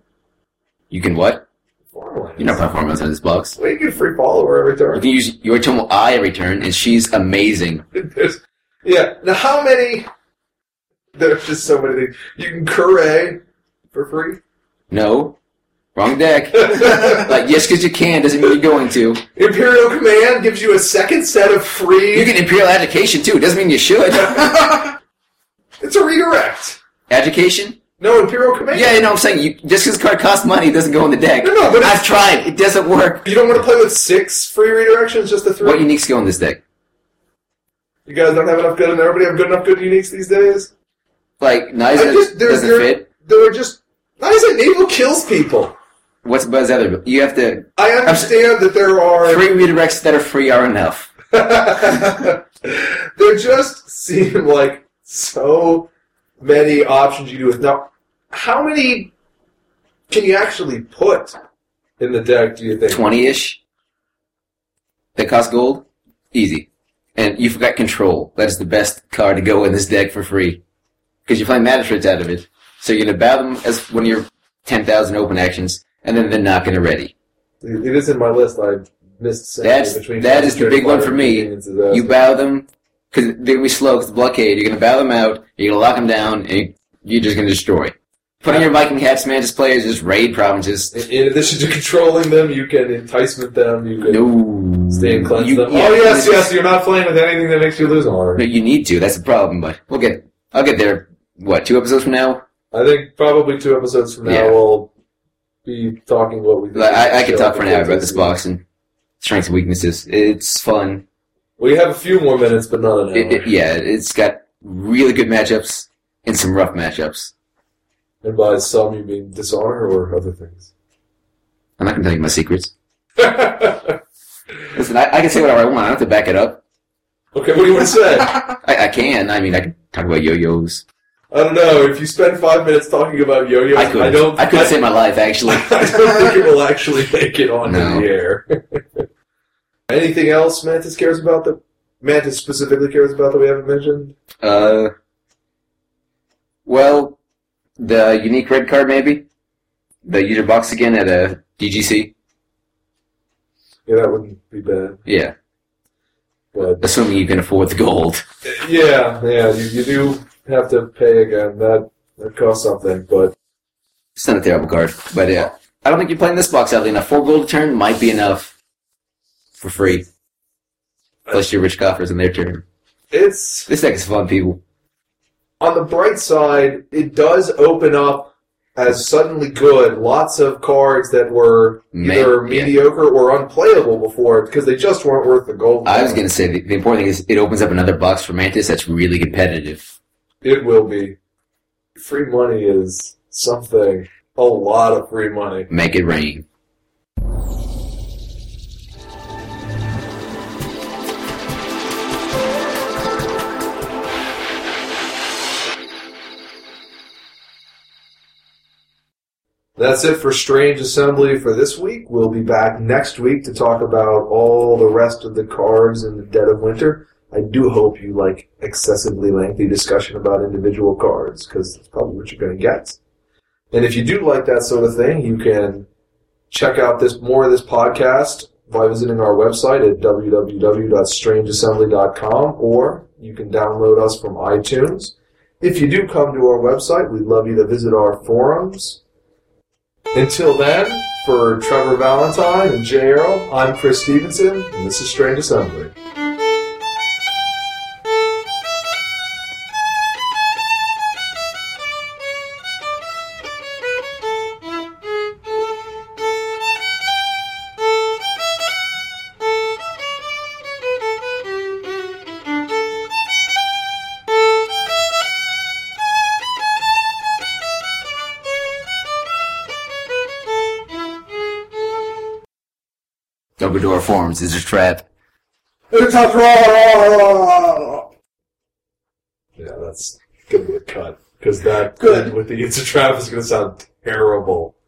Speaker 2: You can what?
Speaker 7: Farmlands.
Speaker 2: You're not playing farmlands in this box.
Speaker 7: Well, you get a free follower every turn.
Speaker 2: You can use your Tomo I every turn, and she's amazing.
Speaker 7: There's, yeah. Now, how many? There's just so many things. You can curry for free.
Speaker 2: No, wrong deck. like yes, because you can doesn't mean you're going to.
Speaker 7: Imperial Command gives you a second set of free.
Speaker 2: You can imperial education too. Doesn't mean you should.
Speaker 7: it's a redirect.
Speaker 2: education.
Speaker 7: No, Imperial Command.
Speaker 2: Yeah, you know what I'm saying? You, just because card costs money it doesn't go on the deck.
Speaker 7: No, no, but it's-
Speaker 2: I've tried. It doesn't work.
Speaker 7: You don't want to play with six free redirections, just the three.
Speaker 2: What uniques go on this deck?
Speaker 7: you guys don't have enough good. Everybody have good enough good uniques these days.
Speaker 2: Like, Niza
Speaker 7: I just- there's-
Speaker 2: doesn't
Speaker 7: there-
Speaker 2: fit.
Speaker 7: There are just. I said naval kills people.
Speaker 2: What's Buzz other? You have to...
Speaker 7: I understand that there are
Speaker 2: Three redirects that are free are enough.
Speaker 7: there just seem like so many options you do with now. How many can you actually put in the deck? Do you think?
Speaker 2: 20-ish. That cost gold. Easy. And you forgot Control. That is the best card to go in this deck for free. Because you're playing Magistrates out of it. So you're going to bow them as one of your 10,000 open actions, and then they're not going to ready.
Speaker 7: It it is in my list. I missed. saying
Speaker 2: That's-
Speaker 7: between
Speaker 2: that is the big one
Speaker 7: Fire
Speaker 2: for
Speaker 7: and
Speaker 2: me.
Speaker 7: Convenience is that.
Speaker 2: You bow them because they're gonna be slow because blockade. You're gonna bow them out. You're gonna lock them down, and you're just gonna destroy. Putting your Viking hats, man, just players, just raid provinces.
Speaker 7: in, in addition to controlling them, you can enticement them. You can
Speaker 2: No,
Speaker 7: stay and cleanse
Speaker 2: You-
Speaker 7: them.
Speaker 2: yeah,
Speaker 7: oh
Speaker 2: it's-
Speaker 7: yes, yes. You're not playing with anything that makes you lose honor.
Speaker 2: No, you need to. That's the problem. But we'll get. I'll get there. What two episodes from now?
Speaker 7: I think probably two episodes from now
Speaker 2: Yeah.
Speaker 7: we'll be talking what we. think
Speaker 2: Like, I, I could
Speaker 7: Show
Speaker 2: talk for an hour about this
Speaker 7: Yeah.
Speaker 2: box and strengths and weaknesses. It's fun.
Speaker 7: Well, you have a few more minutes, but not an hour.
Speaker 2: It, it- yeah, it's got really good matchups and some rough matchups.
Speaker 7: And by some, you mean dishonor or other things.
Speaker 2: I'm not going to tell you my secrets.
Speaker 7: okay,
Speaker 2: Listen, I, I can say whatever I want. I don't have to back it up.
Speaker 7: what do you want to say?
Speaker 2: I, I can. I mean, I can talk about yo-yos.
Speaker 7: I don't know. If you spend five minutes talking about yo-yos,
Speaker 2: I could.
Speaker 7: I don't.
Speaker 2: I could save my life, actually.
Speaker 7: I don't think it will actually make it onto
Speaker 2: No.
Speaker 7: the air. Anything else Mantis cares about that Mantis specifically cares about that we haven't mentioned?
Speaker 2: Uh, well, the unique red card, maybe? The user box again at a DGC?
Speaker 7: Yeah, that wouldn't be bad.
Speaker 2: Yeah.
Speaker 7: But
Speaker 2: Assuming you can afford the gold.
Speaker 7: yeah, yeah, you, you do have to pay again. That that costs something, but
Speaker 2: It's not a terrible card, but yeah. I don't think you're playing this box, Ellie. enough. Four gold a turn might be enough for free. Plus your rich coffers in their turn.
Speaker 7: it's
Speaker 2: This deck is fun, people.
Speaker 7: on the bright side, it does open up as suddenly good lots of cards that were
Speaker 2: Me-
Speaker 7: either
Speaker 2: yeah.
Speaker 7: mediocre or unplayable before because they just weren't worth the gold.
Speaker 2: I was going to say the, the important thing is it opens up another box for Mantis that's really competitive.
Speaker 7: It will be. Free money is something. A lot of free money.
Speaker 2: Make it rain.
Speaker 7: That's it for Strange Assembly for this week. We'll be back next week to talk about all the rest of the cards in the dead of winter. I do hope you like excessively lengthy discussion about individual cards, because that's probably what you're going to get. And if you do like that sort of thing, you can check out this more of this podcast by visiting our website at www.strangeassembly.com, or you can download us from iTunes. If you do come to our website, we'd love you to visit our forums. Until then, for Trevor Valentine and Jay Earl, I'm Chris Stevenson, and this is Strange Assembly.
Speaker 2: Don't go to our forums. It's a trap.
Speaker 7: It's a draw! Yeah, that's gonna be a cut. Because that
Speaker 4: Good.
Speaker 7: with the It's a Trap is gonna sound terrible.